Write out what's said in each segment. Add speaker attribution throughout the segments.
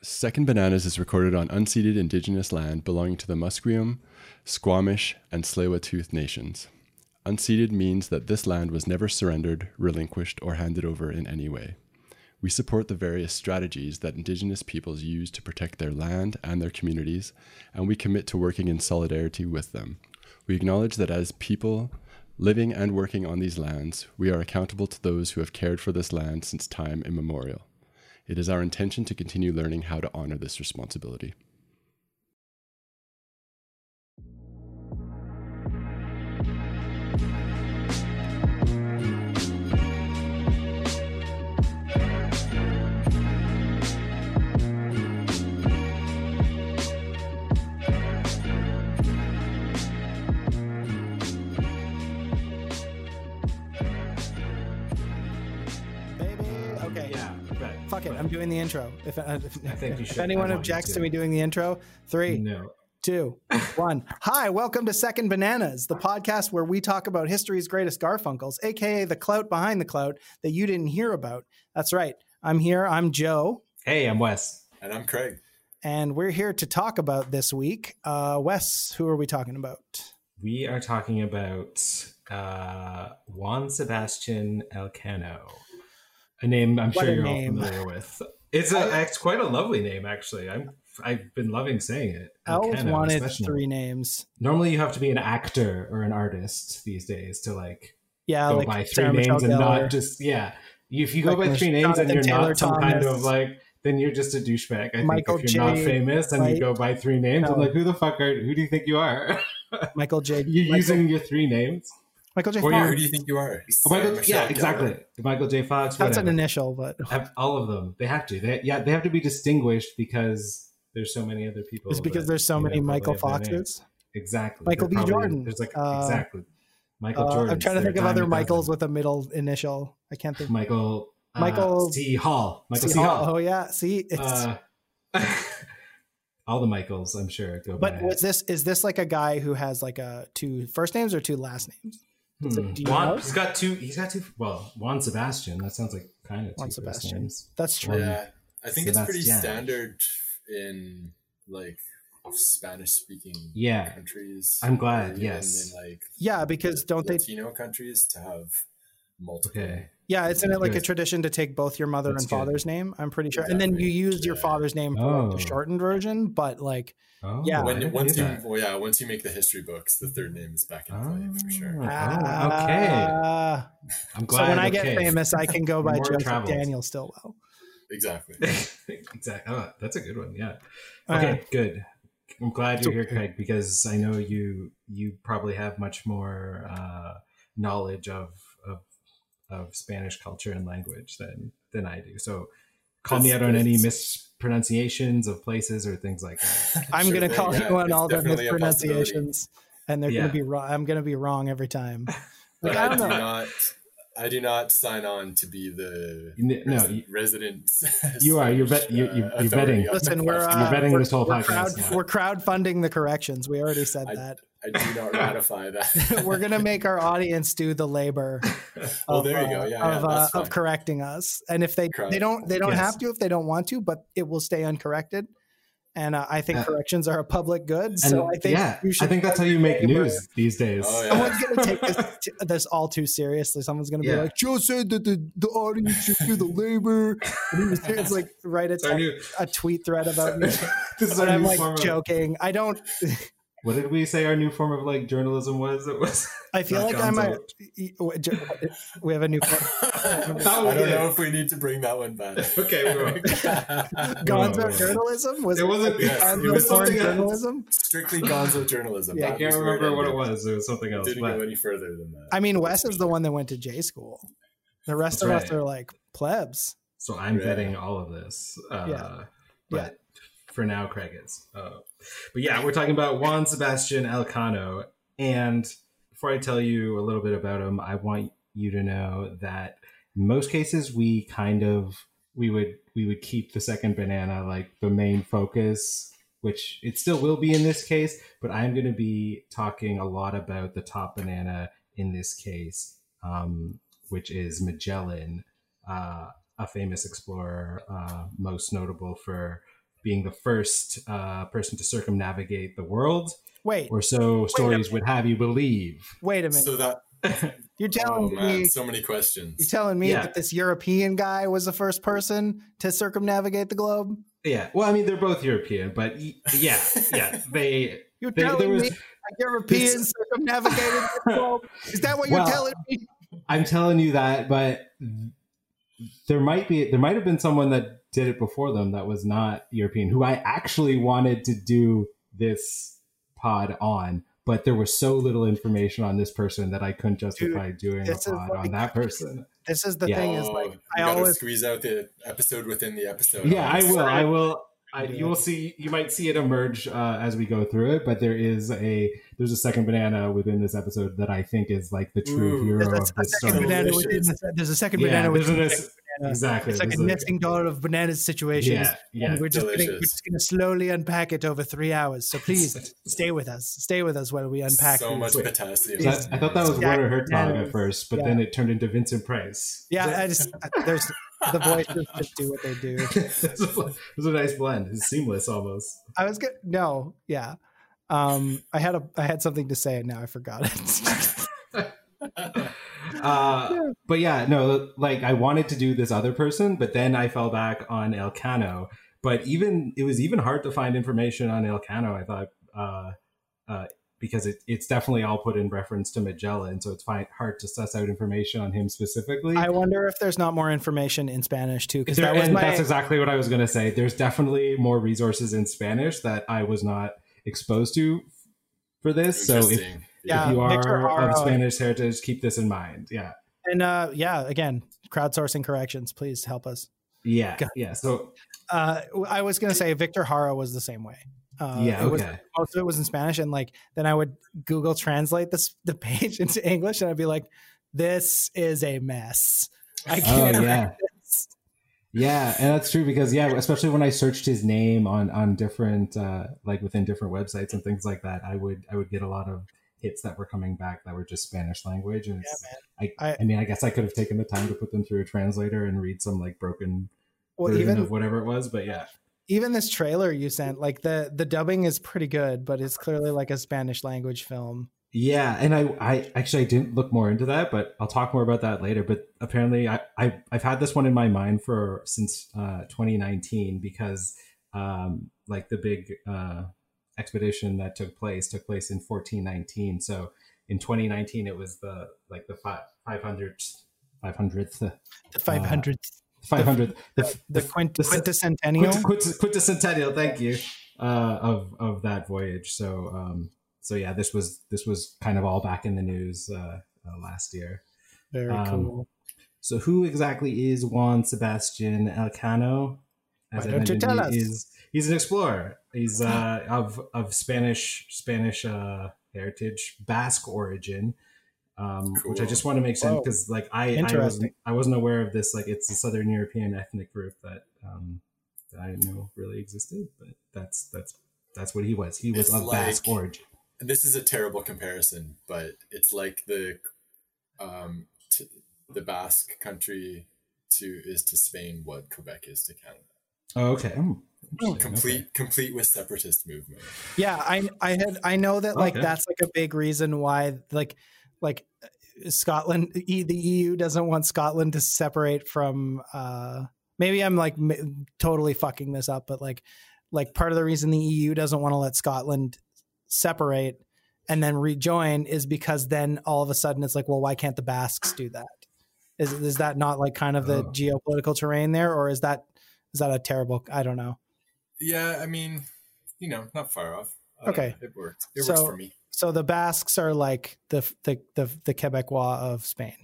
Speaker 1: Second Bananas is recorded on unceded indigenous land belonging to the Musqueam, Squamish, and tsleil nations. Unceded means that this land was never surrendered, relinquished, or handed over in any way. We support the various strategies that Indigenous peoples use to protect their land and their communities, and we commit to working in solidarity with them. We acknowledge that as people living and working on these lands, we are accountable to those who have cared for this land since time immemorial. It is our intention to continue learning how to honor this responsibility.
Speaker 2: Baby. Okay.
Speaker 3: Yeah, right.
Speaker 2: Fuck it. I'm doing the intro. If, uh, if,
Speaker 3: I think you
Speaker 2: if
Speaker 3: should. I
Speaker 2: anyone
Speaker 3: want you
Speaker 2: objects to.
Speaker 3: to.
Speaker 2: me doing the intro, three,
Speaker 3: No.
Speaker 2: two, one. Hi, welcome to Second Bananas, the podcast where we talk about history's greatest garfunkels, aka the clout behind the clout that you didn't hear about. That's right. I'm here. I'm Joe,
Speaker 3: Hey, I'm Wes.
Speaker 1: And I'm Craig.
Speaker 2: and we're here to talk about this week. Uh, Wes, who are we talking about?
Speaker 3: We are talking about uh, Juan Sebastian Elcano, a name I'm
Speaker 2: What
Speaker 3: sure
Speaker 2: a
Speaker 3: you're
Speaker 2: name.
Speaker 3: all familiar with. It's a, it's quite a lovely name, actually. I'm I've been loving saying it.
Speaker 2: I always
Speaker 3: Elcano,
Speaker 2: wanted
Speaker 3: especially.
Speaker 2: three names.
Speaker 3: Normally, you have to be an actor or an artist these days to like
Speaker 2: Yeah,
Speaker 3: go
Speaker 2: like
Speaker 3: by three
Speaker 2: Sarah
Speaker 3: names
Speaker 2: Michelle
Speaker 3: and
Speaker 2: Gellar.
Speaker 3: not just yeah. If you go
Speaker 2: Like
Speaker 3: by
Speaker 2: Mich-
Speaker 3: three names and
Speaker 2: Jonathan
Speaker 3: you're
Speaker 2: Taylor
Speaker 3: not some kind
Speaker 2: Thomas.
Speaker 3: of like, then you're just a douchebag. I
Speaker 2: Michael
Speaker 3: think if you're
Speaker 2: J.
Speaker 3: not famous and
Speaker 2: White.
Speaker 3: you go by three names, I'm
Speaker 2: No.
Speaker 3: like, who the fuck are? Who do you think you are?
Speaker 2: Michael J.
Speaker 3: you're
Speaker 2: Michael,
Speaker 3: using your three names.
Speaker 2: Michael J.
Speaker 3: or
Speaker 2: Fox.
Speaker 3: you're-
Speaker 1: do you think you are?
Speaker 3: Michael, yeah, exactly. Michael J. Fox.
Speaker 2: That's an
Speaker 3: whatever.
Speaker 2: initial, but
Speaker 3: Have- all of them. They have to. They, yeah, they have to be distinguished because there's so many other people.
Speaker 2: It's because
Speaker 3: that,
Speaker 2: there's so
Speaker 3: you know,
Speaker 2: many
Speaker 3: that
Speaker 2: Michael
Speaker 3: they have their names.
Speaker 2: Foxes.
Speaker 3: Exactly.
Speaker 2: Michael
Speaker 3: They're
Speaker 2: B.
Speaker 3: probably-
Speaker 2: Jordan.
Speaker 3: There's like
Speaker 2: Uh,
Speaker 3: exactly Michael
Speaker 2: Uh,
Speaker 3: Jordan.
Speaker 2: I'm trying to think of other Michaels with a middle initial. I can't think.
Speaker 3: Michael uh,
Speaker 2: Michael-
Speaker 3: C. Hall. Michael
Speaker 2: See,
Speaker 3: C. Hall.
Speaker 2: Oh yeah, see, it's,
Speaker 3: Uh, all the Michaels, I'm sure, go
Speaker 2: but
Speaker 3: by.
Speaker 2: was this is this like a guy who has like a two first names or two last names?
Speaker 3: Hmm.
Speaker 2: a- do you know?
Speaker 3: Juan, he's got two. He's got two. Well, Juan Sebastian. That sounds like kind of
Speaker 2: Juan
Speaker 3: two first
Speaker 2: Sebastian.
Speaker 3: names.
Speaker 2: That's true.
Speaker 3: Well,
Speaker 4: Yeah, I think it's pretty
Speaker 3: Sebastian.
Speaker 4: standard in like Spanish speaking
Speaker 3: Yeah.
Speaker 4: countries.
Speaker 3: I'm glad,
Speaker 4: and
Speaker 3: yes.
Speaker 4: in like
Speaker 2: Yeah, because don't they?
Speaker 4: Latino countries to have multiple.
Speaker 3: Okay.
Speaker 2: Yeah, isn't it like a
Speaker 3: Good.
Speaker 2: tradition to take both your mother
Speaker 3: That's
Speaker 2: and
Speaker 3: good.
Speaker 2: father's name? I'm pretty sure, and then you
Speaker 4: Exactly.
Speaker 2: use your
Speaker 4: Yeah.
Speaker 2: father's name for like the
Speaker 3: Oh.
Speaker 2: shortened version. But like,
Speaker 3: Oh,
Speaker 2: Yeah.
Speaker 3: I
Speaker 4: When,
Speaker 3: didn't
Speaker 4: once
Speaker 3: do
Speaker 4: you,
Speaker 3: that.
Speaker 4: well, yeah, once you make the history books, the third name is back in play for
Speaker 3: Oh,
Speaker 4: sure.
Speaker 3: okay.
Speaker 2: ah,
Speaker 3: I'm
Speaker 2: So
Speaker 3: glad.
Speaker 2: when I get
Speaker 3: okay.
Speaker 2: famous, I can go by
Speaker 3: More
Speaker 2: Joseph
Speaker 3: travels.
Speaker 2: Daniel Stillwell.
Speaker 4: Exactly.
Speaker 3: exactly. Oh, that's a good one. Yeah.
Speaker 2: Uh,
Speaker 3: Okay. good. I'm glad
Speaker 2: it's
Speaker 3: you're here,
Speaker 2: okay.
Speaker 3: Craig, because I know you you probably have much more uh, knowledge of, of of Spanish culture and language than than I do. So call me out
Speaker 4: That's-
Speaker 3: on any
Speaker 4: that's-
Speaker 3: mispronunciations of places or things like that.
Speaker 2: I'm
Speaker 4: Sure
Speaker 2: gonna
Speaker 4: thing,
Speaker 2: call
Speaker 4: yeah,
Speaker 2: you on
Speaker 4: it's
Speaker 2: all the
Speaker 4: definitely a possibility.
Speaker 2: mispronunciations, and they're
Speaker 3: Yeah.
Speaker 2: gonna be wrong. I'm gonna be wrong every time. Like, I
Speaker 4: I,
Speaker 2: don't
Speaker 4: do
Speaker 2: know.
Speaker 4: not. I do not sign on to be the
Speaker 3: N- no,
Speaker 4: res-
Speaker 3: you-
Speaker 4: resident.
Speaker 3: you are. You're
Speaker 4: Spanish,
Speaker 3: vet- you- you-
Speaker 4: uh,
Speaker 3: you're
Speaker 4: authority
Speaker 3: vetting.
Speaker 4: on the
Speaker 2: Listen, we're
Speaker 4: podcast.
Speaker 2: uh,
Speaker 3: We're vetting
Speaker 2: we're,
Speaker 3: this whole
Speaker 2: we're
Speaker 3: podcast
Speaker 2: Crowd,
Speaker 3: now.
Speaker 2: We're crowdfunding the corrections. We already said
Speaker 4: I-
Speaker 2: that.
Speaker 4: I do not ratify that.
Speaker 2: we're gonna make our audience do the labor.
Speaker 4: Well,
Speaker 2: of,
Speaker 4: Oh, there you go.
Speaker 2: uh,
Speaker 4: Yeah, yeah,
Speaker 2: of,
Speaker 4: that's
Speaker 2: of
Speaker 4: fine.
Speaker 2: correcting us, and if they
Speaker 4: Correct.
Speaker 2: they don't they don't
Speaker 3: Yes.
Speaker 2: have to if they don't want to, but it will stay uncorrected. And uh, I think
Speaker 3: Uh,
Speaker 2: corrections are a public good,
Speaker 3: And
Speaker 2: so I think
Speaker 3: yeah,
Speaker 2: you should
Speaker 3: I think that's how you make
Speaker 2: labor.
Speaker 3: news these days.
Speaker 4: Oh, yeah.
Speaker 2: Someone's gonna take this, t- this all too seriously. Someone's gonna be
Speaker 3: Yeah.
Speaker 2: like, "Joe said that the, the audience should do the labor." And he was, it's like write a,
Speaker 3: It's our
Speaker 2: t-
Speaker 3: new-
Speaker 2: a tweet thread about me,
Speaker 3: this is
Speaker 2: but
Speaker 3: our
Speaker 2: I'm
Speaker 3: new
Speaker 2: like
Speaker 3: form of,
Speaker 2: joking. I don't.
Speaker 3: What did we say our new form of like journalism was? It was
Speaker 2: I feel
Speaker 3: Not
Speaker 2: like I'm a.
Speaker 3: Gonzo.
Speaker 2: We have a new
Speaker 3: That
Speaker 4: I
Speaker 3: was
Speaker 4: don't
Speaker 3: it.
Speaker 4: know if we need to bring that one back.
Speaker 3: Okay, we won't.
Speaker 2: Gonzo
Speaker 3: Whoa.
Speaker 2: journalism. Was
Speaker 3: It wasn't.
Speaker 2: Gonzo
Speaker 3: It was
Speaker 2: porn
Speaker 3: something else.
Speaker 2: journalism?
Speaker 4: Strictly Gonzo journalism.
Speaker 2: Yeah,
Speaker 3: I
Speaker 4: That
Speaker 3: can't
Speaker 4: was where
Speaker 3: remember what it
Speaker 4: ended.
Speaker 3: was. It was something
Speaker 4: It
Speaker 3: else.
Speaker 4: Didn't
Speaker 3: but-
Speaker 4: go any further than that.
Speaker 2: I mean, Wes is the one that went to J school. The rest of us
Speaker 3: Right.
Speaker 2: are like plebs.
Speaker 3: So I'm
Speaker 4: Yeah.
Speaker 3: vetting all of this. Uh,
Speaker 2: Yeah.
Speaker 3: But for now, Craig is. Uh, but yeah, we're talking about Juan Sebastian Elcano. And before I tell you a little bit about him, I want you to know that in most cases we kind of we would we would keep the second banana like the main focus, which it still will be in this case. But I'm going to be talking a lot about the top banana in this case, um, which is Magellan. Uh, a famous explorer, uh, most notable for being the first uh, person to circumnavigate the world,
Speaker 2: Wait,
Speaker 3: or so stories would have you believe.
Speaker 2: wait a minute.
Speaker 4: So that
Speaker 2: You're
Speaker 4: oh
Speaker 2: telling
Speaker 4: man,
Speaker 2: me
Speaker 4: so many questions.
Speaker 2: you're telling me
Speaker 3: Yeah.
Speaker 2: that this European guy was the first person to circumnavigate the globe?
Speaker 3: Yeah. Well, I mean, they're both European, but y- yeah, yeah, they.
Speaker 2: You're
Speaker 3: There-
Speaker 2: telling
Speaker 3: there was-
Speaker 2: me a European circumnavigated the globe? Is that what you're
Speaker 3: Well,
Speaker 2: telling me?
Speaker 3: I'm telling you that, but there might be there might have been someone that did it before them that was not European, who I actually wanted to do this pod on, but there was so little information on this person that I couldn't justify doing a
Speaker 2: this is
Speaker 3: pod
Speaker 2: like-
Speaker 3: on that person.
Speaker 2: This is the
Speaker 3: Yeah.
Speaker 2: thing is
Speaker 4: Oh,
Speaker 2: like
Speaker 4: you
Speaker 2: I
Speaker 4: gotta
Speaker 2: always
Speaker 4: squeeze out the episode within the episode.
Speaker 3: Yeah, I
Speaker 4: always.
Speaker 3: will. I will. I, you will see. You might see it emerge uh, as we go through it, but there is a there's a second banana within this episode that I think is like the true
Speaker 4: Ooh,
Speaker 3: hero
Speaker 2: there's
Speaker 3: of
Speaker 2: a,
Speaker 3: this
Speaker 2: second
Speaker 3: story.
Speaker 2: banana
Speaker 4: Delicious.
Speaker 2: within the- there's a second
Speaker 3: Yeah,
Speaker 2: banana
Speaker 3: there's
Speaker 2: within
Speaker 3: an-
Speaker 2: the second banana.
Speaker 3: exactly.
Speaker 2: It's like
Speaker 3: There's
Speaker 2: a nesting dollar of bananas situation.
Speaker 3: Yeah, yeah.
Speaker 2: and we're just, gonna, we're
Speaker 4: delicious.
Speaker 2: just gonna slowly unpack it over three hours. So please stay with us. Stay with us while we unpack.
Speaker 4: so
Speaker 2: these.
Speaker 4: much
Speaker 3: Wait.
Speaker 4: potassium.
Speaker 3: So that- I thought that was
Speaker 2: Yeah.
Speaker 3: Werner Herzog at first, but
Speaker 2: Yeah.
Speaker 3: then it turned into Vincent Price.
Speaker 2: Yeah, I just there's the voices just do what they do.
Speaker 3: it was a nice blend. It's seamless almost.
Speaker 2: I was good. No, yeah. Um, I had a I had something to say and now I forgot it.
Speaker 3: Uh, but yeah, no, like I wanted to do this other person, but then I fell back on Elcano. But even it was even hard to find information on Elcano. I thought uh, uh, because it, it's definitely all put in reference to Magellan, so it's fine, hard to suss out information on him specifically.
Speaker 2: I wonder if there's not more information in Spanish too, because
Speaker 3: There-
Speaker 2: that was
Speaker 3: and
Speaker 2: my
Speaker 3: that's exactly what I was going to say. There's definitely more resources in Spanish that I was not exposed to for this. So if,
Speaker 4: Interesting.
Speaker 2: Yeah.
Speaker 3: if you
Speaker 2: Victor
Speaker 3: are
Speaker 2: Haro.
Speaker 3: of Spanish heritage, keep this in mind. Yeah.
Speaker 2: and uh yeah, again, crowdsourcing corrections, please help us.
Speaker 3: Yeah.
Speaker 2: Got
Speaker 3: Yeah. So,
Speaker 2: Uh I was gonna say Victor Hara was the same way. Uh,
Speaker 3: yeah.
Speaker 2: it was-
Speaker 3: Okay.
Speaker 2: most of it was in Spanish, and like then I would Google translate this the page into English, and I'd be like, "This is a mess. I
Speaker 3: Oh,
Speaker 2: can't."
Speaker 3: yeah. Yeah, and that's true because yeah, especially when I searched his name on on different uh like within different websites and things like that, I would I would get a lot of hits that were coming back that were just Spanish language and it's, I,
Speaker 2: I-
Speaker 3: I mean, I guess I could have taken the time to put them through a translator and read some like broken
Speaker 2: Well,
Speaker 3: version
Speaker 2: even
Speaker 3: of whatever it was, but yeah.
Speaker 2: even this trailer you sent, like the the dubbing is pretty good, but it's clearly like a Spanish language film.
Speaker 3: Yeah, and I, I actually I didn't look more into that, but I'll talk more about that later. But apparently, I, I I've had this one in my mind for since uh, 2019 because um, like the big uh, expedition that took place took place in 1419. So in 2019, it was the like the five 500th 500th
Speaker 2: The five hundredth,
Speaker 3: 500th Uh, the,
Speaker 2: the,
Speaker 3: the
Speaker 2: quint,
Speaker 3: the-
Speaker 2: quinticentennial.
Speaker 3: quint, quint, quinticentennial. Thank you uh, of of that voyage. So um, so yeah, this was this was kind of all back in the news uh, uh, last year.
Speaker 2: Very
Speaker 3: um,
Speaker 2: cool.
Speaker 3: So who exactly is Juan Sebastian Elcano?
Speaker 2: Why don't you
Speaker 3: mentioned,
Speaker 2: tell
Speaker 3: he
Speaker 2: us? Ah.
Speaker 3: Is, he's an explorer. He's uh, of of Spanish Spanish uh, heritage, Basque origin. Um, Which I
Speaker 4: Cool.
Speaker 3: just want to make sense
Speaker 2: Whoa.
Speaker 3: because, like, I I
Speaker 2: Interesting.
Speaker 3: wasn't, I wasn't aware of this. Like, it's a Southern European ethnic group that um, that I didn't know really existed. But that's that's that's what he was. He was
Speaker 4: It's
Speaker 3: of
Speaker 4: like-
Speaker 3: Basque origin.
Speaker 4: And this is a terrible comparison, but it's like the um, t- the Basque country to is to Spain what Quebec is to Canada.
Speaker 3: Oh, okay. Hmm. Interesting.
Speaker 4: Complete,
Speaker 3: Okay.
Speaker 4: complete with separatist movement.
Speaker 2: Yeah, I I had I know that like
Speaker 3: Okay.
Speaker 2: that's like a big reason why like like uh, Scotland e, the EU doesn't want Scotland to separate from uh maybe I'm like m- totally fucking this up but like like part of the reason the EU doesn't want to let Scotland separate and then rejoin is because then all of a sudden it's like well why can't the Basques do that? Is is that not like kind of the
Speaker 3: Oh.
Speaker 2: geopolitical terrain there or is that is that a terrible I don't know.
Speaker 4: Yeah, I mean, you know, not far off. I don't
Speaker 2: Okay.
Speaker 4: know, it worked. It
Speaker 2: So-
Speaker 4: works for me.
Speaker 2: so the Basques are like the the the, the Quebecois of Spain.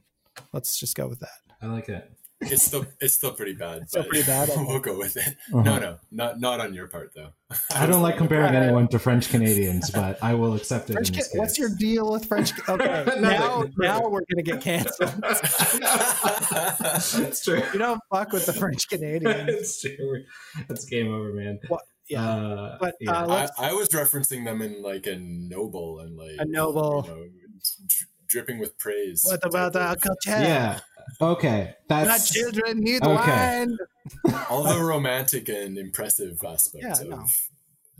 Speaker 2: Let's just go with that.
Speaker 3: I like it.
Speaker 4: It's still, it's still pretty bad.
Speaker 2: still
Speaker 4: but
Speaker 2: pretty bad, I know.
Speaker 4: we'll go with it.
Speaker 3: Uh-huh.
Speaker 4: No, no, not not on your part though.
Speaker 3: I don't like comparing anyone to French Canadians, but I will accept it.
Speaker 2: French,
Speaker 3: in this
Speaker 2: what's
Speaker 3: case.
Speaker 2: your deal with French? Okay,
Speaker 3: Nothing.
Speaker 2: now now we're gonna get canceled.
Speaker 3: That's true.
Speaker 2: You don't fuck with the French Canadians.
Speaker 3: That's true. That's game over, man.
Speaker 2: Yeah,
Speaker 3: Uh,
Speaker 2: But,
Speaker 3: yeah.
Speaker 2: uh,
Speaker 4: I,
Speaker 2: Let's-
Speaker 4: I was referencing them in like a noble and like
Speaker 2: A noble.
Speaker 4: you know, dri- dripping with praise.
Speaker 2: what about
Speaker 4: type
Speaker 2: the
Speaker 4: of-
Speaker 2: culture?
Speaker 3: yeah. Okay,
Speaker 2: My
Speaker 3: that's
Speaker 2: children need
Speaker 3: Okay.
Speaker 2: wine.
Speaker 4: All the romantic and impressive aspects
Speaker 2: Yeah,
Speaker 4: of
Speaker 2: no.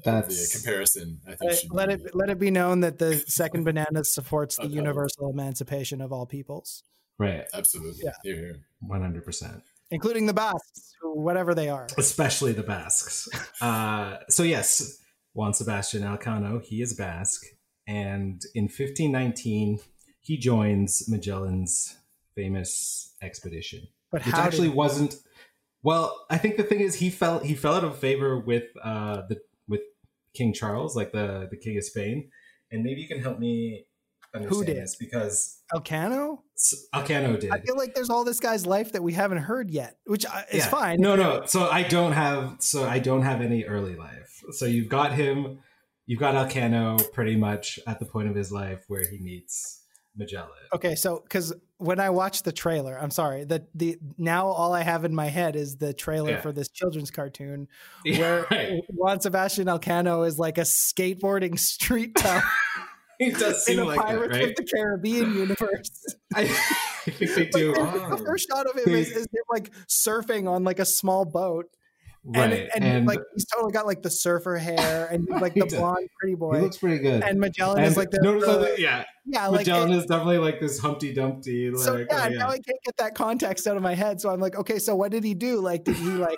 Speaker 4: the
Speaker 3: that's
Speaker 4: comparison, I think,
Speaker 2: Let,
Speaker 4: should
Speaker 2: let
Speaker 4: be
Speaker 2: it let it be known that the second bananas supports the
Speaker 4: Okay.
Speaker 2: universal emancipation of all peoples,
Speaker 3: right,
Speaker 4: absolutely.
Speaker 2: Yeah.
Speaker 4: Here, here.
Speaker 3: one hundred percent.
Speaker 2: including the Basques, who- whatever they are.
Speaker 3: especially the Basques. Uh, so yes, Juan Sebastian Alcano, he is Basque, and in 1519 he joins Magellan's famous expedition,
Speaker 2: But
Speaker 3: which
Speaker 2: how
Speaker 3: actually
Speaker 2: did,
Speaker 3: wasn't. Well, I think the thing is he fell he fell out of favor with uh, the with King Charles, like the the King of Spain, and maybe you can help me understand
Speaker 2: did?
Speaker 3: this because
Speaker 2: Elcano?
Speaker 3: S- Alcano did.
Speaker 2: I feel like there's all this guy's life that we haven't heard yet, which uh, is
Speaker 3: Yeah.
Speaker 2: fine.
Speaker 3: No, no. So I don't have. So I don't have any early life. So you've got him. You've got Elcano pretty much at the point of his life where he meets Magellan.
Speaker 2: Okay, so because when I watched the trailer, I'm sorry that the now all I have in my head is the trailer
Speaker 3: Yeah.
Speaker 2: for this children's cartoon
Speaker 3: Yeah,
Speaker 2: where
Speaker 3: right.
Speaker 2: Juan Sebastian Elcano is like a skateboarding street tough
Speaker 3: He does
Speaker 2: in
Speaker 3: seem
Speaker 2: a
Speaker 3: like that,
Speaker 2: Pirates
Speaker 3: right?
Speaker 2: of the Caribbean universe.
Speaker 3: I I think they
Speaker 2: Like,
Speaker 3: do.
Speaker 2: there's-
Speaker 4: wow.
Speaker 2: The first shot of him is, is him like surfing on like a small boat, and,
Speaker 3: right.
Speaker 2: and, like he's totally got like the surfer hair and he's like
Speaker 3: He
Speaker 2: the
Speaker 3: does.
Speaker 2: blonde pretty
Speaker 3: he
Speaker 2: boy,
Speaker 3: looks pretty good.
Speaker 2: and Magellan is
Speaker 3: And
Speaker 2: like the,
Speaker 3: notice
Speaker 2: the-
Speaker 3: how they- yeah,
Speaker 2: yeah, like
Speaker 3: Magellan is definitely like this Humpty Dumpty. Like,
Speaker 2: so yeah,
Speaker 3: oh,
Speaker 2: now
Speaker 3: yeah.
Speaker 2: I can't get that context out of my head. So I'm like, okay, so what did he do? Like, did he like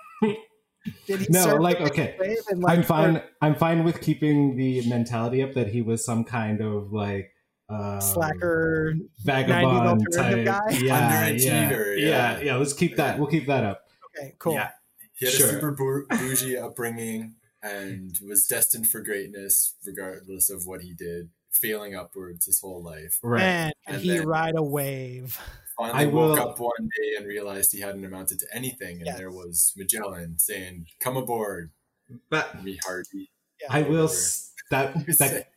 Speaker 2: did he
Speaker 3: No,
Speaker 2: surf
Speaker 3: like,
Speaker 2: the
Speaker 3: okay.
Speaker 2: wave and
Speaker 3: I'm
Speaker 2: or-
Speaker 3: fine. um, I'm fine with keeping the mentality up that he was some kind of like um,
Speaker 2: slacker.
Speaker 3: vagabond
Speaker 2: 90s
Speaker 3: type.
Speaker 2: alternative guy?
Speaker 3: Yeah, yeah,
Speaker 4: Underachiever,
Speaker 3: yeah,
Speaker 4: yeah.
Speaker 3: yeah. Let's keep that. We'll keep that up.
Speaker 2: Okay, cool.
Speaker 3: Yeah.
Speaker 4: He had
Speaker 3: Sure.
Speaker 4: a super bou- bougie upbringing and was destined for greatness regardless of what he did, failing upwards his whole life.
Speaker 3: Right.
Speaker 2: Man, can
Speaker 4: And
Speaker 2: he
Speaker 4: then-
Speaker 2: ride a wave?
Speaker 4: Finally
Speaker 3: I
Speaker 4: woke
Speaker 3: will-
Speaker 4: up one day and realized he hadn't amounted to anything, and
Speaker 2: Yes.
Speaker 4: there was Magellan saying, "Come aboard,
Speaker 3: But
Speaker 4: me hearty."
Speaker 3: I will. s- That that.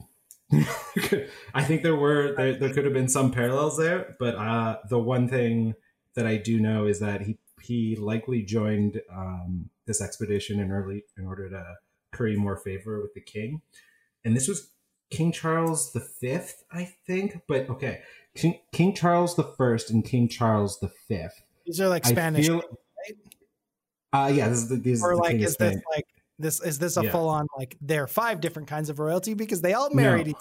Speaker 3: I think there were there, there could have been some parallels there, but uh, the one thing that I do know is that he he likely joined um, this expedition in early in order to curry more favor with the king, and this was King Charles the Fifth, I think. But okay, King, King Charles the First and King Charles the Fifth.
Speaker 2: These are like
Speaker 3: I
Speaker 2: Spanish,
Speaker 3: feel- Uh, yeah, this is the, this
Speaker 2: or
Speaker 3: is the
Speaker 2: like
Speaker 3: King of
Speaker 2: is this
Speaker 3: Spain.
Speaker 2: like this is this a
Speaker 3: Yeah.
Speaker 2: full on like there are five different kinds of royalty because they all married
Speaker 3: No.
Speaker 2: each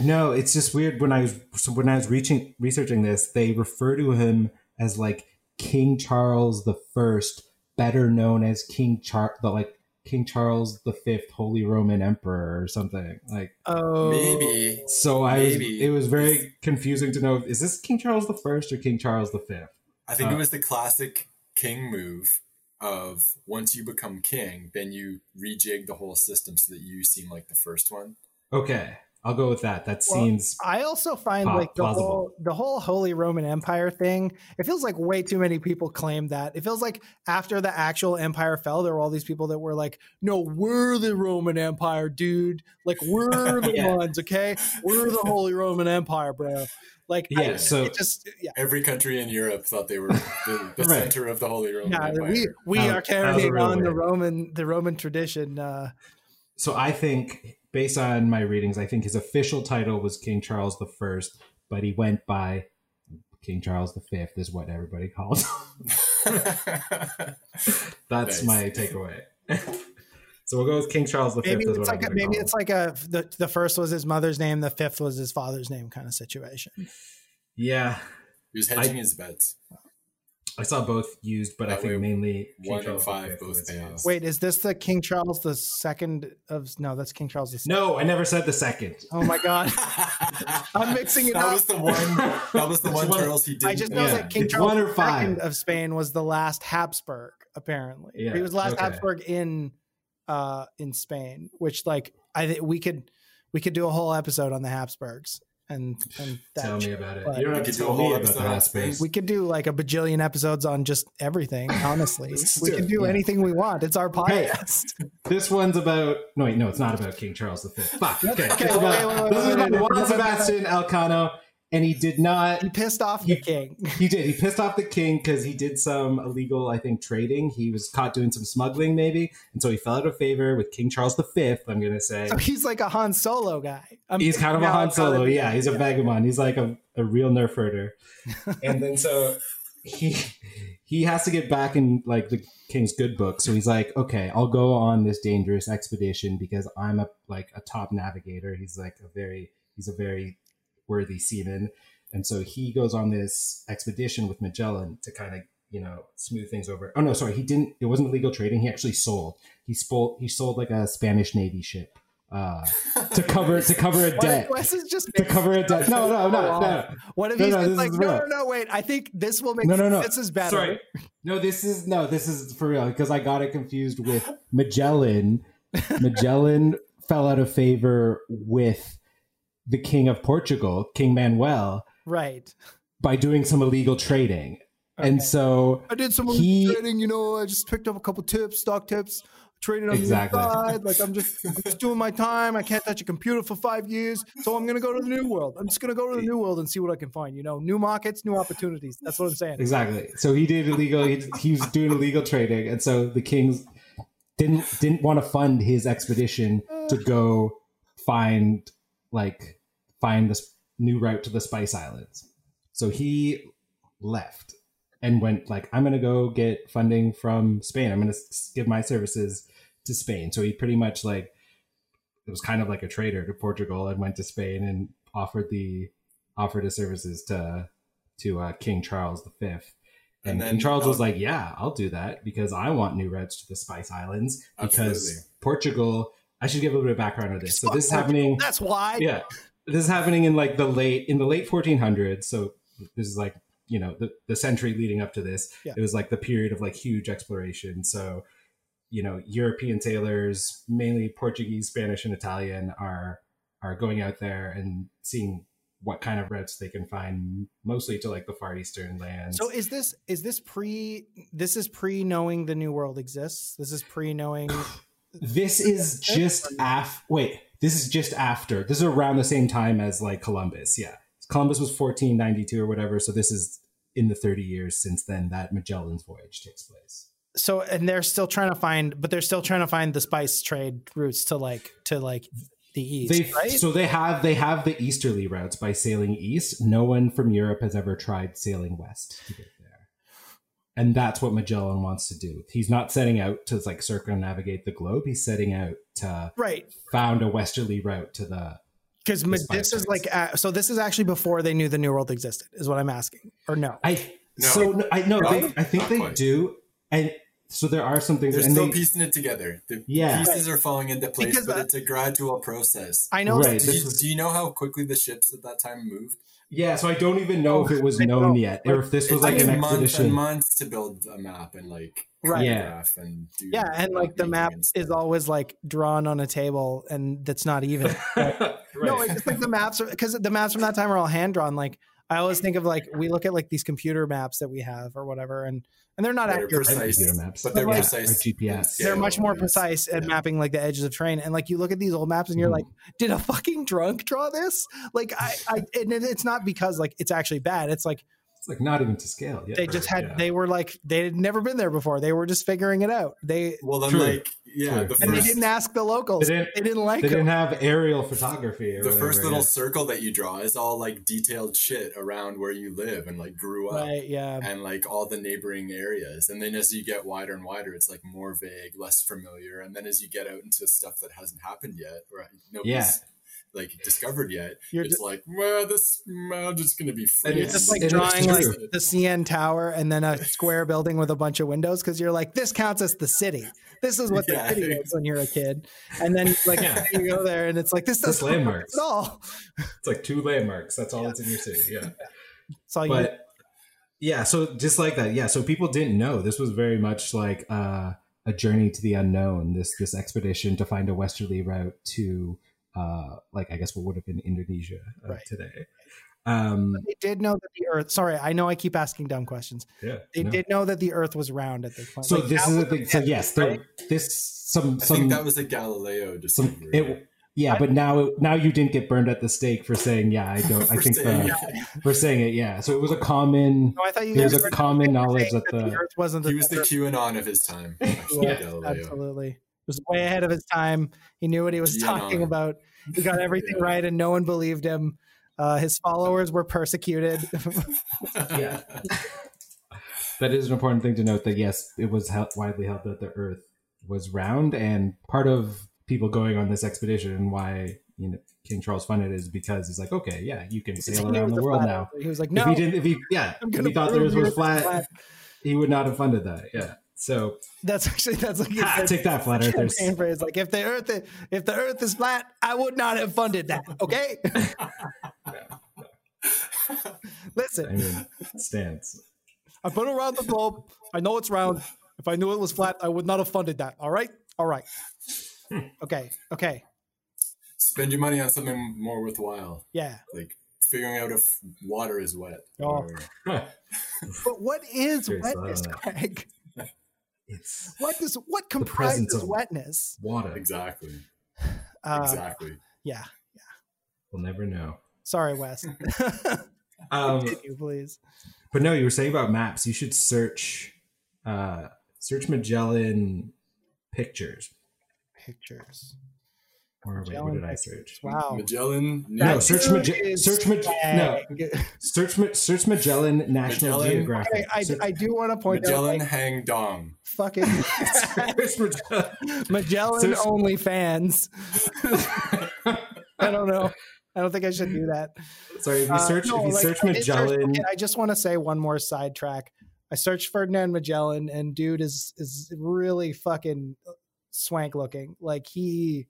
Speaker 2: other.
Speaker 3: No, it's just weird when I was so when I was reaching researching this, they refer to him as like King Charles the First, better known as King Char the like King Charles the Fifth, Holy Roman Emperor or something. Like
Speaker 2: Oh,
Speaker 4: Maybe
Speaker 3: so I was,
Speaker 4: Maybe.
Speaker 3: it was very confusing to know is this King Charles the First or King Charles the Fifth?
Speaker 4: I think
Speaker 3: Uh,
Speaker 4: it was the classic king move of once you become king, then you rejig the whole system so that you seem like the first one.
Speaker 3: Okay. I'll go with that. That
Speaker 2: Well,
Speaker 3: seems
Speaker 2: I also find
Speaker 3: Pa-
Speaker 2: like the
Speaker 3: plausible.
Speaker 2: whole the whole Holy Roman Empire thing. It feels like way too many people claim that. It feels like after the actual empire fell, there were all these people that were like, "No, we're the Roman Empire, dude. Like we're the
Speaker 3: Yeah.
Speaker 2: ones, okay? We're the Holy Roman Empire, bro." Like, I-
Speaker 3: yeah. So
Speaker 2: it just yeah.
Speaker 4: Every country in Europe thought they were the, the
Speaker 3: Right.
Speaker 4: center of the Holy Roman
Speaker 2: Yeah,
Speaker 4: Empire.
Speaker 2: we we
Speaker 3: That-
Speaker 2: are
Speaker 3: that was a
Speaker 2: carrying
Speaker 3: real
Speaker 2: on the
Speaker 3: weird.
Speaker 2: Roman the Roman tradition. Uh,
Speaker 3: So I think, based on my readings, I think his official title was King Charles the First, but he went by King Charles the Fifth, is what everybody calls. him. That's
Speaker 4: Nice.
Speaker 3: my takeaway. so we'll go with King Charles the
Speaker 2: maybe
Speaker 3: Fifth.
Speaker 2: it's
Speaker 3: is what I'm
Speaker 2: like a,
Speaker 3: gonna
Speaker 2: maybe
Speaker 3: call
Speaker 2: it's
Speaker 3: him.
Speaker 2: like a the, the first was his mother's name, the fifth was his father's name, kind of situation.
Speaker 3: yeah.
Speaker 4: he was hedging his bets.
Speaker 3: I saw both used, but I
Speaker 4: That way,
Speaker 3: think mainly King
Speaker 4: one and
Speaker 3: Charles the
Speaker 4: five
Speaker 3: Fifth
Speaker 4: both
Speaker 3: was
Speaker 4: fails.
Speaker 3: used.
Speaker 2: Wait, is this the King Charles the second of no, that's King Charles the second.
Speaker 3: No, I never said the second.
Speaker 2: Oh my god. I'm
Speaker 4: I'm
Speaker 2: mixing it
Speaker 4: that
Speaker 2: up.
Speaker 4: was the one. That was the
Speaker 3: That's
Speaker 4: one
Speaker 3: one-
Speaker 4: Charles he did.
Speaker 2: I just know
Speaker 3: Yeah.
Speaker 2: that King
Speaker 3: It's
Speaker 2: Charles
Speaker 3: one or
Speaker 2: the
Speaker 3: five.
Speaker 2: second of Spain was the last Habsburg, apparently.
Speaker 3: Yeah,
Speaker 2: He was the last
Speaker 3: okay.
Speaker 2: Habsburg in uh in Spain, which like I think we could we could do a whole episode on the Habsburgs and and that
Speaker 3: tell me
Speaker 2: shit,
Speaker 3: about it.
Speaker 2: but-
Speaker 3: You don't
Speaker 4: We
Speaker 3: have to
Speaker 4: could do
Speaker 3: tell
Speaker 4: a whole
Speaker 3: me about
Speaker 4: episode
Speaker 3: the
Speaker 4: on
Speaker 3: Habsburgs.
Speaker 2: We could do like a bajillion episodes on just everything, honestly.
Speaker 4: Let's
Speaker 2: we
Speaker 4: do
Speaker 2: can
Speaker 4: it,
Speaker 2: do
Speaker 3: yeah.
Speaker 2: anything we want. It's our
Speaker 3: Hey.
Speaker 2: podcast.
Speaker 3: This one's about no wait no it's not about King Charles V. Fuck okay,
Speaker 2: Okay,
Speaker 3: it's
Speaker 2: wait, wait,
Speaker 3: about,
Speaker 2: wait,
Speaker 3: this is
Speaker 2: wait,
Speaker 3: about
Speaker 2: wait,
Speaker 3: Juan
Speaker 2: wait.
Speaker 3: Sebastian Elcano, and he did not.
Speaker 2: He pissed off the king.
Speaker 3: He did. He pissed off the king because he did some illegal, I think, trading. He was caught doing some smuggling, maybe, and so he fell out of favor with King Charles V. I'm gonna say
Speaker 2: So he's like a Han Solo guy. I'm
Speaker 3: he's kind of a
Speaker 2: now
Speaker 3: Han
Speaker 2: I'm kind of-
Speaker 3: Solo. Yeah, he's a vagabond. He's like a, a real nerf herder. and then so he he has to get back in like the king's good book so he's like okay i'll go on this dangerous expedition because i'm a like a top navigator he's like a very he's a very worthy seaman and so he goes on this expedition with magellan to kind of you know smooth things over oh no sorry he didn't it wasn't illegal trading he actually sold he sold he sold like a spanish navy ship uh to cover to cover a debt
Speaker 2: Wes is just
Speaker 3: to cover a debt no no no no
Speaker 2: What if
Speaker 3: No,
Speaker 2: he's
Speaker 3: no,
Speaker 2: just
Speaker 3: this
Speaker 2: like,
Speaker 3: is
Speaker 2: no,
Speaker 3: real.
Speaker 2: no, no, wait. I think this will make
Speaker 3: No, no, no.
Speaker 2: this is better.
Speaker 3: Sorry. No, this is no, this is for real because I got it confused with Magellan. Magellan fell out of favor with the king of Portugal, King Manuel,
Speaker 2: Right.
Speaker 3: by doing some illegal trading. And so
Speaker 2: I did some
Speaker 3: He-
Speaker 2: trading, you know, I just picked up a couple tips, stock tips, traded on
Speaker 3: Exactly.
Speaker 2: the side. Like I'm just, I'm just doing my time. I can't touch a computer for five years. So I'm gonna go to the new world. I'm just gonna go to the new world and see what I can find. You know, new markets, new opportunities. That's what I'm saying.
Speaker 3: exactly. So he did illegal he, he was doing illegal trading and so the kings didn't didn't want to fund his expedition to go find like find this new route to the Spice Islands. So he left and went like I'm going to go get funding from Spain. I'm going to give my services to Spain. So he pretty much like it was kind of like a traitor to Portugal and went to Spain and offered the offered his services to to uh, King Charles V. And,
Speaker 4: And then-
Speaker 3: King Charles was like, "Yeah, I'll do that because I want new routes to the Spice Islands because
Speaker 4: Absolutely.
Speaker 3: Portugal." I should give a little bit of background on this. So this is happening
Speaker 2: That's why.
Speaker 3: yeah this is happening in like the late in the late 1400s so this is like you know the, the century leading up to this
Speaker 2: Yeah.
Speaker 3: it was like the period of like huge exploration so you know european sailors mainly portuguese spanish and italian are are going out there and seeing what kind of routes they can find mostly to like the far eastern lands
Speaker 2: So is this is this pre this is pre knowing the new world exists? This is pre knowing
Speaker 3: this is just af wait this is just after this is around the same time as like columbus yeah columbus was 1492 or whatever so this is in the 30 years since then that magellan's voyage takes place
Speaker 2: so and they're still trying to find but they're still trying to find the spice trade routes to like to like the east,
Speaker 3: they
Speaker 2: right?
Speaker 3: so they have they have the easterly routes by sailing east no one from europe has ever tried sailing west to get there and that's what magellan wants to do he's not setting out to like circumnavigate the globe he's setting out to
Speaker 2: right.
Speaker 3: found a westerly route to the
Speaker 2: Because
Speaker 3: Inspired
Speaker 2: this is
Speaker 3: by
Speaker 2: like uh, so. This is actually before they knew the New World existed, is what I'm asking, or no?
Speaker 3: I
Speaker 4: No.
Speaker 3: so no, I know
Speaker 4: Not-
Speaker 3: they, I think
Speaker 4: not
Speaker 3: they
Speaker 4: quite.
Speaker 3: do, and so there are some things.
Speaker 4: They're
Speaker 3: and
Speaker 4: still
Speaker 3: they,
Speaker 4: piecing it together. The
Speaker 3: Yeah.
Speaker 4: pieces are falling into place,
Speaker 2: Because
Speaker 4: but
Speaker 2: I-
Speaker 4: it's a gradual process.
Speaker 2: I know.
Speaker 3: Right.
Speaker 4: Do
Speaker 3: This
Speaker 4: you,
Speaker 3: was-
Speaker 4: do you know how quickly the ships at that time moved?
Speaker 3: yeah, so I don't even know if it was
Speaker 2: I
Speaker 3: known
Speaker 2: know.
Speaker 3: yet, or if this was
Speaker 4: It
Speaker 3: like
Speaker 4: took
Speaker 3: an
Speaker 4: months and
Speaker 3: expedition.
Speaker 4: months to build a map and like
Speaker 2: Right.
Speaker 3: Yeah.
Speaker 4: graph and do
Speaker 2: Yeah, and like the
Speaker 4: mapping
Speaker 2: map
Speaker 4: and
Speaker 2: is
Speaker 4: stuff.
Speaker 2: always like drawn on a table, and that's not even. No, it's just like the maps are because the maps from that time are all hand drawn. Like I always think of like we look at like these computer maps that we have or whatever, and and they're not
Speaker 4: They're
Speaker 2: accurate.
Speaker 4: precise,
Speaker 3: Computer maps.
Speaker 4: but they're
Speaker 2: But, like,
Speaker 4: precise.
Speaker 3: Or
Speaker 4: in
Speaker 3: GPS.
Speaker 2: They're
Speaker 4: scale
Speaker 2: much more
Speaker 4: and-
Speaker 2: precise at
Speaker 4: yeah.
Speaker 2: mapping like the edges of terrain, and like you look at these old maps, and you're
Speaker 3: Mhm.
Speaker 2: like, did a fucking drunk draw this? Like I, I, and it- it's not because like it's actually bad. It's like
Speaker 3: It's like not even to scale. Yeah,
Speaker 2: they just
Speaker 3: right,
Speaker 2: had
Speaker 3: yeah.
Speaker 2: they were like they had never been there before they were just figuring it out they
Speaker 4: Well, then,
Speaker 3: True.
Speaker 4: like, yeah,
Speaker 3: True.
Speaker 4: the
Speaker 2: and they
Speaker 4: first,
Speaker 2: didn't ask the locals
Speaker 3: They
Speaker 2: they
Speaker 3: didn't-
Speaker 2: didn't, like
Speaker 3: They
Speaker 2: them.
Speaker 3: didn't have aerial photography. Or
Speaker 4: the first
Speaker 3: whatever,
Speaker 4: little
Speaker 3: yeah.
Speaker 4: circle that you draw is all like detailed shit around where you live and like grew up.
Speaker 2: right yeah
Speaker 4: and like all the neighboring areas. And then as you get wider and wider, it's like more vague, less familiar. And then as you get out into stuff that hasn't happened yet, or nobody's
Speaker 3: Yeah.
Speaker 4: like discovered yet,
Speaker 2: you're
Speaker 4: it's
Speaker 2: just
Speaker 4: like, well, this well, I'm just gonna be free.
Speaker 3: And
Speaker 2: you're
Speaker 3: it's-
Speaker 2: just like
Speaker 3: and it's
Speaker 2: drawing
Speaker 3: true.
Speaker 2: like the CN Tower and then a square building with a bunch of windows because you're like, this counts as the city. This is what
Speaker 4: Yeah.
Speaker 2: the city is when you're a kid. And then like
Speaker 3: Yeah.
Speaker 2: you go there and it's like this
Speaker 3: Just
Speaker 2: doesn't work
Speaker 3: landmarks.
Speaker 2: at all.
Speaker 3: It's like two landmarks. That's all that's in your city. Yeah.
Speaker 2: It's all you
Speaker 3: but yeah so just like that yeah so people didn't know this was very much like uh, a journey to the unknown this this expedition to find a westerly route to uh like i guess what would have been indonesia uh,
Speaker 2: Right.
Speaker 3: today um
Speaker 2: they did know that the Earth. Sorry, I know I keep asking dumb questions.
Speaker 3: yeah
Speaker 2: They
Speaker 3: no.
Speaker 2: did know that the Earth was round at this point.
Speaker 3: so
Speaker 2: Like,
Speaker 3: this
Speaker 2: that
Speaker 3: is
Speaker 2: was
Speaker 3: the thing so yes there, this some
Speaker 4: I
Speaker 3: some
Speaker 4: think that was a Galileo
Speaker 3: some
Speaker 4: discovery.
Speaker 3: it yeah, but now it, now you didn't get burned at the stake for saying yeah. I don't. I
Speaker 4: For
Speaker 3: think
Speaker 2: uh,
Speaker 4: saying-
Speaker 3: the, for saying it. Yeah. So it was a common.
Speaker 2: No, I thought you
Speaker 3: There's
Speaker 2: guys
Speaker 3: a
Speaker 2: were
Speaker 3: common knowledge
Speaker 2: saying
Speaker 3: that
Speaker 2: the
Speaker 3: the
Speaker 2: Earth wasn't the
Speaker 4: he was the QAnon of his time. actually,
Speaker 2: Yeah,
Speaker 4: Galileo.
Speaker 2: Absolutely. It was way ahead of his time. He knew what he was
Speaker 4: Yeah.
Speaker 2: talking about. He got everything
Speaker 4: Yeah.
Speaker 2: right and no one believed him. Uh, his followers were persecuted.
Speaker 3: Yeah. that is an important thing to note that yes, it was held, widely held that the Earth was round, and part of people going on this expedition and why you know King Charles funded it is because he's like, okay, yeah, you can sail
Speaker 2: He
Speaker 3: around
Speaker 2: was
Speaker 3: the
Speaker 2: a
Speaker 3: world
Speaker 2: flat
Speaker 3: now.
Speaker 2: earther. He was like,
Speaker 3: If he
Speaker 2: no,
Speaker 3: didn't, if he yeah,
Speaker 2: I'm
Speaker 3: if
Speaker 2: gonna
Speaker 3: he thought the
Speaker 2: prove
Speaker 3: Earth
Speaker 2: you
Speaker 3: was
Speaker 2: were flat.
Speaker 3: flat, he would not have funded that. Yeah, so
Speaker 2: that's actually that's like
Speaker 3: ha,
Speaker 2: his
Speaker 3: take that, flat
Speaker 2: campaign
Speaker 3: earthers.
Speaker 2: phrase. Like if the earth i- if the earth is flat, I would not have funded that. Okay,
Speaker 3: I
Speaker 2: listen,
Speaker 3: mean, stands.
Speaker 2: I put it around the globe. I know it's round. If I knew it was flat, I would not have funded that. All right, all right. Okay, okay,
Speaker 4: Spend your money on something more worthwhile,
Speaker 2: yeah.
Speaker 4: like figuring out if water is wet.
Speaker 2: Oh.
Speaker 4: or-
Speaker 2: But what is
Speaker 3: Seriously, I don't
Speaker 2: wetness,
Speaker 3: know.
Speaker 2: Craig?
Speaker 3: it's
Speaker 2: What does what
Speaker 3: presence
Speaker 2: comprises
Speaker 3: of-
Speaker 2: wetness?
Speaker 3: water.
Speaker 4: exactly.
Speaker 2: Uh,
Speaker 4: exactly.
Speaker 2: Yeah.
Speaker 3: We'll never know.
Speaker 2: Sorry, Wes.
Speaker 3: Um,
Speaker 2: Continue, please.
Speaker 3: But no, you were saying about maps. You should search, uh, search Magellan pictures.
Speaker 2: Pictures.
Speaker 3: Or wait, what
Speaker 2: Magellan
Speaker 3: did I
Speaker 2: pictures.
Speaker 3: search?
Speaker 2: Wow.
Speaker 4: Magellan.
Speaker 3: No,
Speaker 4: No,
Speaker 2: That's-
Speaker 3: search
Speaker 2: dude
Speaker 3: Magellan.
Speaker 2: is
Speaker 3: Search Mag- No, search Ma- search Magellan National
Speaker 4: Magellan?
Speaker 3: Geographic.
Speaker 2: Okay, I,
Speaker 3: Search-
Speaker 2: I do want to point
Speaker 4: Magellan
Speaker 2: out, like,
Speaker 4: hang dong.
Speaker 2: fucking
Speaker 3: Search Magellan.
Speaker 2: Magellan
Speaker 3: There's-
Speaker 2: only fans. I don't know. I don't think I should do that.
Speaker 3: Sorry, if you
Speaker 2: Uh,
Speaker 3: search
Speaker 2: no,
Speaker 3: if you
Speaker 2: like,
Speaker 3: search
Speaker 2: I did search-
Speaker 3: Magellan,
Speaker 2: okay, I just want to say one more sidetrack. I searched Ferdinand Magellan, and dude is is really fucking swank looking. Like he,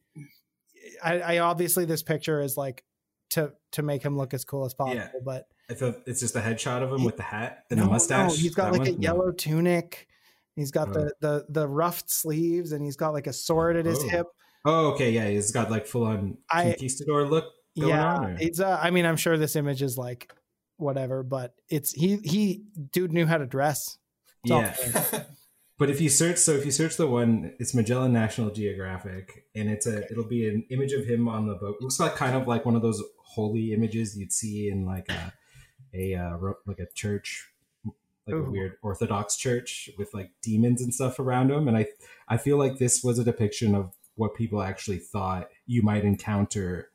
Speaker 2: I, I obviously this picture is like to to make him look as cool as possible,
Speaker 3: Yeah.
Speaker 2: but
Speaker 3: it's a it's just a headshot of him with the hat and
Speaker 2: No,
Speaker 3: the
Speaker 2: no,
Speaker 3: mustache.
Speaker 2: he's got
Speaker 3: That
Speaker 2: like a
Speaker 3: one? No.
Speaker 2: yellow tunic. He's got the,
Speaker 3: Oh.
Speaker 2: the the ruffed sleeves, and he's got like a sword at his
Speaker 3: Oh.
Speaker 2: hip.
Speaker 3: Oh, okay, yeah, he's got like full on
Speaker 2: I-
Speaker 3: conquistador look. going
Speaker 2: yeah,
Speaker 3: on, or-
Speaker 2: it's. Uh, I mean, I'm sure this image is like whatever, but it's he he dude knew how to dress. It's all
Speaker 3: Yeah,
Speaker 2: fake.
Speaker 3: But if you search, so if you search the one, it's Magellan National Geographic, and it's a, it'll be an image of him on the boat. Looks like kind of like one of those holy images you'd see in like a, a uh, ro- like a church, like
Speaker 2: Ooh.
Speaker 3: a weird Orthodox church with like demons and stuff around him. And I, I feel like this was a depiction of what people actually thought you might encounter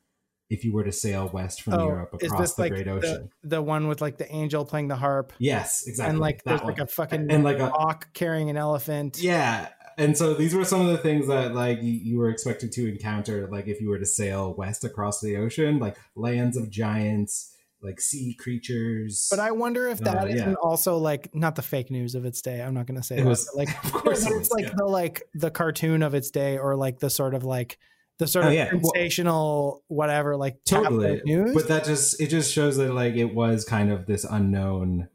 Speaker 3: if you were to sail west from
Speaker 2: Oh,
Speaker 3: Europe
Speaker 2: is
Speaker 3: across
Speaker 2: this
Speaker 3: the
Speaker 2: like
Speaker 3: Great
Speaker 2: the,
Speaker 3: Ocean.
Speaker 2: the one with like the angel playing the harp
Speaker 3: yes, exactly.
Speaker 2: and like
Speaker 3: that
Speaker 2: there's
Speaker 3: one.
Speaker 2: like a fucking
Speaker 3: and like a
Speaker 2: hawk carrying an elephant?
Speaker 3: Yeah. And so these were some of the things that like you, you were expected to encounter, like if you were to sail west across the ocean, like lands of giants, like sea creatures.
Speaker 2: But I wonder if
Speaker 3: Uh,
Speaker 2: that
Speaker 3: yeah.
Speaker 2: not also like not the fake news of its day. I'm not going to say
Speaker 3: It
Speaker 2: that.
Speaker 3: was-
Speaker 2: but, like
Speaker 3: of course,
Speaker 2: No,
Speaker 3: it
Speaker 2: but
Speaker 3: was,
Speaker 2: it's like
Speaker 3: yeah.
Speaker 2: the like the cartoon of its day, or like the sort of like the sort
Speaker 3: Oh,
Speaker 2: of
Speaker 3: yeah.
Speaker 2: sensational whatever, like
Speaker 3: totally.
Speaker 2: tabloid news.
Speaker 3: But that just it just shows that like it was kind of this unknown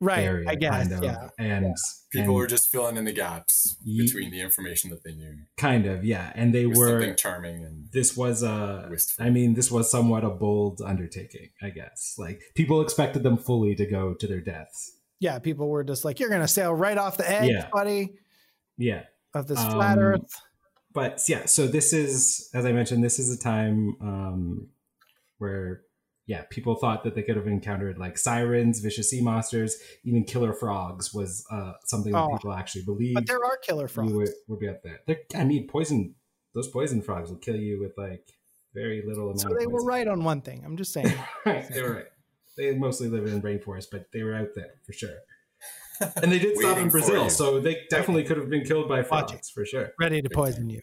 Speaker 2: right,
Speaker 3: area,
Speaker 2: I guess.
Speaker 3: kind of,
Speaker 2: Yeah,
Speaker 3: and
Speaker 4: People
Speaker 3: and
Speaker 4: were just filling in the gaps
Speaker 3: Ye-
Speaker 4: between the information that they knew.
Speaker 3: kind of yeah, and they
Speaker 4: It was
Speaker 3: were.
Speaker 4: something charming and
Speaker 3: This was a
Speaker 4: wistful.
Speaker 3: I mean, this was somewhat a bold undertaking, I guess. Like people expected them fully to go to their deaths.
Speaker 2: yeah. People were just like, "You're going to sail right off the edge,
Speaker 3: Yeah.
Speaker 2: buddy,
Speaker 3: Yeah.
Speaker 2: of this flat
Speaker 3: Um,
Speaker 2: Earth."
Speaker 3: but yeah, so this is, as I mentioned, this is a time um, where, yeah, people thought that they could have encountered like sirens, vicious sea monsters, even killer frogs was uh, something that
Speaker 2: Oh.
Speaker 3: people actually believed.
Speaker 2: But there are killer frogs.
Speaker 3: You would, would be up there. They're, I mean, poison. Those poison frogs will kill you with like very little amount.
Speaker 2: so
Speaker 3: of
Speaker 2: they were
Speaker 3: poison.
Speaker 2: right on one thing. I'm just saying.
Speaker 3: Right, they were right. They mostly live in rainforest, but they were out there for sure. And they did stop
Speaker 4: Waiting
Speaker 3: in
Speaker 4: for
Speaker 3: Brazil,
Speaker 4: you.
Speaker 3: so they definitely could have been killed by
Speaker 2: Watching.
Speaker 3: frogs for sure.
Speaker 2: Ready to poison you.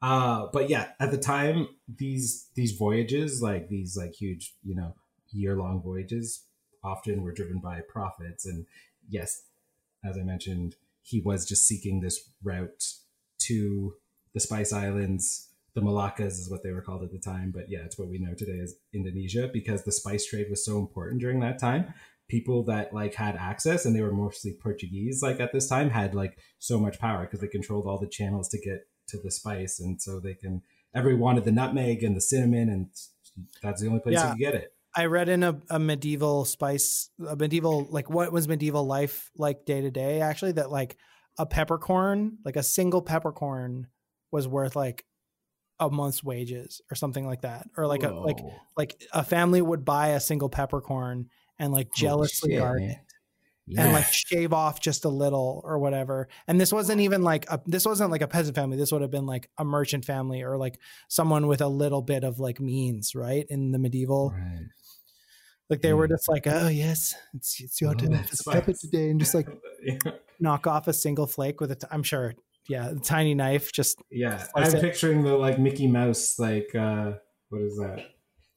Speaker 3: Uh, but yeah, at the time, these these voyages, like these like huge, you know, year long voyages, often were driven by profits. And yes, as I mentioned, he was just seeking this route to the Spice Islands. The Malaccas is what they were called at the time, but yeah, it's what we know today as Indonesia because the spice trade was so important during that time. People that like had access, and they were mostly Portuguese, like at this time, had like so much power because they controlled all the channels to get to the spice, and so they can. Everyone wanted the nutmeg and the cinnamon, and that's the only place
Speaker 2: Yeah.
Speaker 3: you could get it.
Speaker 2: I read in a, a medieval spice, a medieval like what was medieval life like day to day. Actually, that like a peppercorn, like a single peppercorn, was worth like a month's wages or something like that, or like a like
Speaker 3: Whoa.
Speaker 2: like a family would buy a single peppercorn and like jealously
Speaker 3: shit,
Speaker 2: guard
Speaker 3: man.
Speaker 2: it
Speaker 3: Yeah.
Speaker 2: and like shave off just a little or whatever. And this wasn't even like a this wasn't like a peasant family. This would have been like a merchant family or like someone with a little bit of like means, right? In the medieval
Speaker 3: Right.
Speaker 2: Like they were just like, oh yes, it's, it's your
Speaker 3: Oh,
Speaker 2: turn
Speaker 3: that's
Speaker 2: for the puppet
Speaker 3: nice.
Speaker 2: today, and just like
Speaker 3: yeah.
Speaker 2: knock off a single flake with a. T- I'm sure, yeah, a tiny knife. Just
Speaker 3: Yeah,
Speaker 2: Slice
Speaker 3: I'm
Speaker 2: it.
Speaker 3: picturing the like Mickey Mouse, like uh what is that?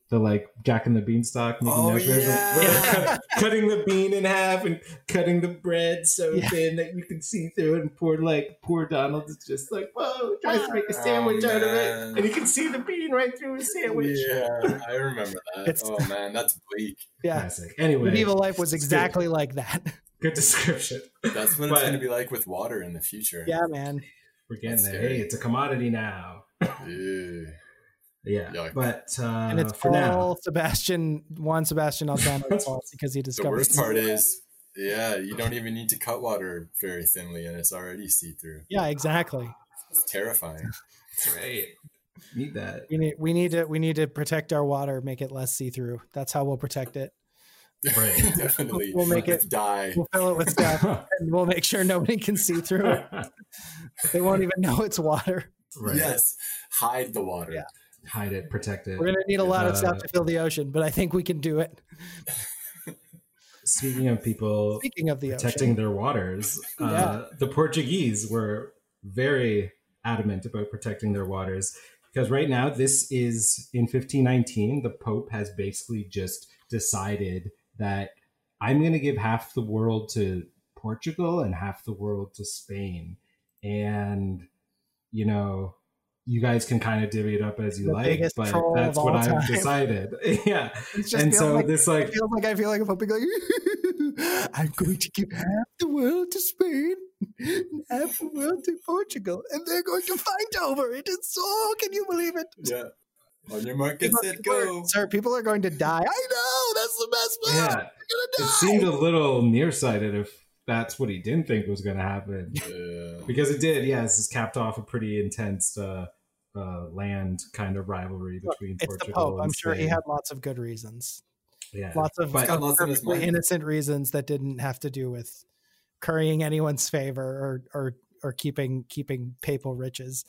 Speaker 3: The like Jack and the Beanstalk. Mickey
Speaker 4: Oh,
Speaker 3: Mouse version,
Speaker 4: yeah.
Speaker 3: where they're cut- cutting the bean in half and cutting the bread so
Speaker 2: Yeah.
Speaker 3: thin that you can see through it. And poor like poor Donald is just like, whoa, tries to make a sandwich
Speaker 4: Oh,
Speaker 3: out of it,
Speaker 4: man.
Speaker 3: and you can see the bean right through his sandwich.
Speaker 4: Yeah, I remember that.
Speaker 2: It's-
Speaker 4: oh man, that's bleak.
Speaker 2: yeah,
Speaker 3: Classic. Anyway,
Speaker 2: medieval life was
Speaker 3: Dude.
Speaker 2: exactly like that.
Speaker 3: good description.
Speaker 4: That's what it's
Speaker 3: But-
Speaker 4: going to be like with water in the future.
Speaker 2: yeah, man.
Speaker 3: We're getting
Speaker 4: That's
Speaker 3: there.
Speaker 4: scary.
Speaker 3: Hey, it's a commodity now.
Speaker 4: Ew.
Speaker 3: Yeah,
Speaker 4: Yuck.
Speaker 3: but uh,
Speaker 2: And it's
Speaker 3: for
Speaker 2: all
Speaker 3: now,
Speaker 2: Sebastian Juan Sebastian Elcano's fault because he
Speaker 4: The
Speaker 2: discovered.
Speaker 4: worst part is, yeah, you don't even need to cut water very thinly, and it's already see through.
Speaker 2: Yeah, exactly.
Speaker 4: It's terrifying.
Speaker 3: that's right. Need that.
Speaker 2: We need we need to we need to protect our water, make it less see through. That's how we'll protect it.
Speaker 3: Right.
Speaker 4: Definitely,
Speaker 2: We'll make it-
Speaker 4: die.
Speaker 2: We'll fill it with stuff and we'll make sure nobody can see through it. They won't even know it's water.
Speaker 3: Right.
Speaker 4: Yes, hide the water.
Speaker 2: Yeah.
Speaker 3: Hide it, protect it.
Speaker 2: We're gonna need a lot of stuff
Speaker 3: Uh,
Speaker 2: to fill the ocean, but I think we can do it.
Speaker 3: Speaking of people
Speaker 2: Speaking of the
Speaker 3: protecting
Speaker 2: ocean,
Speaker 3: their waters, uh, the Portuguese were very adamant about protecting their waters because right now, this is in 1519, the Pope has basically just decided that I'm going to give half the world to Portugal and half the world to Spain. And, you know, you guys can kind of divvy it up as you
Speaker 2: The
Speaker 3: like,
Speaker 2: biggest
Speaker 3: but
Speaker 2: troll
Speaker 3: that's
Speaker 2: of
Speaker 3: what
Speaker 2: all
Speaker 3: I've
Speaker 2: time.
Speaker 3: decided. yeah.
Speaker 2: It just
Speaker 3: and
Speaker 2: feels
Speaker 3: so
Speaker 2: like-
Speaker 3: this, like,
Speaker 2: it feels like I feel like a puppy going. I'm going to give half the world to Spain, and half the world to Portugal, and they're going to fight over it. It's so can you believe it?
Speaker 4: Yeah. On your mark, get
Speaker 2: People-
Speaker 4: set,
Speaker 2: people are-
Speaker 4: go.
Speaker 2: Sir, people are going to die. I know that's the best part.
Speaker 3: yeah.
Speaker 2: They're
Speaker 3: It
Speaker 2: gonna
Speaker 3: seemed a little nearsighted if that's what he didn't think was going to happen.
Speaker 4: Yeah.
Speaker 3: Because it did, yeah, this has capped off a pretty intense uh, uh, land kind of rivalry between
Speaker 2: It's the
Speaker 3: Portugal
Speaker 2: Pope.
Speaker 3: and
Speaker 2: I'm sure he
Speaker 3: Spain.
Speaker 2: had lots of good reasons,
Speaker 3: yeah.
Speaker 2: lots of
Speaker 3: But-
Speaker 4: Got lots in his
Speaker 2: perfectly
Speaker 4: mind.
Speaker 2: innocent reasons that didn't have to do with currying anyone's favor or or or keeping keeping papal riches.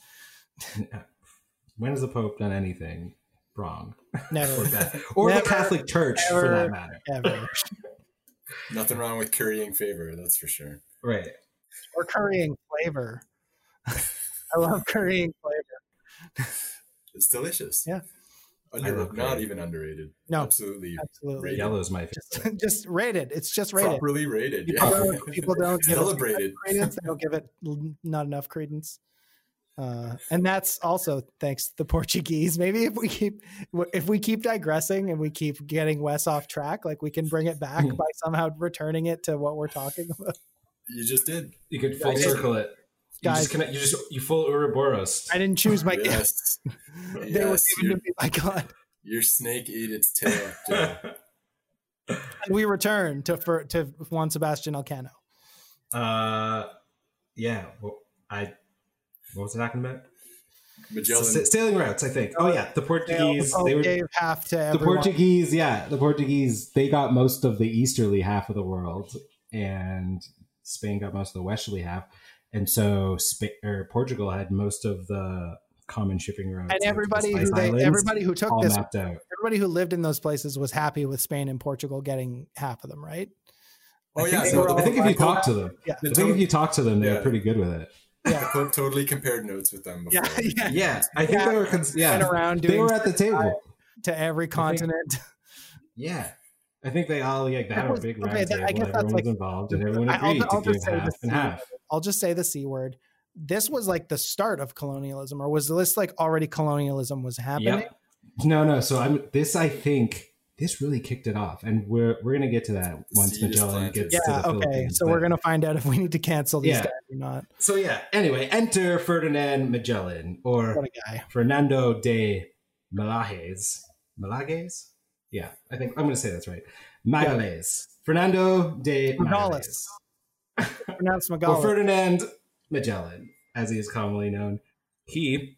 Speaker 3: When has the Pope done anything wrong or
Speaker 2: Never,
Speaker 3: bad? Or
Speaker 2: Uh, Never,
Speaker 3: the Catholic Church, for
Speaker 2: ever.
Speaker 3: that matter.
Speaker 2: ever,
Speaker 4: Nothing wrong with currying favor, that's for sure.
Speaker 3: Right.
Speaker 2: or currying flavor. I love currying flavor.
Speaker 4: It's delicious.
Speaker 2: Yeah.
Speaker 4: Under-
Speaker 3: I love
Speaker 4: not
Speaker 3: curry.
Speaker 4: even underrated.
Speaker 2: No,
Speaker 4: Absolutely
Speaker 2: absolutely.
Speaker 4: Rated.
Speaker 3: Yellow's my
Speaker 2: Just,
Speaker 3: favorite.
Speaker 2: just rated. It's just rated.
Speaker 4: properly rated.
Speaker 2: People
Speaker 4: Yeah.
Speaker 2: don't, people don't give it
Speaker 4: Celebrated.
Speaker 2: credence. They don't give it l- not enough credence. Uh, and that's also thanks to the Portuguese. Maybe if we keep if we keep digressing and we keep getting Wes off track, like we can bring it back
Speaker 3: Hmm.
Speaker 2: by somehow returning it to what we're talking about.
Speaker 4: You just did.
Speaker 3: You could full
Speaker 4: Guys-
Speaker 3: circle it. You
Speaker 2: Guys-
Speaker 3: just connect, you just you full Ouroboros.
Speaker 2: I didn't choose my gift;
Speaker 4: yes.
Speaker 2: they
Speaker 4: yes.
Speaker 2: were given
Speaker 4: Your,
Speaker 2: to me by God.
Speaker 4: your snake ate its tail. Joe.
Speaker 2: And we return to for, to Juan Sebastian Elcano.
Speaker 3: uh, yeah. Well, I what was I talking about?
Speaker 4: Magellan.
Speaker 3: S- sailing routes, I think. Oh yeah, the Portuguese.
Speaker 2: They,
Speaker 3: They were
Speaker 2: gave half to
Speaker 3: the
Speaker 2: everyone.
Speaker 3: Portuguese. Yeah, the Portuguese. They got most of the easterly half of the world, and Spain got most of the westerly half, and so Spain, or Portugal had most of the common shipping
Speaker 2: and
Speaker 3: routes. like to the
Speaker 2: everybody
Speaker 3: Spice
Speaker 2: who they,
Speaker 3: Islands,
Speaker 2: everybody who took
Speaker 3: all
Speaker 2: this
Speaker 3: mapped out.
Speaker 2: everybody who lived in those places was happy with Spain and Portugal getting half of them, right?
Speaker 4: Oh, yeah.
Speaker 2: they
Speaker 4: so
Speaker 2: were
Speaker 4: the-
Speaker 3: I think if you talk to them,
Speaker 2: Yeah.
Speaker 3: I think if you talk to them, they're
Speaker 4: Yeah.
Speaker 3: pretty good with it.
Speaker 4: the Pope totally compared notes with them before.
Speaker 2: Yeah, yeah.
Speaker 3: Yeah, I think
Speaker 2: Yeah.
Speaker 3: they were. Cons- yeah,
Speaker 2: Went around
Speaker 3: they
Speaker 2: doing
Speaker 3: were at the table.
Speaker 2: to every continent.
Speaker 3: Yeah. I think they all like that,
Speaker 2: That
Speaker 3: that
Speaker 2: was-
Speaker 3: a big
Speaker 2: okay,
Speaker 3: round
Speaker 2: that- I guess
Speaker 3: table.
Speaker 2: that's
Speaker 3: everyone
Speaker 2: like-
Speaker 3: was involved and everyone
Speaker 2: I- I'll-
Speaker 3: agreed
Speaker 2: I'll
Speaker 3: to give
Speaker 2: just say
Speaker 3: half
Speaker 2: this
Speaker 3: and
Speaker 2: to you.
Speaker 3: half.
Speaker 2: I'll just say the c word. This was like the start of colonialism, or was this like already colonialism was happening?
Speaker 3: Yep. No, no. So I'm this I think this really kicked it off. And we're we're gonna get to that once
Speaker 4: seed is
Speaker 3: Magellan
Speaker 4: planted.
Speaker 3: gets to
Speaker 2: Yeah.
Speaker 3: the
Speaker 2: Okay.
Speaker 3: Philippines,
Speaker 2: So
Speaker 3: but-
Speaker 2: we're gonna find out if we need to cancel these
Speaker 3: Yeah.
Speaker 2: guys or not.
Speaker 3: So yeah, anyway, enter Ferdinand Magellan
Speaker 2: What
Speaker 3: or
Speaker 2: a guy.
Speaker 3: Fernando de Malages. Malages? Yeah, I think I'm gonna say that's right. Magalhães. Fernando de
Speaker 2: Magalhães.
Speaker 3: Magalhães.
Speaker 2: Pronounce
Speaker 3: Well,
Speaker 2: Magalha.
Speaker 3: Ferdinand Magellan, as he is commonly known, he,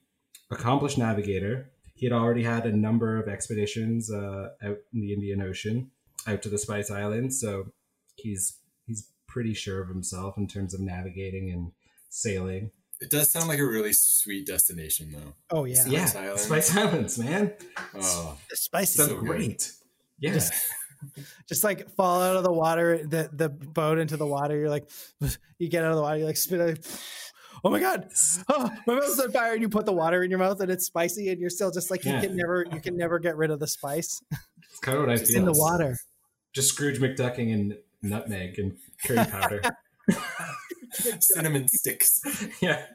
Speaker 3: accomplished navigator, he had already had a number of expeditions uh, out in the Indian Ocean, out to the Spice Islands. So he's he's pretty sure of himself in terms of navigating and sailing.
Speaker 4: It does sound like a really sweet destination, though.
Speaker 2: oh yeah.
Speaker 4: Spice Islands.
Speaker 3: Spice Islands, man,
Speaker 4: Oh,
Speaker 2: Spicy.
Speaker 3: so
Speaker 4: So good.
Speaker 3: great. Yes,
Speaker 2: just like fall out of the water, the the boat into the water. You're like, you get out of the water, you like spit. Out, oh my god, oh, my mouth's on fire! And you put the water in your mouth, and it's spicy, and you're still just like
Speaker 3: Yeah.
Speaker 2: you can never you can never get rid of the spice
Speaker 3: It's kind of what I
Speaker 2: It's
Speaker 3: feel.
Speaker 2: in the water.
Speaker 3: Just Scrooge McDucking and nutmeg and curry powder.
Speaker 4: Cinnamon sticks.
Speaker 3: yeah.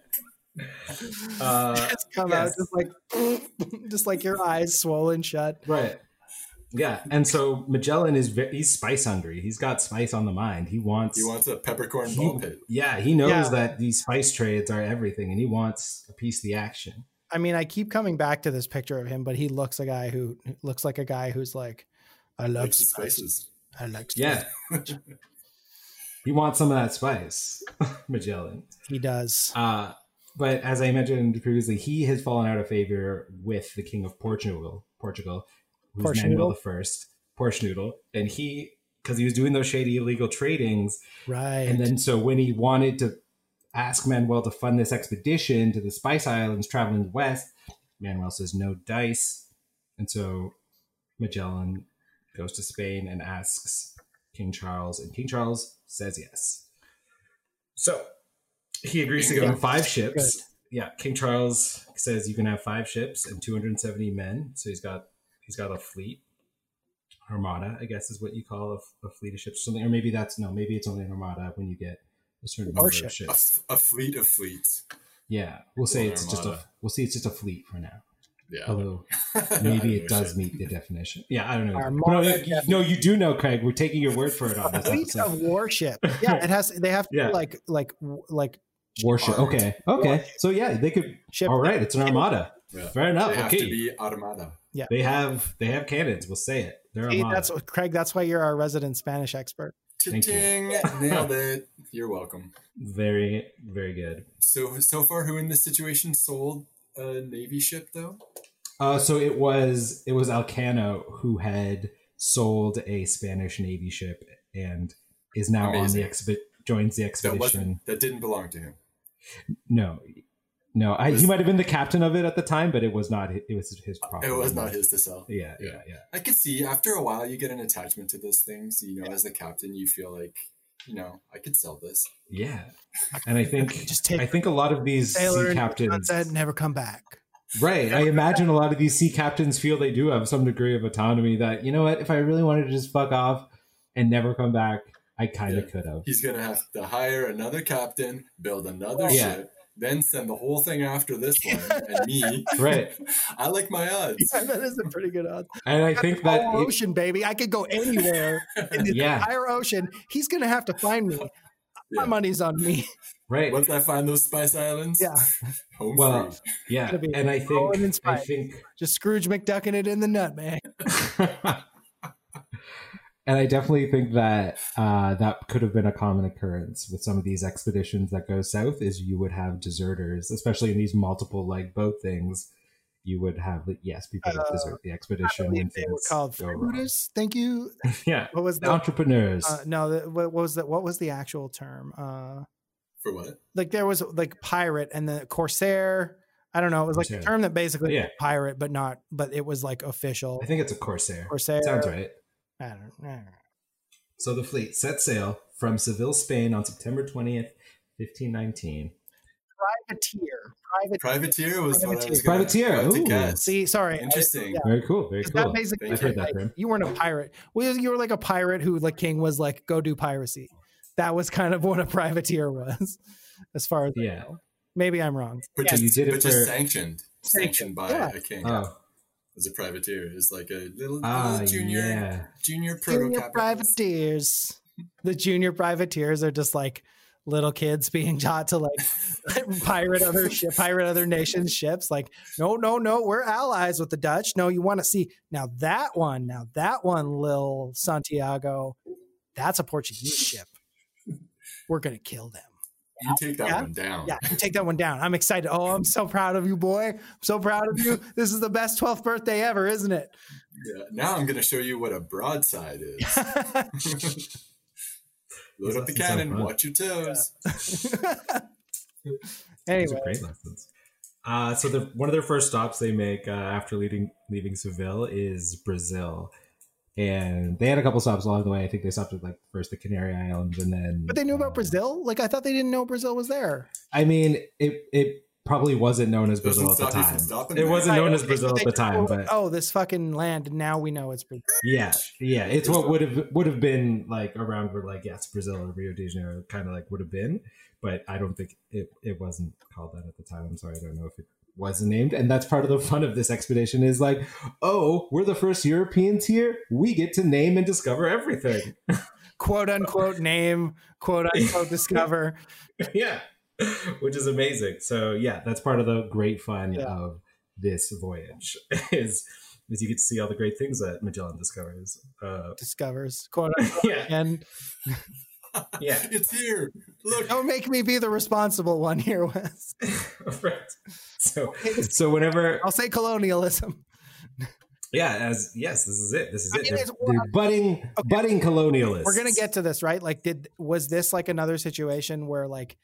Speaker 3: Uh,
Speaker 2: It's come
Speaker 3: yes.
Speaker 2: out just like just like your eyes swollen shut.
Speaker 3: Right. Yeah, and so Magellan is ve- he's spice hungry. He's got spice on the mind. He wants.
Speaker 4: He wants a peppercorn
Speaker 3: he-
Speaker 4: ball pit.
Speaker 3: yeah, he knows
Speaker 2: Yeah.
Speaker 3: that these spice trades are everything, and he wants a piece of the action.
Speaker 2: I mean, I keep coming back to this picture of him, but he looks a guy who looks like a guy who's like, I love
Speaker 4: Likes the
Speaker 2: spices.
Speaker 4: spices.
Speaker 2: I like spices.
Speaker 3: Yeah, he wants some of that spice, Magellan.
Speaker 2: He does.
Speaker 3: Uh, but as I mentioned previously, he has fallen out of favor with the king of Portugal, Portugal, who's
Speaker 2: Portugal?
Speaker 3: Manuel the First, Portugal, and he because he was doing those shady illegal tradings,
Speaker 2: Right.
Speaker 3: And then so when he wanted to ask Manuel to fund this expedition to the Spice Islands traveling west, Manuel says no dice. And so Magellan goes to Spain and asks King Charles, and King Charles says yes. So he agrees to give him five ships. Yeah, King Charles says you can have five ships and 270 men. So he's got he's got a fleet. Armada, I guess, is what you call a, f- a fleet of ships or something. Or maybe that's no, maybe it's only an armada when you get a certain number
Speaker 2: ship.
Speaker 3: of
Speaker 4: A,
Speaker 3: ships.
Speaker 4: f- a fleet of fleets.
Speaker 3: Yeah, we'll say
Speaker 4: Or
Speaker 3: it's just a
Speaker 4: armada.
Speaker 3: we'll see it's just a fleet for now.
Speaker 4: Yeah.
Speaker 3: Although
Speaker 2: Oh,
Speaker 3: maybe it does meet the definition. Yeah, I don't know.
Speaker 2: Armada
Speaker 3: no, you- no, you do know, Craig. We're taking your word for it on this
Speaker 2: fleet
Speaker 3: episode.
Speaker 2: of warship. Yeah, it has. They have to
Speaker 3: Yeah.
Speaker 2: like like w- like
Speaker 3: Warship. Okay, okay. So yeah, they could.
Speaker 2: ship.
Speaker 3: All right, it's an armada.
Speaker 4: Yeah.
Speaker 3: Fair enough.
Speaker 4: They have to
Speaker 3: okay,
Speaker 4: be automata.
Speaker 3: they have they have cannons. We'll say it. They're
Speaker 2: See,
Speaker 3: armada.
Speaker 2: that's what, Craig. That's why you're our resident Spanish expert.
Speaker 3: Thank you.
Speaker 4: Cha-ching! Nailed it. You're welcome.
Speaker 3: Very very good.
Speaker 4: So so far, who in this situation sold a navy ship though?
Speaker 3: Uh, so it was it was Alcano who had sold a Spanish navy ship and is now
Speaker 4: Amazing.
Speaker 3: on the expi joins the
Speaker 4: That
Speaker 3: expedition.
Speaker 4: wasn't that didn't belong to him.
Speaker 3: No, no, I, he
Speaker 4: Was-
Speaker 3: might have been the captain of it at the time, but it was not. hi- It was his property.
Speaker 4: It was not his to sell.
Speaker 3: Yeah, yeah, yeah.
Speaker 4: I could see after a while you get an attachment to those things. You know, as the captain, you feel like you know I could sell this.
Speaker 3: Yeah, and I think
Speaker 2: Just take
Speaker 3: I think a lot of these
Speaker 2: sailor
Speaker 3: sea
Speaker 2: and
Speaker 3: captains,
Speaker 2: sunset, never come back.
Speaker 3: right? I imagine a lot of these sea captains feel they do have some degree of autonomy. That you know what, if I really wanted to just fuck off and never come back, I kind of
Speaker 4: Yeah.
Speaker 3: could have.
Speaker 4: He's gonna have to hire another captain, build another
Speaker 3: Yeah.
Speaker 4: ship, then send the whole thing after this one and me.
Speaker 3: Right,
Speaker 4: I like my odds.
Speaker 2: Yeah, that is a pretty good odds.
Speaker 3: and I think that
Speaker 2: Our
Speaker 3: it-
Speaker 2: ocean, baby. I could go anywhere in the
Speaker 3: Yeah.
Speaker 2: entire ocean. He's gonna have to find me. My
Speaker 4: Yeah.
Speaker 2: money's on me.
Speaker 3: Right.
Speaker 4: Once I find those Spice Islands,
Speaker 2: Yeah.
Speaker 4: home
Speaker 3: Well,
Speaker 4: free.
Speaker 3: yeah.
Speaker 2: Gonna be
Speaker 3: And I
Speaker 2: rolling in
Speaker 3: think I
Speaker 2: spice.
Speaker 3: think
Speaker 2: Just Scrooge McDucking it in the nut, man.
Speaker 3: and I definitely think that uh, that could have been a common occurrence with some of these expeditions that go south is you would have deserters, especially in these multiple like boat things. You would have yes, people that desert the
Speaker 2: Uh, I
Speaker 3: expedition
Speaker 2: believe
Speaker 3: when
Speaker 2: they were
Speaker 3: things
Speaker 2: called
Speaker 3: go wrong.
Speaker 2: freebooters. Thank you.
Speaker 3: Yeah,
Speaker 2: What was the
Speaker 3: entrepreneurs.
Speaker 2: uh, no? The, what was that? What was the actual term? Uh,
Speaker 4: For what?
Speaker 2: like there was like pirate and the corsair. I don't know. It was like a
Speaker 3: Corsair.
Speaker 2: term that basically
Speaker 3: Yeah.
Speaker 2: pirate, but not. But it was like official
Speaker 3: I think it's a corsair.
Speaker 2: corsair.
Speaker 3: Sounds right.
Speaker 2: I don't know.
Speaker 3: So the fleet set sail from Seville, Spain, on September twentieth, fifteen nineteen.
Speaker 2: Privateer. Private.
Speaker 4: Privateer was what I was gonna
Speaker 3: Privateer,
Speaker 4: about to
Speaker 3: ooh.
Speaker 4: guess.
Speaker 2: See, sorry. I-
Speaker 4: Interesting.
Speaker 2: yeah.
Speaker 3: Very cool. Very
Speaker 2: 'Cause
Speaker 3: cool.
Speaker 2: That basically
Speaker 4: I've
Speaker 3: heard that
Speaker 2: like,
Speaker 3: term.
Speaker 2: You weren't a pirate. Well, you were like a pirate who like king was like go do piracy. That was kind of what a privateer was, as far as I
Speaker 3: Yeah.
Speaker 2: know. Maybe I'm wrong.
Speaker 4: But
Speaker 3: Yeah,
Speaker 4: just,
Speaker 3: you did it
Speaker 4: but just
Speaker 3: for-
Speaker 4: sanctioned. Sanctioned by
Speaker 2: Yeah.
Speaker 4: a king.
Speaker 3: Oh,
Speaker 4: As a privateer. It's like a little,
Speaker 3: ah,
Speaker 4: little junior
Speaker 3: yeah.
Speaker 4: junior proto
Speaker 2: junior privateers. The junior privateers are just like little kids being taught to like pirate other ship, pirate other nations' ships. Like, no, no, no, we're allies with the Dutch. No, you want to see now that one, now that one, Lil Santiago, that's a Portuguese ship. We're gonna kill them.
Speaker 4: You take that
Speaker 2: Yeah.
Speaker 4: one down.
Speaker 2: Yeah, you take that one down. I'm excited. Oh, I'm so proud of you, boy. I'm so proud of you. This is the best 12th birthday ever, isn't it?
Speaker 4: Yeah. Now I'm going to show you what a broadside is. Load up the
Speaker 3: It's so
Speaker 4: cannon.
Speaker 3: fun.
Speaker 4: watch your toes.
Speaker 3: Those are
Speaker 2: anyway.
Speaker 3: great lessons. Uh, so the, one of their first stops they make uh, after leaving leaving Seville is Brazil, and they had a couple stops along the way. I think they stopped at like first the Canary Islands, and then.
Speaker 2: But they knew about
Speaker 3: uh,
Speaker 2: Brazil. Like I thought they didn't know Brazil was there.
Speaker 3: I mean, it it probably wasn't known as
Speaker 4: Doesn't
Speaker 3: Brazil at the
Speaker 4: stop-
Speaker 3: time.
Speaker 4: doesn't stop in
Speaker 3: It
Speaker 4: there.
Speaker 3: wasn't known as
Speaker 2: They-
Speaker 3: Brazil
Speaker 2: they-
Speaker 3: at the time, but
Speaker 2: oh, this fucking land. and Now we know it's Brazil.
Speaker 3: yeah, yeah, it's what would have would have been like around where like yes, Brazil or Rio de Janeiro kind of like would have been, but I don't think it it wasn't called that at the time. I'm sorry, I don't know if it was named, and that's part of the fun of this expedition is like, oh, we're the first Europeans here, we get to name and discover everything.
Speaker 2: quote unquote name, quote unquote discover.
Speaker 3: yeah, which is amazing. So yeah, that's part of the great fun
Speaker 2: Yeah.
Speaker 3: of this voyage is is you get to see all the great things that Magellan discovers. Uh,
Speaker 2: discovers quote unquote
Speaker 3: yeah,
Speaker 2: and
Speaker 3: yeah,
Speaker 4: It's here. Look.
Speaker 2: don't make me be the responsible one here Wes.
Speaker 3: right. So so whenever
Speaker 2: i'll say colonialism
Speaker 3: yeah, as yes, this is it. This is
Speaker 2: I
Speaker 3: it.
Speaker 2: mean,
Speaker 3: They're,
Speaker 2: it's-
Speaker 3: they're budding budding colonialists.
Speaker 2: we're gonna get to this right like did was this like another situation where like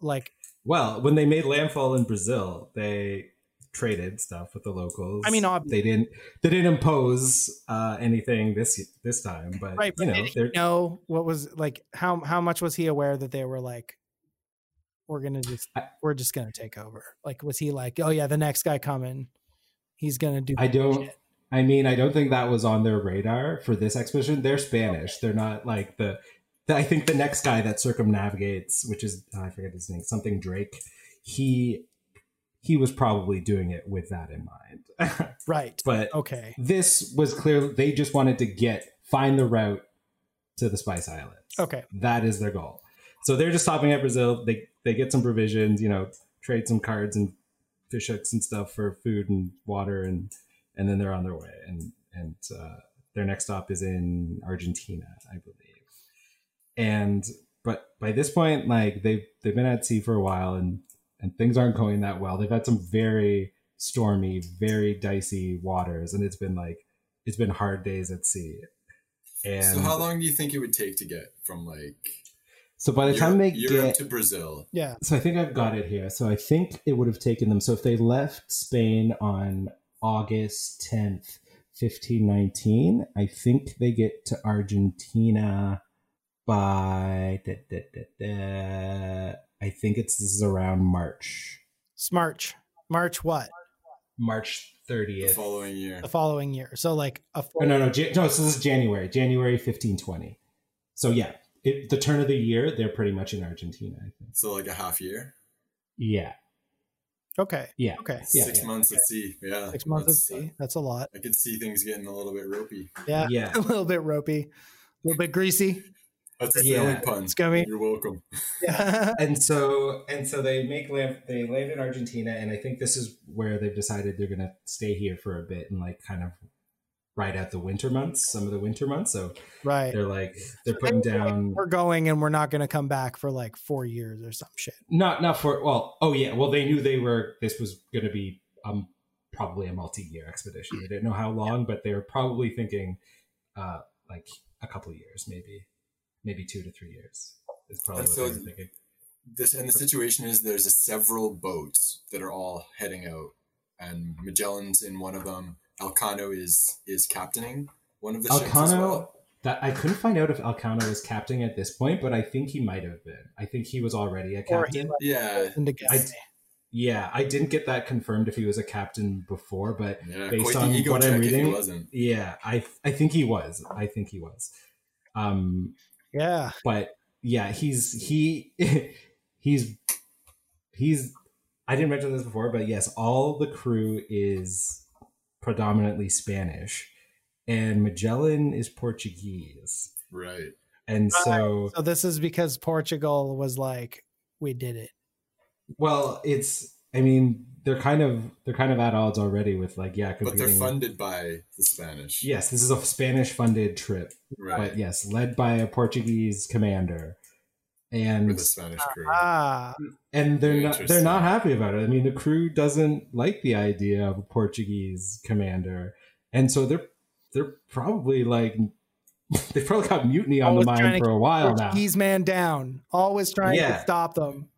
Speaker 2: like
Speaker 3: well when they made landfall in Brazil, they traded stuff with the locals.
Speaker 2: I mean, obvi-
Speaker 3: they didn't they didn't impose uh, anything this this time, but
Speaker 2: Right,
Speaker 3: you
Speaker 2: but
Speaker 3: know
Speaker 2: did
Speaker 3: they're.
Speaker 2: no what was like how how much was he aware that they were like we're gonna just
Speaker 3: I-
Speaker 2: we're just gonna take over like was he like oh yeah the next guy coming he's gonna do
Speaker 3: I don't.
Speaker 2: shit.
Speaker 3: I mean, I don't think that was on their radar for this expedition. They're Spanish. They're not like the. the- I think the next guy that circumnavigates, which is ah, I forget his name, something Drake. He he was probably doing it with that in mind.
Speaker 2: right
Speaker 3: but
Speaker 2: okay
Speaker 3: this was clear. They just wanted to get find the route to the Spice Islands.
Speaker 2: okay
Speaker 3: That is their goal. So they're just stopping at Brazil. They they get some provisions, you know, trade some cards and fish hooks and stuff for food and water, and and then they're on their way. And and uh, their next stop is in Argentina, I believe. And but by this point, like they've they've been at sea for a while, and and things aren't going that well. They've had some very stormy, very dicey waters, and it's been like it's been hard days at sea. And
Speaker 4: So how long do you think it would take to get from like
Speaker 3: so by the
Speaker 4: Europe,
Speaker 3: time they
Speaker 4: Europe
Speaker 3: get
Speaker 4: to Brazil?
Speaker 2: yeah
Speaker 3: So I think I've got it here. So I think it would have taken them. So if they left Spain on August 10th, 1519, I think they get to Argentina by. Da, da, da, da, I think it's this is around March.
Speaker 2: smarch march what
Speaker 3: March
Speaker 4: The
Speaker 3: 30th.
Speaker 4: following year.
Speaker 2: the following year so like a full-
Speaker 3: Oh, no, no, Jan- no. So this is January, January 1520. So yeah, it, the turn of the year, they're pretty much in Argentina. I think.
Speaker 4: So like a half year.
Speaker 3: Yeah,
Speaker 2: okay
Speaker 3: yeah,
Speaker 2: okay
Speaker 3: Yeah,
Speaker 4: Six
Speaker 3: yeah.
Speaker 4: months at sea. Yeah.
Speaker 2: six months at
Speaker 4: that's-
Speaker 2: sea. That's a lot.
Speaker 4: I could see things getting a little bit ropey.
Speaker 2: Yeah.
Speaker 3: yeah.
Speaker 2: A little bit ropey, a little bit greasy.
Speaker 4: That's a
Speaker 3: Yeah.
Speaker 4: sailing pun.
Speaker 2: It's gonna be
Speaker 4: You're welcome.
Speaker 2: yeah.
Speaker 3: and so and so they make land they land in argentina and i think this is where they've decided they're gonna stay here for a bit and like kind of ride out the winter months some of the winter months so
Speaker 2: right.
Speaker 3: they're like they're putting down
Speaker 2: We're going and we're not going to come back for like four years or some shit.
Speaker 3: not not for well oh yeah well they knew they were this was gonna be um probably a multi-year expedition they didn't know how long but they were probably thinking uh like a couple of years maybe maybe two to three years is probably
Speaker 4: And
Speaker 3: what
Speaker 4: so-
Speaker 3: they were thinking
Speaker 4: This and the situation is there's a several boats that are all heading out, and Magellan's in one of them. Elcano is is captaining one of the ships as
Speaker 3: Elcano-
Speaker 4: well.
Speaker 3: That I couldn't find out if Alcano was captain at this point, but I think he might have been. I think he was already a
Speaker 2: Or
Speaker 3: captain.
Speaker 4: Yeah,
Speaker 2: And to go.
Speaker 3: I- yeah, I didn't get that confirmed if he was a captain before, but
Speaker 4: yeah.
Speaker 3: Based
Speaker 4: Quite
Speaker 3: on
Speaker 4: the ego
Speaker 3: what I'm
Speaker 4: check if he
Speaker 3: reading-
Speaker 4: wasn't.
Speaker 3: yeah, I I think he was. I think he was. Um,
Speaker 2: yeah.
Speaker 3: but yeah, he's he he's he's. I didn't mention this before, but yes, all the crew is predominantly Spanish, and Magellan is Portuguese,
Speaker 4: Right.
Speaker 3: and so.
Speaker 2: So this is because Portugal was like, we did it.
Speaker 3: Well, it's I mean they're kind of they're kind of at odds already with like yeah
Speaker 4: But they're
Speaker 3: competing.
Speaker 4: funded by the Spanish.
Speaker 3: Yes, this is a Spanish funded trip,
Speaker 4: Right.
Speaker 3: but yes, led by a Portuguese commander,
Speaker 4: With
Speaker 3: and
Speaker 4: the Spanish crew.
Speaker 2: Ah,
Speaker 3: and they're not they're
Speaker 4: Interesting.
Speaker 3: not happy about it. I mean, the crew doesn't like the idea of a Portuguese commander, and so they're they're probably like they've probably got mutiny on
Speaker 2: Always
Speaker 3: the
Speaker 2: trying to
Speaker 3: mind for a while now.
Speaker 2: Portuguese man down, always trying to
Speaker 3: Yeah.
Speaker 2: stop them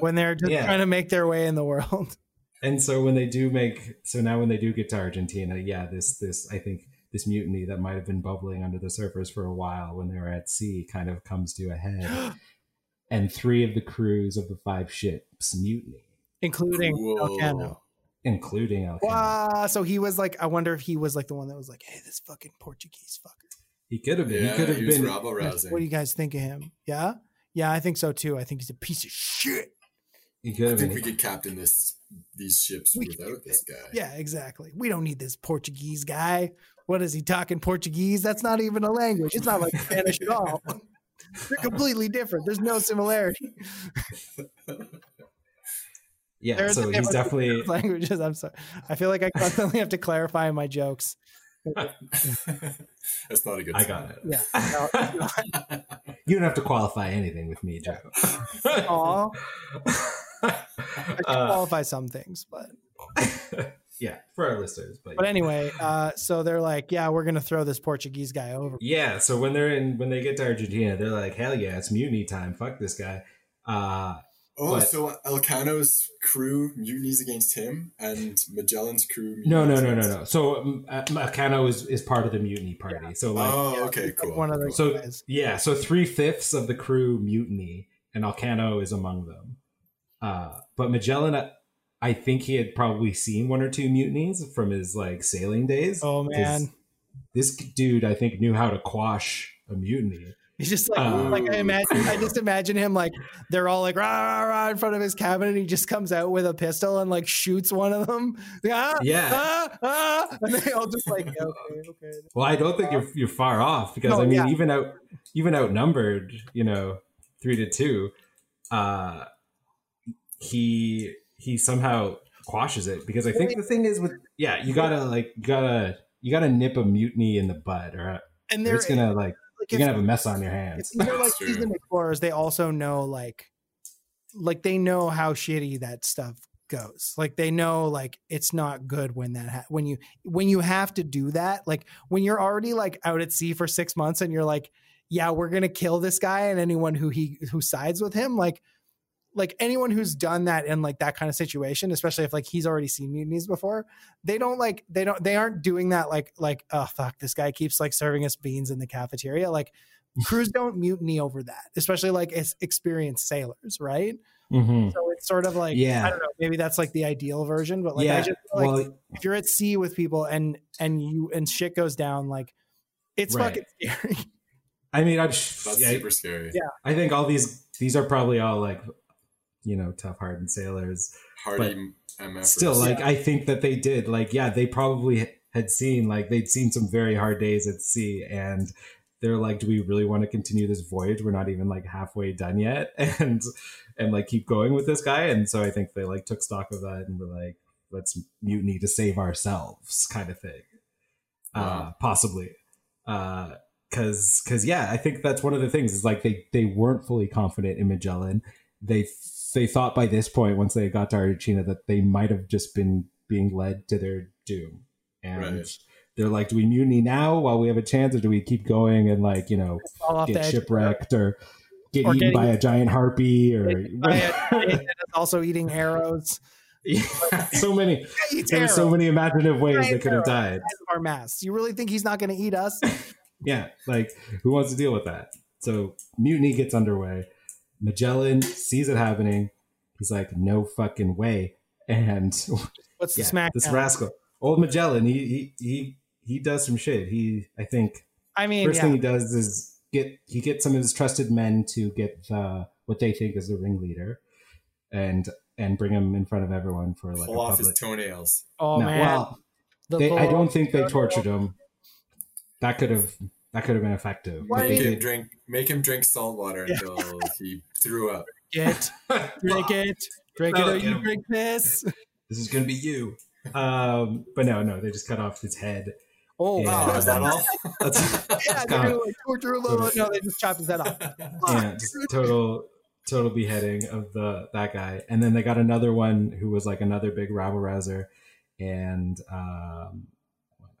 Speaker 2: when they're just
Speaker 3: Yeah.
Speaker 2: trying to make their way in the world.
Speaker 3: And so when they do make so now when they do get to Argentina, yeah, this this I think this mutiny that might have been bubbling under the surface for a while when they were at sea kind of comes to a head. and three of the crews of the five ships mutiny,
Speaker 2: including Volcano.
Speaker 3: including Elcano.
Speaker 2: Wow. So he was like, I wonder if he was like the one that was like, hey, this fucking Portuguese fucker.
Speaker 3: He could have been.
Speaker 4: Yeah,
Speaker 3: he could have
Speaker 4: was
Speaker 3: been.
Speaker 4: rabble
Speaker 2: What do you
Speaker 4: rousing.
Speaker 2: guys think of him? Yeah. Yeah, I think so too. I think he's a piece of shit.
Speaker 3: He could
Speaker 4: I
Speaker 3: have
Speaker 4: think
Speaker 3: been.
Speaker 4: we could captain this these ships
Speaker 2: We-
Speaker 4: without this guy.
Speaker 2: Yeah, exactly. We don't need this Portuguese guy. What is he talking Portuguese? That's not even a language. It's not like Spanish at all. They're completely different. There's no similarity.
Speaker 3: yeah,
Speaker 2: There's a
Speaker 3: so he's
Speaker 2: difference between
Speaker 3: definitely.
Speaker 2: those languages. I'm sorry. I feel like I constantly have to clarify my jokes.
Speaker 4: That's not a good.
Speaker 3: I
Speaker 4: sign.
Speaker 3: got it.
Speaker 2: Yeah. No,
Speaker 3: you don't have to qualify anything with me, Joe.
Speaker 2: Aw, I should
Speaker 3: Uh,
Speaker 2: qualify some things, but
Speaker 3: yeah, for our listeners, but,
Speaker 2: but anyway. Uh, so they're like, yeah, we're gonna throw this Portuguese guy over.
Speaker 3: yeah. So when they're in, when they get to Argentina, they're like, "Hell yeah, it's mutiny time! Fuck this guy!" Uh,
Speaker 4: Oh,
Speaker 3: But-
Speaker 4: so Elcano's crew mutinies against him, and Magellan's crew.
Speaker 3: no, no,
Speaker 4: mutinies
Speaker 3: no, no,
Speaker 4: against-
Speaker 3: no. So um, uh, Macano is is part of the mutiny party. So like,
Speaker 4: Oh, okay,
Speaker 2: It's like
Speaker 4: cool.
Speaker 2: one of those
Speaker 3: So
Speaker 2: guys.
Speaker 3: yeah, so three fifths of the crew mutiny, and Alcano is among them. Uh, but Magellan, uh, I think he had probably seen one or two mutinies from his like sailing days.
Speaker 2: Oh man,
Speaker 3: This dude, I think, knew how to quash a mutiny.
Speaker 2: he's just like
Speaker 3: Uh,
Speaker 2: like I imagine. I just imagine him like they're all like rah, rah, rah, in front of his cabin, and he just comes out with a pistol and like shoots one of them. Like, ah,
Speaker 3: Yeah.
Speaker 2: ah, ah, and they all just like yeah, okay, okay.
Speaker 3: Well, I don't think you're you're far off because
Speaker 2: No,
Speaker 3: I mean,
Speaker 2: yeah.
Speaker 3: even out even outnumbered, you know, three to two, uh, he he somehow quashes it because I think the thing is with yeah, you gotta like you gotta you gotta nip a mutiny in the butt or
Speaker 2: And they're
Speaker 3: it's gonna like
Speaker 2: like, if-
Speaker 3: you're gonna have a mess on your
Speaker 2: if
Speaker 3: hands.
Speaker 2: they're like
Speaker 4: That's true.
Speaker 2: seasoned explorers, they also know like like they know how shitty that stuff goes. Like they know like it's not good when that ha- when you when you have to do that. Like when you're already like out at sea for six months and you're like, yeah, we're gonna kill this guy and anyone who he who sides with him. Like like anyone who's done that in like that kind of situation, especially if like he's already seen mutinies before, they don't like they don't they aren't doing that like like oh fuck this guy keeps like serving us beans in the cafeteria like crews don't mutiny over that, especially like as experienced sailors, right?
Speaker 3: Mm-hmm.
Speaker 2: So it's sort of like
Speaker 3: Yeah.
Speaker 2: I don't know, maybe that's like the ideal version, but like I
Speaker 3: yeah,
Speaker 2: just feel like
Speaker 3: well,
Speaker 2: if you're at sea with people and and you and shit goes down, like it's
Speaker 3: Right.
Speaker 2: fucking scary.
Speaker 3: I mean, I'm sh-
Speaker 4: That's
Speaker 3: yeah,
Speaker 4: super scary.
Speaker 2: Yeah.
Speaker 3: I think all these these are probably all like you know tough hardened sailors.
Speaker 4: Hardy MF.
Speaker 3: still like i think that they did like yeah they probably had seen like they'd seen some very hard days at sea and they're like do we really want to continue this voyage we're not even like halfway done yet and and like keep going with this guy and so i think they like took stock of that and were like let's mutiny to save ourselves kind of thing uh
Speaker 4: Wow.
Speaker 3: possibly uh because because yeah i think that's one of the things is like they they weren't fully confident in magellan they they thought by this point once they got to argentina that they might have just been being led to their doom and
Speaker 4: Right.
Speaker 3: they're like do we mutiny now while we have a chance or do we keep going and like you know
Speaker 2: Fall off the
Speaker 3: get
Speaker 2: edge.
Speaker 3: shipwrecked or get
Speaker 2: Or
Speaker 3: eaten
Speaker 2: getting-
Speaker 3: by a giant harpy or
Speaker 2: By a- and it's also eating arrows.
Speaker 3: Yeah, so many
Speaker 2: He eats
Speaker 3: there's
Speaker 2: arrows
Speaker 3: so many imaginative ways they
Speaker 2: Giant
Speaker 3: could have died
Speaker 2: out of our masks. You really think he's not going to eat us?
Speaker 3: yeah, like who wants to deal with that? So mutiny gets underway. Magellan sees it happening. He's like, no fucking way. And
Speaker 2: What's
Speaker 3: yeah,
Speaker 2: the smack?
Speaker 3: this
Speaker 2: now?
Speaker 3: rascal, old Magellan, he, he he he does some shit. He I think
Speaker 2: I mean,
Speaker 3: first
Speaker 2: yeah.
Speaker 3: thing he does is get he gets some of his trusted men to get the what they think is the ringleader, and and bring him in front of everyone for like
Speaker 4: pull
Speaker 3: a
Speaker 4: off his
Speaker 3: public.
Speaker 4: toenails.
Speaker 2: oh
Speaker 3: No,
Speaker 2: man,
Speaker 3: well,
Speaker 2: The
Speaker 3: they, I
Speaker 2: bull-
Speaker 3: don't think they tortured him. That could have that could have been effective.
Speaker 2: Why
Speaker 3: but they
Speaker 4: Make
Speaker 2: do
Speaker 4: him
Speaker 3: did-
Speaker 4: drink. Make him drink salt water
Speaker 2: Yeah.
Speaker 4: until he threw up.
Speaker 2: Get, drink it, drink it,
Speaker 3: Oh,
Speaker 2: or you
Speaker 3: yeah.
Speaker 2: drink this.
Speaker 3: this is gonna be you. Um, but no, no, they just cut off his head.
Speaker 2: Oh,
Speaker 3: Yeah.
Speaker 2: wow.
Speaker 4: Oh, is that all?
Speaker 3: That's
Speaker 2: yeah, they're
Speaker 3: Got
Speaker 2: gonna like torture Lolo. No, they just chopped his head off.
Speaker 3: yeah, just total, total beheading of the that guy. And then they got another one who was like another big rabble rouser. And um,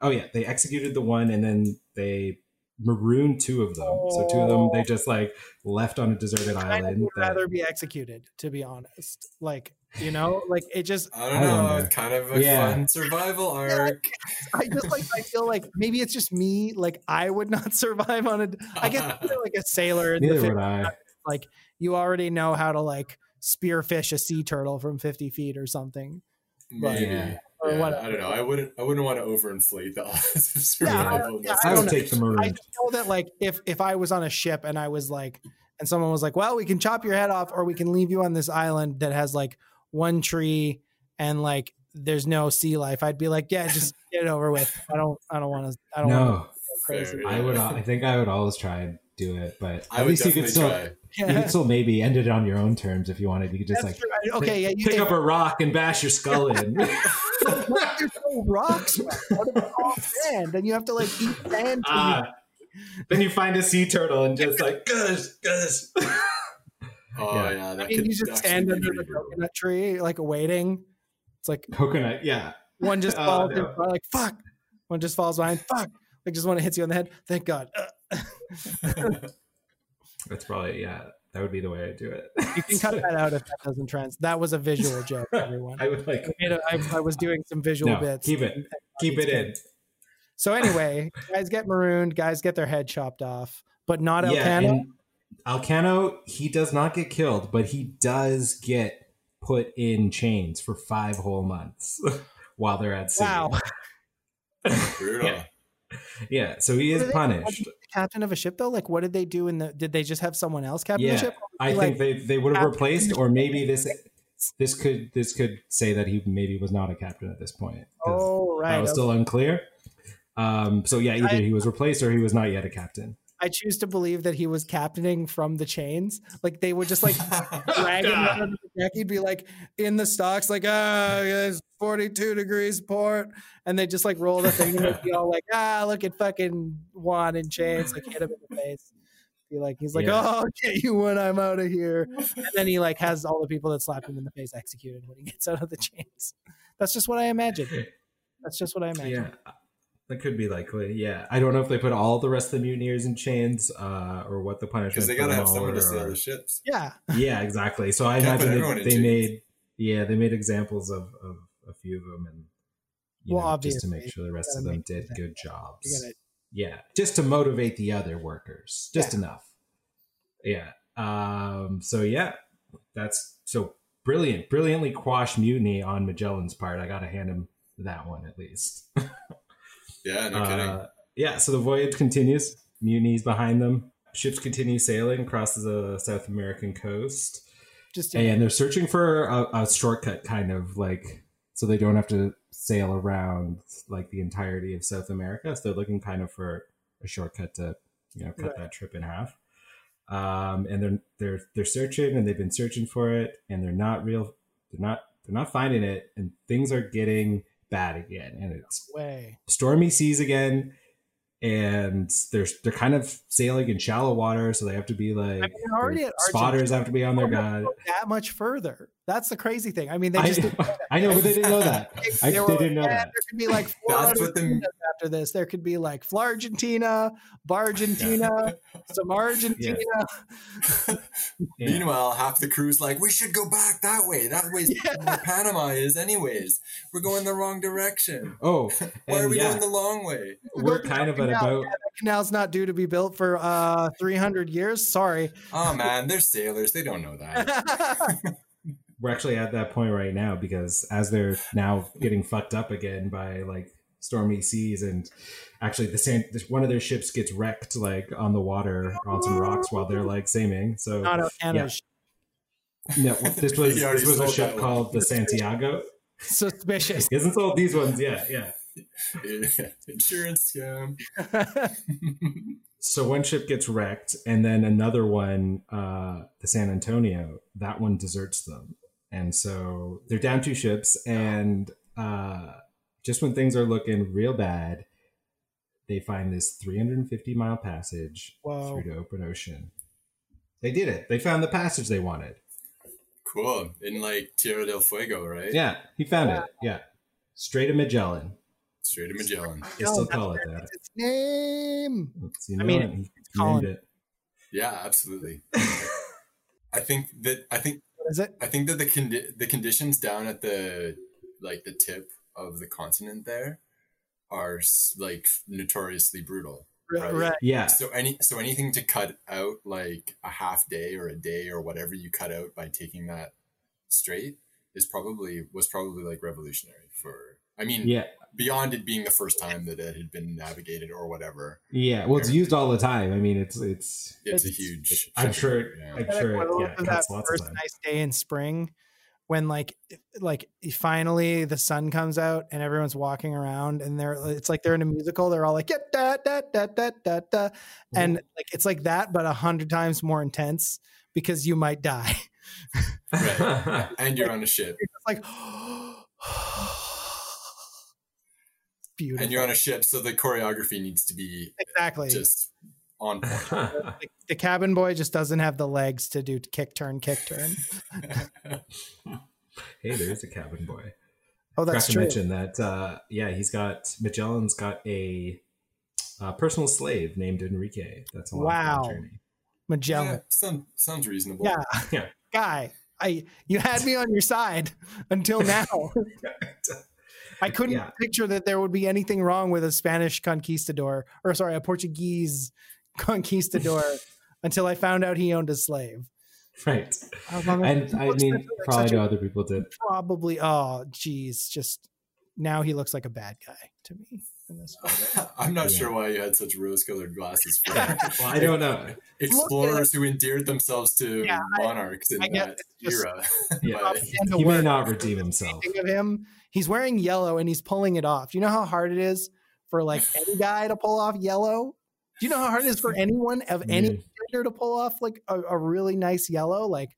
Speaker 3: oh yeah, they executed the one, and then they marooned two of them. So two of them they just like left on a deserted
Speaker 2: I
Speaker 3: island.
Speaker 2: would
Speaker 3: that-
Speaker 2: rather be executed, to be honest. Like You know, like it just
Speaker 4: I don't
Speaker 3: I
Speaker 4: know.
Speaker 3: wonder.
Speaker 4: It's kind of a
Speaker 3: Yeah.
Speaker 4: fun survival arc.
Speaker 2: I just like I feel like maybe it's just me. Like I would not survive on a. I guess if you're like a sailor in the
Speaker 3: Neither would
Speaker 2: 50,
Speaker 3: I.
Speaker 2: like you already know how to like spearfish a sea turtle from fifty feet or something
Speaker 4: Maybe.
Speaker 3: Yeah.
Speaker 2: or
Speaker 4: Yeah,
Speaker 2: whatever.
Speaker 4: I don't know. I wouldn't. I wouldn't want to overinflate the odds of
Speaker 2: Yeah, I-
Speaker 4: survival.
Speaker 2: yeah,
Speaker 3: I,
Speaker 2: I
Speaker 3: would
Speaker 2: don't
Speaker 3: take the
Speaker 2: I
Speaker 3: maroon.
Speaker 2: just know that like if if I was on a ship and I was like and someone was like, "Well, we can chop your head off or we can leave you on this island that has like one tree and like there's no sea life." I'd be like, "Yeah, just get it over with. I don't I don't want to I don't want to
Speaker 3: No,
Speaker 2: go crazy."
Speaker 4: Fair,
Speaker 3: I would. I think I would always try and do it, but
Speaker 4: I
Speaker 3: at
Speaker 4: would
Speaker 3: least you could
Speaker 4: definitely
Speaker 3: still
Speaker 4: try.
Speaker 3: you could still maybe end it on your own terms if you wanted. You could just
Speaker 2: That's
Speaker 3: like
Speaker 2: true. I- okay, yeah, you
Speaker 3: pick up a rock and bash your skull in.
Speaker 2: there's no rocks. man. What about all sand? And you have to like eat sand. till you-
Speaker 3: Ah, then you find a sea turtle and just like gush, gush.
Speaker 4: Oh
Speaker 3: Yeah.
Speaker 4: yeah, that
Speaker 2: I mean,
Speaker 4: could
Speaker 2: you just
Speaker 4: actually
Speaker 2: stand
Speaker 4: be
Speaker 2: under the
Speaker 4: pretty brutal.
Speaker 2: coconut tree, like waiting. It's like
Speaker 3: Coconut, yeah.
Speaker 2: One just
Speaker 3: Oh,
Speaker 2: falls
Speaker 3: no.
Speaker 2: in, like fuck. One just falls behind. Fuck. Like just one hits you on the head. Thank God. Uh,
Speaker 3: That's probably yeah. That would be the way I do it.
Speaker 2: you can cut that out if that doesn't trans. That was a visual joke, everyone. I,
Speaker 3: I would like
Speaker 2: made a, I, I was doing some visual
Speaker 3: No,
Speaker 2: bits.
Speaker 3: keep it. keep it in.
Speaker 2: So anyway, guys get marooned. Guys get their head chopped off, but not
Speaker 3: Yeah,
Speaker 2: Elcano.
Speaker 3: and Alcano, he does not get killed, but he does get put in chains for five whole months while they're at sea.
Speaker 2: Wow,
Speaker 4: Brutal.
Speaker 3: Yeah. Yeah, so he
Speaker 2: What
Speaker 3: is
Speaker 2: do they-
Speaker 3: punished.
Speaker 2: captain of a ship though. Like, what did they do in the? Did they just have someone else captain
Speaker 3: Yeah,
Speaker 2: the ship?
Speaker 3: I
Speaker 2: like-
Speaker 3: think they, they would have
Speaker 2: Captain-
Speaker 3: replaced, or maybe this this could this could say that he maybe was not a captain at this point. 'cause
Speaker 2: Oh
Speaker 3: that
Speaker 2: right.
Speaker 3: was
Speaker 2: okay.
Speaker 3: still unclear. Um, so yeah, either
Speaker 2: I-
Speaker 3: he was replaced or he was not yet a captain.
Speaker 2: I choose to believe that he was captaining from the chains. Like they would just like drag him out onto the deck. He'd be like in the stocks, like, ah, it's 42 degrees port. And they just like roll the thing and they'd be all like, ah, look at fucking Juan in chains, like hit him in the face. Be like, he's like,
Speaker 3: Yeah.
Speaker 2: oh, get you when I'm out of here. And then he like has all the people that slapped him in the face executed when he gets out of the chains. That's just what I imagine. That's just what I imagine.
Speaker 3: Yeah, that could be likely. Yeah, I don't know if they put all the rest of the mutineers in chains uh, or what the punishment.
Speaker 4: Because they
Speaker 3: for
Speaker 4: gotta
Speaker 3: them
Speaker 4: have
Speaker 3: all
Speaker 4: someone to
Speaker 3: were. uh,
Speaker 4: sail the ships.
Speaker 2: Yeah.
Speaker 3: Yeah, exactly. So I
Speaker 4: Can't put
Speaker 3: imagine
Speaker 4: everyone
Speaker 3: they,
Speaker 4: in
Speaker 3: they
Speaker 4: chains.
Speaker 3: made yeah they made examples of, of a few of them and you
Speaker 2: Well,
Speaker 3: know, just to
Speaker 2: obviously,
Speaker 3: make sure the rest
Speaker 2: gotta
Speaker 3: of them
Speaker 2: make
Speaker 3: did
Speaker 2: that-
Speaker 3: good
Speaker 2: You
Speaker 3: jobs.
Speaker 2: gotta-
Speaker 3: Yeah, just to motivate the other workers, just
Speaker 2: Yeah.
Speaker 3: enough. Yeah. Um. So yeah, that's so brilliant, brilliantly quashed mutiny on Magellan's part. I gotta hand him that one at least.
Speaker 4: Yeah, no kidding.
Speaker 3: Uh, yeah, so the voyage continues. Mutinies behind them. Ships continue sailing across the South American coast,
Speaker 2: just
Speaker 3: and they're searching for a, a shortcut, kind of like so they don't have to sail around like the entirety of South America. So they're looking kind of for a shortcut to you know cut
Speaker 2: Right.
Speaker 3: that trip in half. Um, and they're they're they're searching, and they've been searching for it, and they're not real. They're not they're not finding it, and things are getting bad again, and it's
Speaker 2: way.
Speaker 3: stormy seas again and they're they're kind of sailing in shallow water so they have to be like
Speaker 2: I mean, they're already
Speaker 3: their
Speaker 2: at
Speaker 3: spotters have to be on their guard
Speaker 2: that much further. That's the crazy thing. I mean, they
Speaker 3: I,
Speaker 2: just
Speaker 3: I know but they didn't know that I,
Speaker 2: There
Speaker 3: they
Speaker 2: were-
Speaker 3: didn't know
Speaker 2: yeah,
Speaker 3: that
Speaker 2: There could be like four
Speaker 4: That's what the-
Speaker 2: Argentinas after this. There could be like Flargentina, Bargentina, some Argentina.
Speaker 3: Yeah.
Speaker 4: Meanwhile, half the crew's like, "We should go back that way. That way's where Panama is, anyways. We're going the wrong direction.
Speaker 3: oh
Speaker 4: Why are
Speaker 3: and
Speaker 4: we
Speaker 3: yeah
Speaker 4: going the long way?"
Speaker 3: we're kind of at
Speaker 2: Yeah.
Speaker 3: about
Speaker 2: Canal's not due to be built for uh, 300 years. Sorry.
Speaker 4: Oh man, they're sailors. They don't know that.
Speaker 2: yeah,
Speaker 3: we're actually at that point right now because as they're now getting fucked up again by like stormy seas and actually the same one of their ships gets wrecked like on the water on some rocks while they're like sailing so
Speaker 2: Not Elcano's
Speaker 3: No, this was
Speaker 4: He already
Speaker 3: this was a
Speaker 4: sold
Speaker 3: ship
Speaker 4: that one.
Speaker 3: called the Santiago.
Speaker 2: suspicious.
Speaker 3: He hasn't sold these ones yet. Yeah.
Speaker 4: Insurance scam.
Speaker 3: So one ship gets wrecked, and then another one, uh, the San Antonio, that one deserts them, and so they're down two ships. And uh, just when things are looking real bad, they find this 350 mile passage
Speaker 2: Wow.
Speaker 3: through to open ocean. They did it. They found the passage they wanted.
Speaker 4: Cool. In like Tierra del Fuego, right?
Speaker 3: Yeah, he found it. Yeah, straight to Magellan.
Speaker 4: Straight to Magellan.
Speaker 3: They still call it that.
Speaker 2: It's its name.
Speaker 3: So you
Speaker 2: I
Speaker 3: know
Speaker 2: mean,
Speaker 3: what? He
Speaker 2: Colin.
Speaker 3: named it.
Speaker 4: Yeah, absolutely. I think that I think
Speaker 2: What is it?
Speaker 4: I think that the condi- the conditions down at the like the tip of the continent there are s- like notoriously brutal.
Speaker 2: Right.
Speaker 4: Right.
Speaker 3: Yeah.
Speaker 4: So any so anything to cut out like a half day or a day or whatever you cut out by taking that straight is probably was probably like revolutionary for I mean
Speaker 3: Yeah.
Speaker 4: beyond it being the first time that it had been navigated or whatever.
Speaker 3: Yeah. Well, it's used all the time. I mean, it's, it's,
Speaker 4: It's,
Speaker 2: It's-
Speaker 4: a huge
Speaker 3: I'm sure-
Speaker 4: yeah.
Speaker 3: I'm
Speaker 2: That
Speaker 3: sure.
Speaker 2: equivalent
Speaker 3: Yeah.
Speaker 2: of
Speaker 3: It
Speaker 2: that
Speaker 3: cuts lots
Speaker 2: first
Speaker 3: of time.
Speaker 2: nice day in spring when like like finally the sun comes out and everyone's walking around and they're uh, it's like they're in a musical they're all like yeah, da, da, da, da, da, da.
Speaker 3: Mm-hmm.
Speaker 2: and like it's like that but a hundred times more intense because you might die
Speaker 4: and you're on a ship.
Speaker 2: it's like it's beautiful
Speaker 4: And you're on a ship, so the choreography needs to be
Speaker 2: exactly
Speaker 4: just on point.
Speaker 2: Like, the cabin boy just doesn't have the legs to do kick turn kick turn
Speaker 3: hey, there is a cabin boy.
Speaker 2: oh that's
Speaker 3: Forgot to
Speaker 2: true
Speaker 3: mention that. Uh, yeah, he's got Magellan's got a uh, personal slave named Enrique. That's a long
Speaker 2: Wow.
Speaker 3: journey.
Speaker 2: magellan
Speaker 4: Yeah, sound, sounds reasonable.
Speaker 2: Yeah.
Speaker 3: Yeah.
Speaker 2: Guy, I you had me on your side until now. I couldn't
Speaker 3: Yeah.
Speaker 2: picture that there would be anything wrong with a Spanish conquistador or sorry, a Portuguese conquistador until I found out he owned a slave.
Speaker 3: Right.
Speaker 2: I was on the-
Speaker 3: And I
Speaker 2: looks
Speaker 3: mean,
Speaker 2: like such
Speaker 3: probably
Speaker 2: a-
Speaker 3: no other people did.
Speaker 2: probably oh geez, just now he looks like a bad guy to me in this
Speaker 4: I'm not
Speaker 3: Yeah.
Speaker 4: sure why you had such rose-colored glasses for
Speaker 3: Well, I don't know.
Speaker 4: explorers who endeared themselves to
Speaker 2: Yeah, I-
Speaker 4: monarchs in
Speaker 2: I guess
Speaker 4: that
Speaker 2: it's just-
Speaker 4: era.
Speaker 3: Yeah.
Speaker 4: But
Speaker 2: And the
Speaker 3: He may
Speaker 2: word-
Speaker 3: not redeem himself.
Speaker 2: Speaking of him, he's wearing yellow and he's pulling it off. Do you know how hard it is for like any guy to pull off yellow? Do you know how hard it is for anyone of any
Speaker 3: Mm.
Speaker 2: gender to pull off like a, a really nice yellow? Like,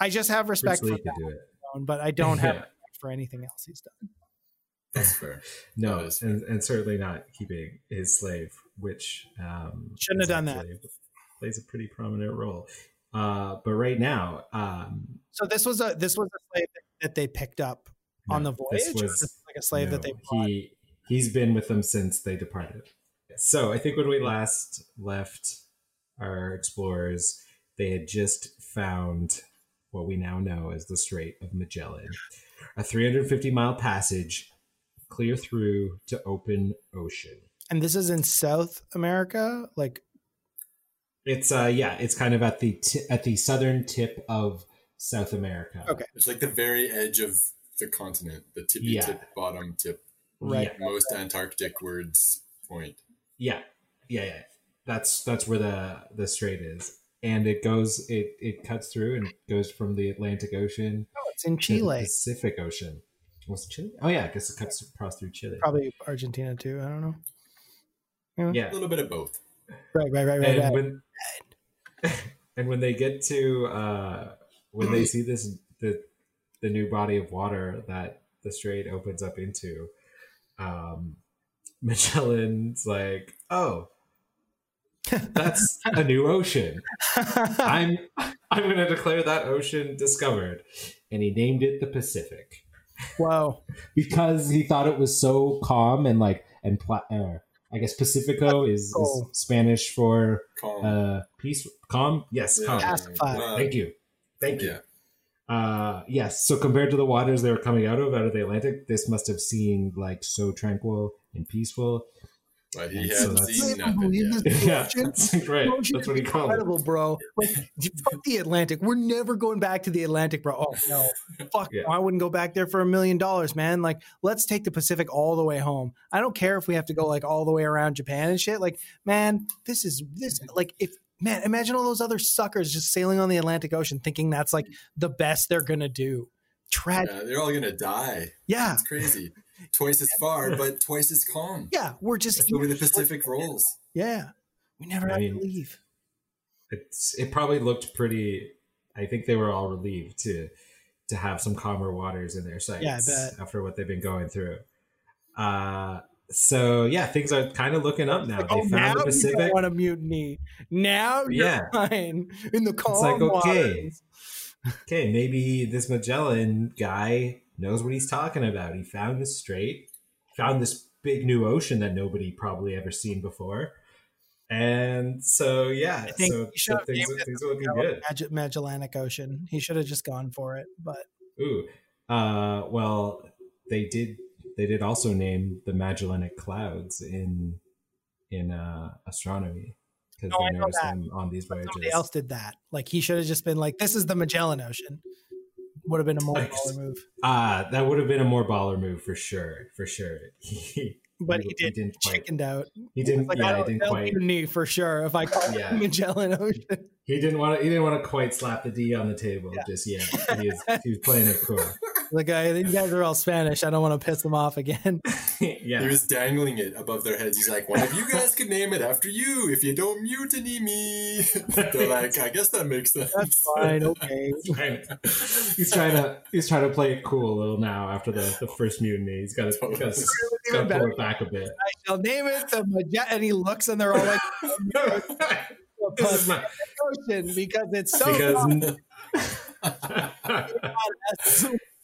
Speaker 2: I just have
Speaker 3: Bruce
Speaker 2: respect for
Speaker 3: Lee
Speaker 2: that
Speaker 3: could do it.
Speaker 2: one, but I don't have
Speaker 3: Yeah.
Speaker 2: respect for anything else he's done.
Speaker 4: that's fair.
Speaker 3: No,
Speaker 4: that's fair.
Speaker 3: and, and certainly not keeping his slave, which um,
Speaker 2: Shouldn't have
Speaker 3: is
Speaker 2: done that.
Speaker 3: actually- Plays a pretty prominent role. Uh, but right now, um,
Speaker 2: So this was a this was a slave that they picked up on
Speaker 3: no,
Speaker 2: the
Speaker 3: this
Speaker 2: voyage. or
Speaker 3: was-
Speaker 2: this is like a slave that
Speaker 3: No,
Speaker 2: they bought.
Speaker 3: He he's been with them since they departed. So I think when we last left our explorers, they had just found what we now know as the Strait of Magellan, a 350 mile passage clear through to open ocean.
Speaker 2: and this is in South America, like
Speaker 3: It's uh yeah, it's kind of at the t- at the southern tip of South America.
Speaker 2: Okay.
Speaker 4: It's like the very edge of the continent, the tippy
Speaker 3: Yeah.
Speaker 4: tip, bottom tip,
Speaker 2: Right.
Speaker 3: Yeah.
Speaker 4: most Antarctic words point.
Speaker 3: Yeah, yeah, yeah. That's that's where the the strait is, and it goes it it cuts through and goes from the Atlantic Ocean
Speaker 2: oh, it's in
Speaker 3: to the
Speaker 2: Chile,
Speaker 3: Pacific Ocean. Was it Chile? Oh yeah, I guess it cuts across through Chile.
Speaker 2: probably Argentina too. I don't know.
Speaker 3: Yeah,
Speaker 4: A little bit of both.
Speaker 2: Right, right, right, right.
Speaker 3: and
Speaker 2: right.
Speaker 3: when and when they get to uh, when they see this the the new body of water that the strait opens up into, um, Magellan's like, oh, that's a new ocean. I'm I'm gonna declare that ocean discovered, and he named it the Pacific
Speaker 2: Whoa.
Speaker 3: because he thought it was so calm and like and pla- uh, I guess Pacifico is, is
Speaker 2: Pacifico.
Speaker 3: Spanish for
Speaker 4: Calm.
Speaker 3: uh peace calm yes
Speaker 4: Yeah.
Speaker 3: calm
Speaker 2: Pacified.
Speaker 4: Uh,
Speaker 3: thank you thank you
Speaker 4: yeah.
Speaker 3: uh yes so compared to the waters they were coming out of out of the Atlantic this must have seemed like so tranquil and peaceful
Speaker 4: But he
Speaker 3: So
Speaker 4: had
Speaker 3: that's-
Speaker 4: seen
Speaker 2: I don't
Speaker 4: nothing
Speaker 2: believe
Speaker 4: yet.
Speaker 2: this
Speaker 3: yeah
Speaker 2: bullshit.
Speaker 3: that's right
Speaker 2: Bullshit
Speaker 3: that's what he
Speaker 2: is
Speaker 3: called it
Speaker 2: incredible, bro. Like, fuck the Atlantic. We're never going back to the Atlantic, bro. Oh no, fuck.
Speaker 3: Yeah.
Speaker 2: no, I wouldn't go back there for a million dollars, man. Like, let's take the Pacific all the way home. I don't care if we have to go like all the way around Japan and shit. Like, man, this is this. Like, if man, imagine all those other suckers just sailing on the Atlantic Ocean, thinking that's like the best they're gonna do. Tragic.
Speaker 4: Yeah, they're all gonna die.
Speaker 2: Yeah,
Speaker 4: It's crazy. Twice as far, but twice as calm.
Speaker 2: yeah. We're just
Speaker 4: That's the way the Pacific rolls.
Speaker 2: yeah. We never
Speaker 3: I
Speaker 2: have to
Speaker 3: mean,
Speaker 2: leave.
Speaker 3: it's it probably looked pretty i think they were all relieved to to have some calmer waters in their sights
Speaker 2: Yeah, I bet.
Speaker 3: after what they've been going through uh so yeah things are kind of looking up now
Speaker 2: Like,
Speaker 3: they
Speaker 2: oh,
Speaker 3: found
Speaker 2: now
Speaker 3: the
Speaker 2: you
Speaker 3: pacific
Speaker 2: don't want to mutiny. Now you're
Speaker 3: Yeah.
Speaker 2: fine in the calm
Speaker 3: like, okay.
Speaker 2: waters.
Speaker 3: okay maybe this magellan guy knows what he's talking about he found this strait found this big new ocean that nobody probably ever seen before And so yeah,
Speaker 2: I think
Speaker 3: so,
Speaker 2: he
Speaker 3: so
Speaker 2: should've
Speaker 3: things,
Speaker 2: named it
Speaker 3: things are looking
Speaker 2: Mage-
Speaker 3: good.
Speaker 2: Magellanic Ocean. He should have just gone for it, but
Speaker 3: Ooh. Uh, well, they did. They did also name the Magellanic Clouds in in uh, astronomy because
Speaker 2: No, Oh, I
Speaker 3: they
Speaker 2: know
Speaker 3: noticed
Speaker 2: that.
Speaker 3: them on these
Speaker 2: somebody
Speaker 3: voyages.
Speaker 2: else did that. Like he should have just been like, "This is the Magellan Ocean." Would have been a more
Speaker 3: Nice.
Speaker 2: baller move,
Speaker 3: Ah, that would have been a more baller move for sure, for sure. He,
Speaker 2: but he did
Speaker 3: not quite.
Speaker 2: chickened out.
Speaker 3: He didn't.
Speaker 2: Like I
Speaker 3: yeah,
Speaker 2: don't
Speaker 3: he didn't
Speaker 2: that'll
Speaker 3: quite.
Speaker 2: be me for sure if I call it
Speaker 3: Yeah.
Speaker 2: the Magellan Ocean.
Speaker 3: He didn't want to. He didn't want to quite slap the D on the table just yet. He is, he was playing it cool.
Speaker 2: The guy, you guys are all Spanish. I don't want to piss them off again.
Speaker 4: He
Speaker 3: yeah.
Speaker 4: was dangling it above their heads. He's like, one of you guys could name it after you if you don't mutiny me. They're like, I guess that makes sense.
Speaker 2: That's fine. Okay.
Speaker 3: Trying to- he's trying to he's trying to play it cool a little now after the, the first mutiny. He's got to he's got to,
Speaker 2: Even
Speaker 3: got to pull
Speaker 2: better,
Speaker 3: it back a bit.
Speaker 2: I shall name it the Magellan. And he looks, and they're all like,
Speaker 3: this is my
Speaker 2: "Ocean," because it's so.
Speaker 3: because
Speaker 2: modest.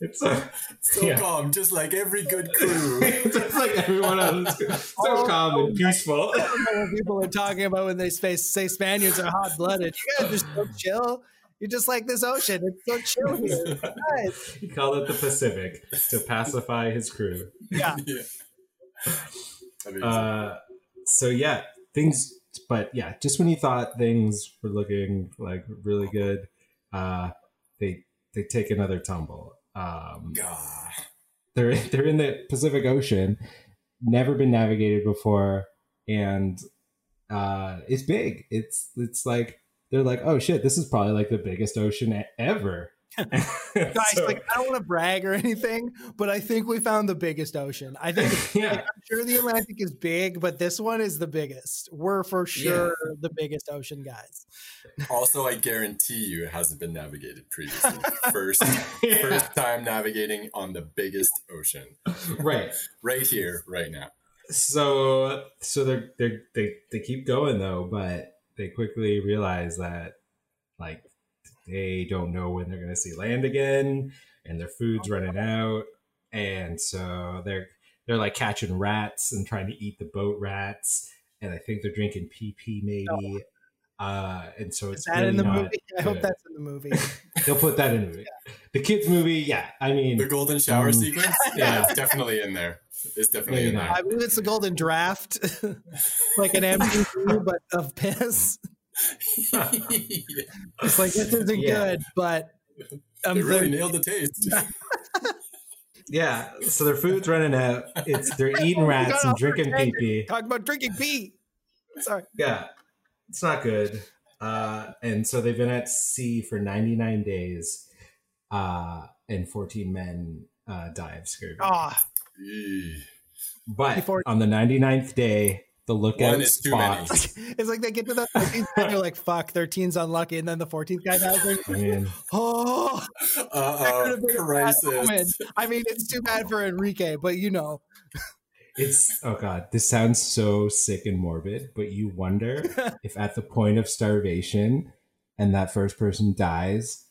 Speaker 3: it's so,
Speaker 4: So
Speaker 3: Yeah.
Speaker 4: calm, just like every good crew.
Speaker 3: it's just like everyone else
Speaker 2: Oh.
Speaker 3: so calm and peaceful.
Speaker 2: I don't know what people are talking about when they say, say Spaniards are hot blooded. You guys are so chill. You're just like this ocean. It's so chill here. It's nice.
Speaker 3: He called it the Pacific to pacify his crew.
Speaker 2: Yeah.
Speaker 4: yeah. Amazing.
Speaker 3: Uh, so yeah, things. But yeah, just when you thought things were looking like really good, uh, they they take another tumble. Um,
Speaker 4: God.
Speaker 3: they're they're in the Pacific Ocean, never been navigated before, and uh, it's big. It's it's like they're like, oh shit, this is probably like the biggest ocean e- ever.
Speaker 2: Guys,
Speaker 3: So,
Speaker 2: like I don't want to brag or anything, but I think we found the biggest ocean. I think
Speaker 3: yeah,
Speaker 2: Like, I'm sure the Atlantic is big, but this one is the biggest. We're for sure the biggest ocean guys.
Speaker 4: Also, I guarantee you it hasn't been navigated previously. First, first time navigating on the biggest ocean.
Speaker 3: right.
Speaker 4: Right here, right now.
Speaker 3: so so they're, they're they they keep going though but they quickly realize that like they don't know when they're gonna see land again and their food's running out and so they're they're like catching rats and trying to eat the boat rats and i think they're drinking pp maybe uh and so
Speaker 2: Oh. Is
Speaker 3: it's
Speaker 2: that
Speaker 3: really
Speaker 2: in the
Speaker 3: not-
Speaker 2: movie? I hope
Speaker 3: good.
Speaker 2: that's in the movie.
Speaker 3: they'll put that in the movie the kids movie yeah i mean
Speaker 4: The golden shower
Speaker 3: Um,
Speaker 4: sequence? Yeah, it's definitely in there. It's definitely in there.
Speaker 2: I believe it's the Golden Draft, like an MTV, but of piss. It's like this isn't
Speaker 3: Yeah.
Speaker 2: good, but
Speaker 4: they
Speaker 2: I'm
Speaker 4: really nailed the taste.
Speaker 3: yeah so their food's running out it's they're eating rats and drinking pee
Speaker 2: talking about drinking pee. Sorry,
Speaker 3: yeah it's not good uh and so they've been at sea for 99 days uh and 14 men uh die of scurvy
Speaker 2: ah,
Speaker 4: Eee.
Speaker 3: but
Speaker 2: Before-
Speaker 3: on the 99th day the lookout
Speaker 4: One is too many.
Speaker 3: spots-
Speaker 2: it's like they get to the 13th and you're like, fuck, 13's unlucky, and then the 14th guy dies. They're like,
Speaker 3: I mean,
Speaker 2: Oh,
Speaker 4: Uh
Speaker 2: could've
Speaker 4: oh,
Speaker 2: been a bad omen.
Speaker 4: crisis.
Speaker 2: I mean, it's too bad for Enrique, but you know,
Speaker 3: it's oh god, this sounds so sick and morbid, but you wonder if at the point of starvation and that first person dies,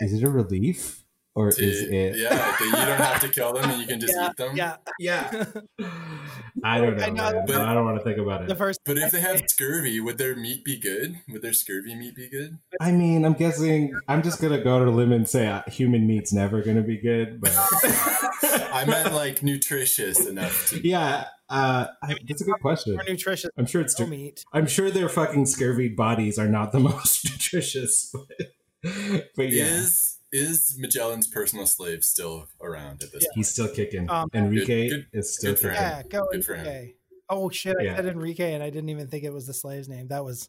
Speaker 3: is it a relief or is it?
Speaker 4: Yeah, that you don't have to kill them and you can just
Speaker 2: yeah,
Speaker 4: eat them.
Speaker 2: yeah.
Speaker 3: Yeah, I don't know.
Speaker 2: I know.
Speaker 3: man.
Speaker 4: But-
Speaker 3: I don't want to think about it.
Speaker 2: The first
Speaker 4: But if they have scurvy, would their meat be good? Would their scurvy meat be good?
Speaker 3: I mean, I'm guessing I'm just gonna go to the limb and say uh, human meat's never gonna be good, but
Speaker 4: I meant like nutritious enough to.
Speaker 3: yeah, uh, I- that's a good question.
Speaker 2: more nutritious
Speaker 3: I'm sure it's.
Speaker 2: no meat.
Speaker 3: I'm sure their fucking scurvy bodies are not the most nutritious, but, but yeah,
Speaker 4: Is is Magellan's personal slave still around at this point?
Speaker 3: he's still kicking.
Speaker 2: Um,
Speaker 3: Enrique
Speaker 4: Good-
Speaker 3: is still
Speaker 4: good for
Speaker 3: kicking.
Speaker 2: Yeah, go
Speaker 4: Good for him.
Speaker 2: Enrique. Oh shit, I
Speaker 3: Yeah.
Speaker 2: said Enrique and I didn't even think it was the slave's name. That was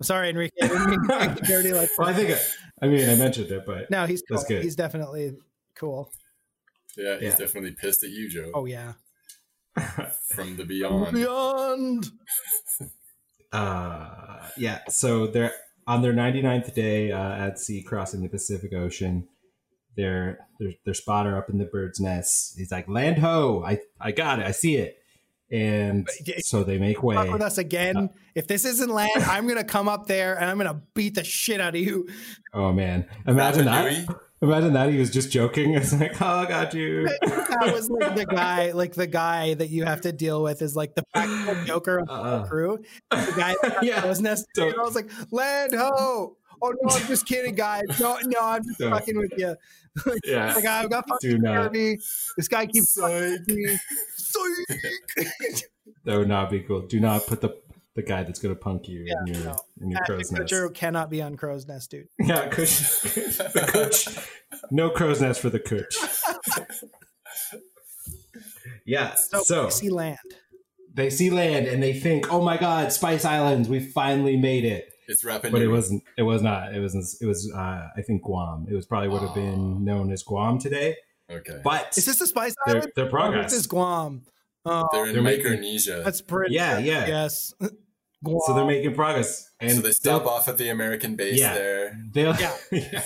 Speaker 2: I'm sorry, Enrique. I didn't mean to make you dirty like
Speaker 3: Well, I think. I mean, I mentioned it, but
Speaker 2: No, he's cool.
Speaker 3: That's good.
Speaker 2: He's definitely cool.
Speaker 4: Yeah, he's
Speaker 3: Yeah.
Speaker 4: definitely pissed at you, Joe,
Speaker 2: Oh yeah.
Speaker 4: from the beyond.
Speaker 2: Beyond
Speaker 3: uh, yeah. So they're on their 99th day uh, at sea, crossing the Pacific Ocean. Their their their spotter up in the bird's nest. He's like, "Land ho! I I got it. I see it." And so they make way.
Speaker 2: fuck with us again.
Speaker 3: Uh,
Speaker 2: if this isn't land, I'm gonna come up there and I'm gonna beat the shit out of you.
Speaker 3: Oh man! Imagine
Speaker 4: Rapa
Speaker 3: that.
Speaker 4: Nui?
Speaker 3: Imagine that he was just joking. It's like, oh, I got you.
Speaker 2: that was like the guy, like the guy that you have to deal with is like the practical joker of the
Speaker 3: Uh-uh.
Speaker 2: crew. The guy that
Speaker 3: Yeah.
Speaker 2: was necessary. And I was like, land ho. Oh no, I'm just kidding, guys. No, no, I'm just
Speaker 3: Don't.
Speaker 2: fucking with you.
Speaker 3: Yeah.
Speaker 2: Like I've got
Speaker 3: Do
Speaker 2: fucking
Speaker 3: not.
Speaker 2: Kirby. This guy keeps
Speaker 4: Psych.
Speaker 2: me. So
Speaker 3: That would not be cool. Do not put the the guy that's going to punk you
Speaker 2: Yeah,
Speaker 3: in your,
Speaker 2: no.
Speaker 3: in your crow's
Speaker 2: Ashton
Speaker 3: nest.
Speaker 2: Kutcher cannot be on Crow's Nest, dude.
Speaker 3: Yeah, Kutch. the Kutch. No crow's nest for the Kutch. yeah. So,
Speaker 2: Sea Land.
Speaker 3: they see land and they think, "Oh my God, Spice Islands! We finally made it!"
Speaker 4: It's rapping.
Speaker 3: But it wasn't. It was not. It was. It was. Uh, I think Guam. It was probably would have
Speaker 4: Oh.
Speaker 3: been known as Guam today.
Speaker 4: Okay.
Speaker 3: But
Speaker 2: Is this the Spice
Speaker 3: their,
Speaker 2: Island?
Speaker 3: their
Speaker 2: This is
Speaker 3: progress.
Speaker 2: Guam. Oh,
Speaker 4: they're in
Speaker 3: They're making-
Speaker 4: Micronesia.
Speaker 2: that's pretty.
Speaker 3: Yeah, yeah.
Speaker 2: Yes. Guam.
Speaker 3: So they're making progress, and
Speaker 4: so they stop off at the American base
Speaker 3: Yeah.
Speaker 4: there.
Speaker 3: They'll,
Speaker 2: Yeah.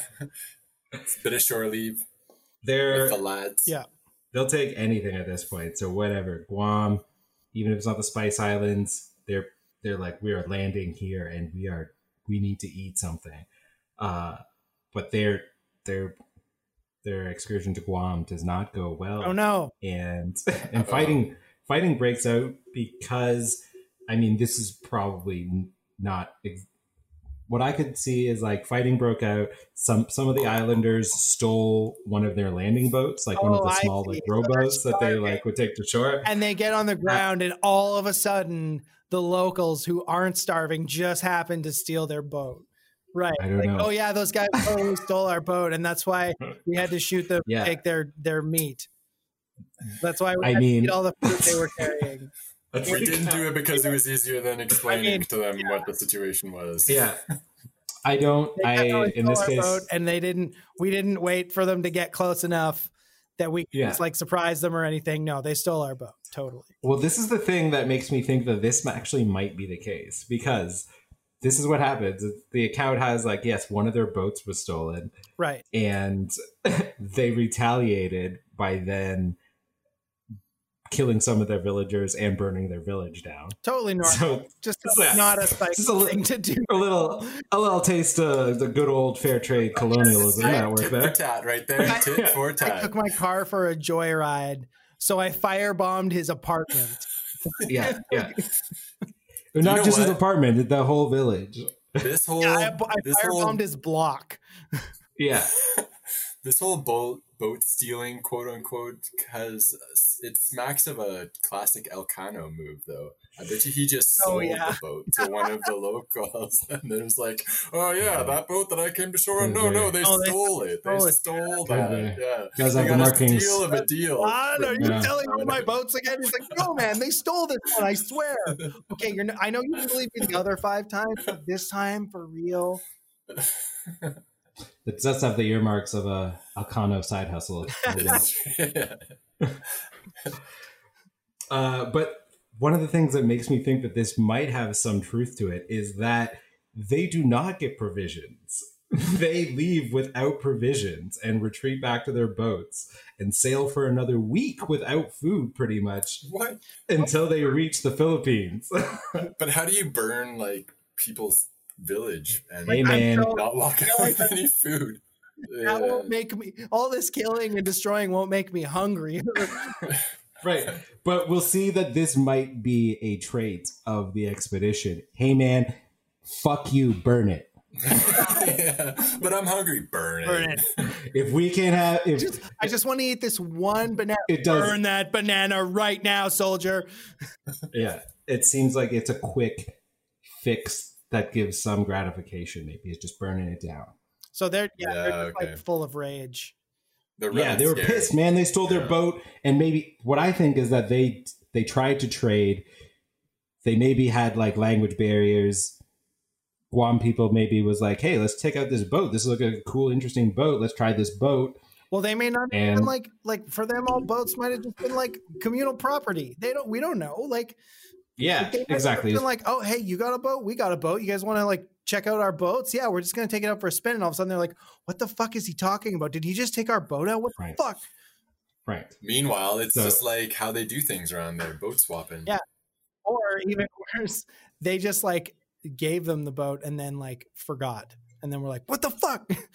Speaker 4: Bit of shore leave
Speaker 3: they're
Speaker 4: with the lads.
Speaker 2: Yeah.
Speaker 3: they'll take anything at this point. So whatever, Guam, even if it's not the Spice Islands, they're they're like we are landing here and we are we need to eat something. Uh, but their their their excursion to Guam does not go well,
Speaker 2: oh no.
Speaker 3: and and fighting fighting breaks out because I mean this is probably n- not. Ex- what I could see is like fighting broke out. Some some of the islanders stole one of their landing boats, like one of
Speaker 2: Oh,
Speaker 3: the
Speaker 2: I
Speaker 3: small
Speaker 2: see.
Speaker 3: like
Speaker 2: So they're
Speaker 3: rowboats that they
Speaker 2: starving.
Speaker 3: like would take to shore.
Speaker 2: And they get on the ground, and all of a sudden, the locals who aren't starving just happen to steal their boat. Right.
Speaker 3: I don't
Speaker 2: like,
Speaker 3: know.
Speaker 2: Oh yeah, those guys totally stole our boat, and that's why we had to shoot them,
Speaker 3: Yeah.
Speaker 2: take their their meat. That's why we
Speaker 3: I
Speaker 2: had to
Speaker 3: mean-
Speaker 2: eat all the food they were carrying.
Speaker 4: We didn't do it because it was easier than explaining
Speaker 2: mean,
Speaker 4: to them what the situation was.
Speaker 3: Yeah, I don't.
Speaker 2: They
Speaker 3: I
Speaker 2: kept going
Speaker 3: in
Speaker 2: to
Speaker 3: this
Speaker 2: our
Speaker 3: case,
Speaker 2: boat, and they didn't. We didn't wait for them to get close enough that we could
Speaker 3: Yeah.
Speaker 2: just like surprise them or anything. No, they stole our boat totally.
Speaker 3: Well, this is the thing that makes me think that this actually might be the case because this is what happens. The account has like, yes, one of their boats was stolen,
Speaker 2: Right.
Speaker 3: and they retaliated by then killing some of their villagers and burning their village down.
Speaker 2: Totally normal.
Speaker 3: So
Speaker 2: just
Speaker 3: Yeah.
Speaker 2: not a psych
Speaker 3: Just a li-
Speaker 2: thing to do.
Speaker 3: a little, a little taste of the good old fair trade colonialism that
Speaker 4: Tit
Speaker 3: worked
Speaker 4: for
Speaker 3: there.
Speaker 4: tat right there. Tit for
Speaker 2: I
Speaker 4: tat.
Speaker 2: took my car for a joyride, so I firebombed his apartment.
Speaker 3: Yeah, yeah.
Speaker 4: You know
Speaker 3: Not just his
Speaker 4: what?
Speaker 3: apartment, the whole village.
Speaker 4: This whole
Speaker 2: Yeah, I, I
Speaker 4: this
Speaker 2: firebombed
Speaker 4: whole
Speaker 2: his block.
Speaker 3: Yeah,
Speaker 4: this whole boat boat stealing quote unquote has it smacks of a classic Elcano move though. I bet you he just
Speaker 2: Oh,
Speaker 4: sold
Speaker 2: yeah.
Speaker 4: the boat to one of the locals and then was like, "Oh yeah, that boat that I came to shore on. No,
Speaker 3: Okay.
Speaker 4: no, they
Speaker 2: Oh, they
Speaker 4: stole it. They
Speaker 2: stole it.
Speaker 4: stole
Speaker 3: Yeah.
Speaker 4: that.
Speaker 3: Okay.
Speaker 4: Yeah,
Speaker 3: guys
Speaker 4: they
Speaker 3: have the
Speaker 4: got a
Speaker 3: markings.
Speaker 4: deal of a deal.
Speaker 2: What are you
Speaker 3: Yeah.
Speaker 2: telling me my boats again? He's like, no, man, they stole this one. I swear. Okay, you're. n- I know you believe me the other five times, but this time for real.
Speaker 3: It does have the earmarks of a Alcano side hustle.
Speaker 4: yeah.
Speaker 3: uh, but one of the things that makes me think that this might have some truth to it is that they do not get provisions. they leave without provisions and retreat back to their boats and sail for another week without food, pretty much,
Speaker 4: What?
Speaker 3: until they reach the Philippines.
Speaker 4: But how do you burn like people's village and
Speaker 3: hey, man.
Speaker 2: so-
Speaker 4: not walk out with any food?
Speaker 2: That won't make me. All this killing and destroying won't make me hungry.
Speaker 3: right. But we'll see that this might be a trait of the expedition. Hey, man, fuck you, burn it.
Speaker 4: yeah. But I'm hungry. Burn it.
Speaker 2: Burn it.
Speaker 3: If we can't have, if
Speaker 2: Just- I just want to eat this one banana.
Speaker 3: It does.
Speaker 2: Burn that banana right now, soldier.
Speaker 3: yeah it seems like it's a quick fix that gives some gratification maybe it's just burning it down
Speaker 2: So they're yeah, they're
Speaker 4: Yeah,
Speaker 2: just,
Speaker 4: okay.
Speaker 2: like full of rage.
Speaker 4: The
Speaker 3: yeah
Speaker 4: red's
Speaker 3: they were
Speaker 4: scary.
Speaker 3: pissed man they stole their
Speaker 4: Yeah.
Speaker 3: boat and maybe what i think is that they they tried to trade they maybe had like language barriers guam people maybe was like hey let's take out this boat this looks like a cool interesting boat let's try this boat
Speaker 2: Well, they may not
Speaker 3: And-
Speaker 2: and like like for them all boats might have just been like communal property. They don't we don't know. Like
Speaker 3: yeah
Speaker 2: they might have
Speaker 3: exactly
Speaker 2: Been like, oh hey, you got a boat? We got a boat. You guys want to like check out our boats? Yeah, we're just gonna take it out for a spin. And all of a sudden they're like, what the fuck is he talking about? Did he just take our boat out? What the
Speaker 3: Right.
Speaker 2: fuck?
Speaker 3: right
Speaker 4: Meanwhile, it's
Speaker 3: So-
Speaker 4: just like how they do things around there, boat swapping.
Speaker 2: Yeah. Or even worse, they just like gave them the boat and then like forgot. And then we're like, what the fuck?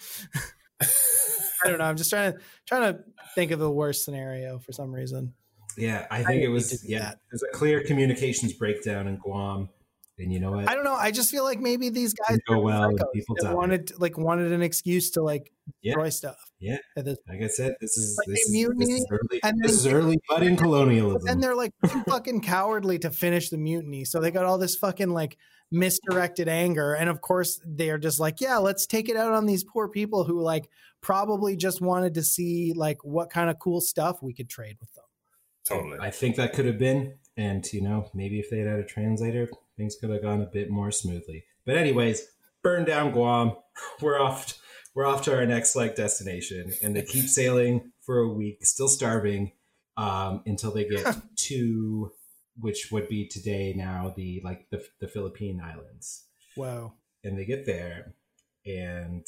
Speaker 2: I don't know. I'm just trying to trying to think of the worst scenario for some reason.
Speaker 3: Yeah, I think it was yeah. There's a clear communications breakdown in Guam, and you know what?
Speaker 2: I don't know. I just feel like maybe these guys
Speaker 3: Didn't go
Speaker 2: are
Speaker 3: well and
Speaker 2: psychos
Speaker 3: people
Speaker 2: that
Speaker 3: died.
Speaker 2: wanted like wanted an excuse to like
Speaker 3: Yeah.
Speaker 2: destroy stuff.
Speaker 3: Yeah.
Speaker 2: At this-
Speaker 3: like I said, this is
Speaker 2: Like,
Speaker 3: this,
Speaker 2: they
Speaker 3: is, this is
Speaker 2: mutiny,
Speaker 3: early.
Speaker 2: and
Speaker 3: this
Speaker 2: then-
Speaker 3: is early, but in
Speaker 2: But then
Speaker 3: colonialism.
Speaker 2: they're like too fucking cowardly to finish the mutiny. So they got all this fucking like misdirected anger. And of course, they're just like, yeah, let's take it out on these poor people who like probably just wanted to see like what kind of cool stuff we could trade with them.
Speaker 4: Totally.
Speaker 3: I think that could have been, and you know, maybe if they had had a translator, things could have gone a bit more smoothly. But anyways, burn down Guam. We're off. We're off to our next like destination, and they keep sailing for a week, still starving, um, until they get to which would be today now the like the, the Philippine Islands.
Speaker 2: Whoa.
Speaker 3: and they get there and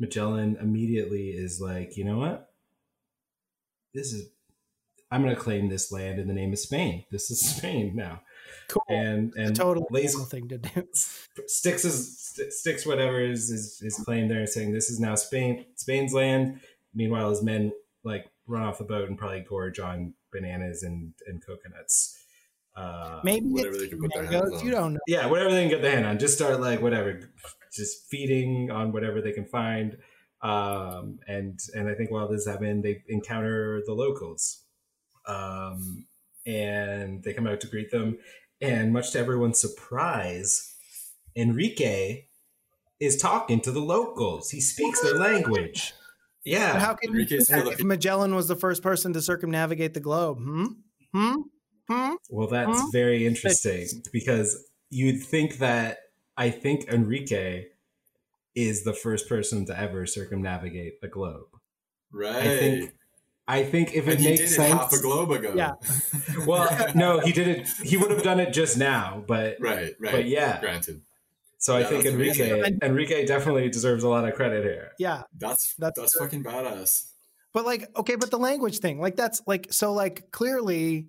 Speaker 3: magellan immediately is like you know what this is i'm going to claim this land in the name of spain this is spain now
Speaker 2: Cool.
Speaker 3: and and
Speaker 2: Total
Speaker 3: lays,
Speaker 2: thing to do.
Speaker 3: sticks his st- sticks whatever is his, his claim there saying this is now spain spain's land meanwhile his men like run off the boat and probably gorge on bananas and and coconuts uh,
Speaker 2: Maybe
Speaker 4: Whatever
Speaker 2: it's
Speaker 4: they can put their
Speaker 2: mangoes,
Speaker 4: hands
Speaker 2: You
Speaker 4: on.
Speaker 2: don't know.
Speaker 3: yeah, whatever they can get their hand on. Just start like whatever, just feeding on whatever they can find. Um, and and I think while this is happening, they encounter the locals, um, and they come out to greet them. And much to everyone's surprise, Enrique is talking to the locals. He speaks their language.
Speaker 2: But
Speaker 3: Yeah,
Speaker 2: How can you do
Speaker 4: Enrique's
Speaker 2: that
Speaker 4: still a-
Speaker 2: if Magellan was the first person to circumnavigate the globe? Hmm? Hmm? Hmm?
Speaker 3: well, that's
Speaker 2: Huh?
Speaker 3: very interesting because you'd think that I think Enrique is the first person to ever circumnavigate the globe.
Speaker 4: right.
Speaker 3: I think I think if it
Speaker 4: and he
Speaker 3: makes
Speaker 4: did
Speaker 3: sense.
Speaker 4: it half a globe ago.
Speaker 2: Yeah.
Speaker 3: well, no, he did it. He would have done it just now, but
Speaker 4: Right. Right.
Speaker 3: but yeah.
Speaker 4: Granted,
Speaker 3: So I
Speaker 4: Yeah,
Speaker 3: think
Speaker 4: that's
Speaker 3: Enrique
Speaker 2: amazing.
Speaker 3: Enrique definitely deserves a lot of credit here.
Speaker 2: Yeah.
Speaker 4: that's
Speaker 2: That's
Speaker 4: that's,
Speaker 2: true.
Speaker 4: fucking badass.
Speaker 2: But like, okay, but the language thing, like that's like so like clearly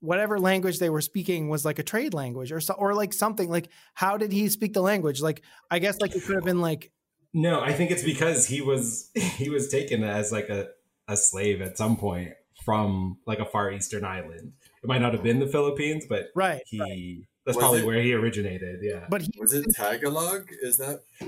Speaker 2: whatever language they were speaking was like a trade language or so or like something. Like, how did he speak the language? Like I guess like it could have been like
Speaker 3: No, I think it's because he was he was taken as like a a slave at some point from like a far eastern island. It might not have been the Philippines, but
Speaker 2: right.
Speaker 3: he that's
Speaker 4: Was
Speaker 3: probably
Speaker 4: it-
Speaker 3: where he originated. Yeah.
Speaker 2: But he
Speaker 4: Was it Tagalog? Is that
Speaker 3: Uh,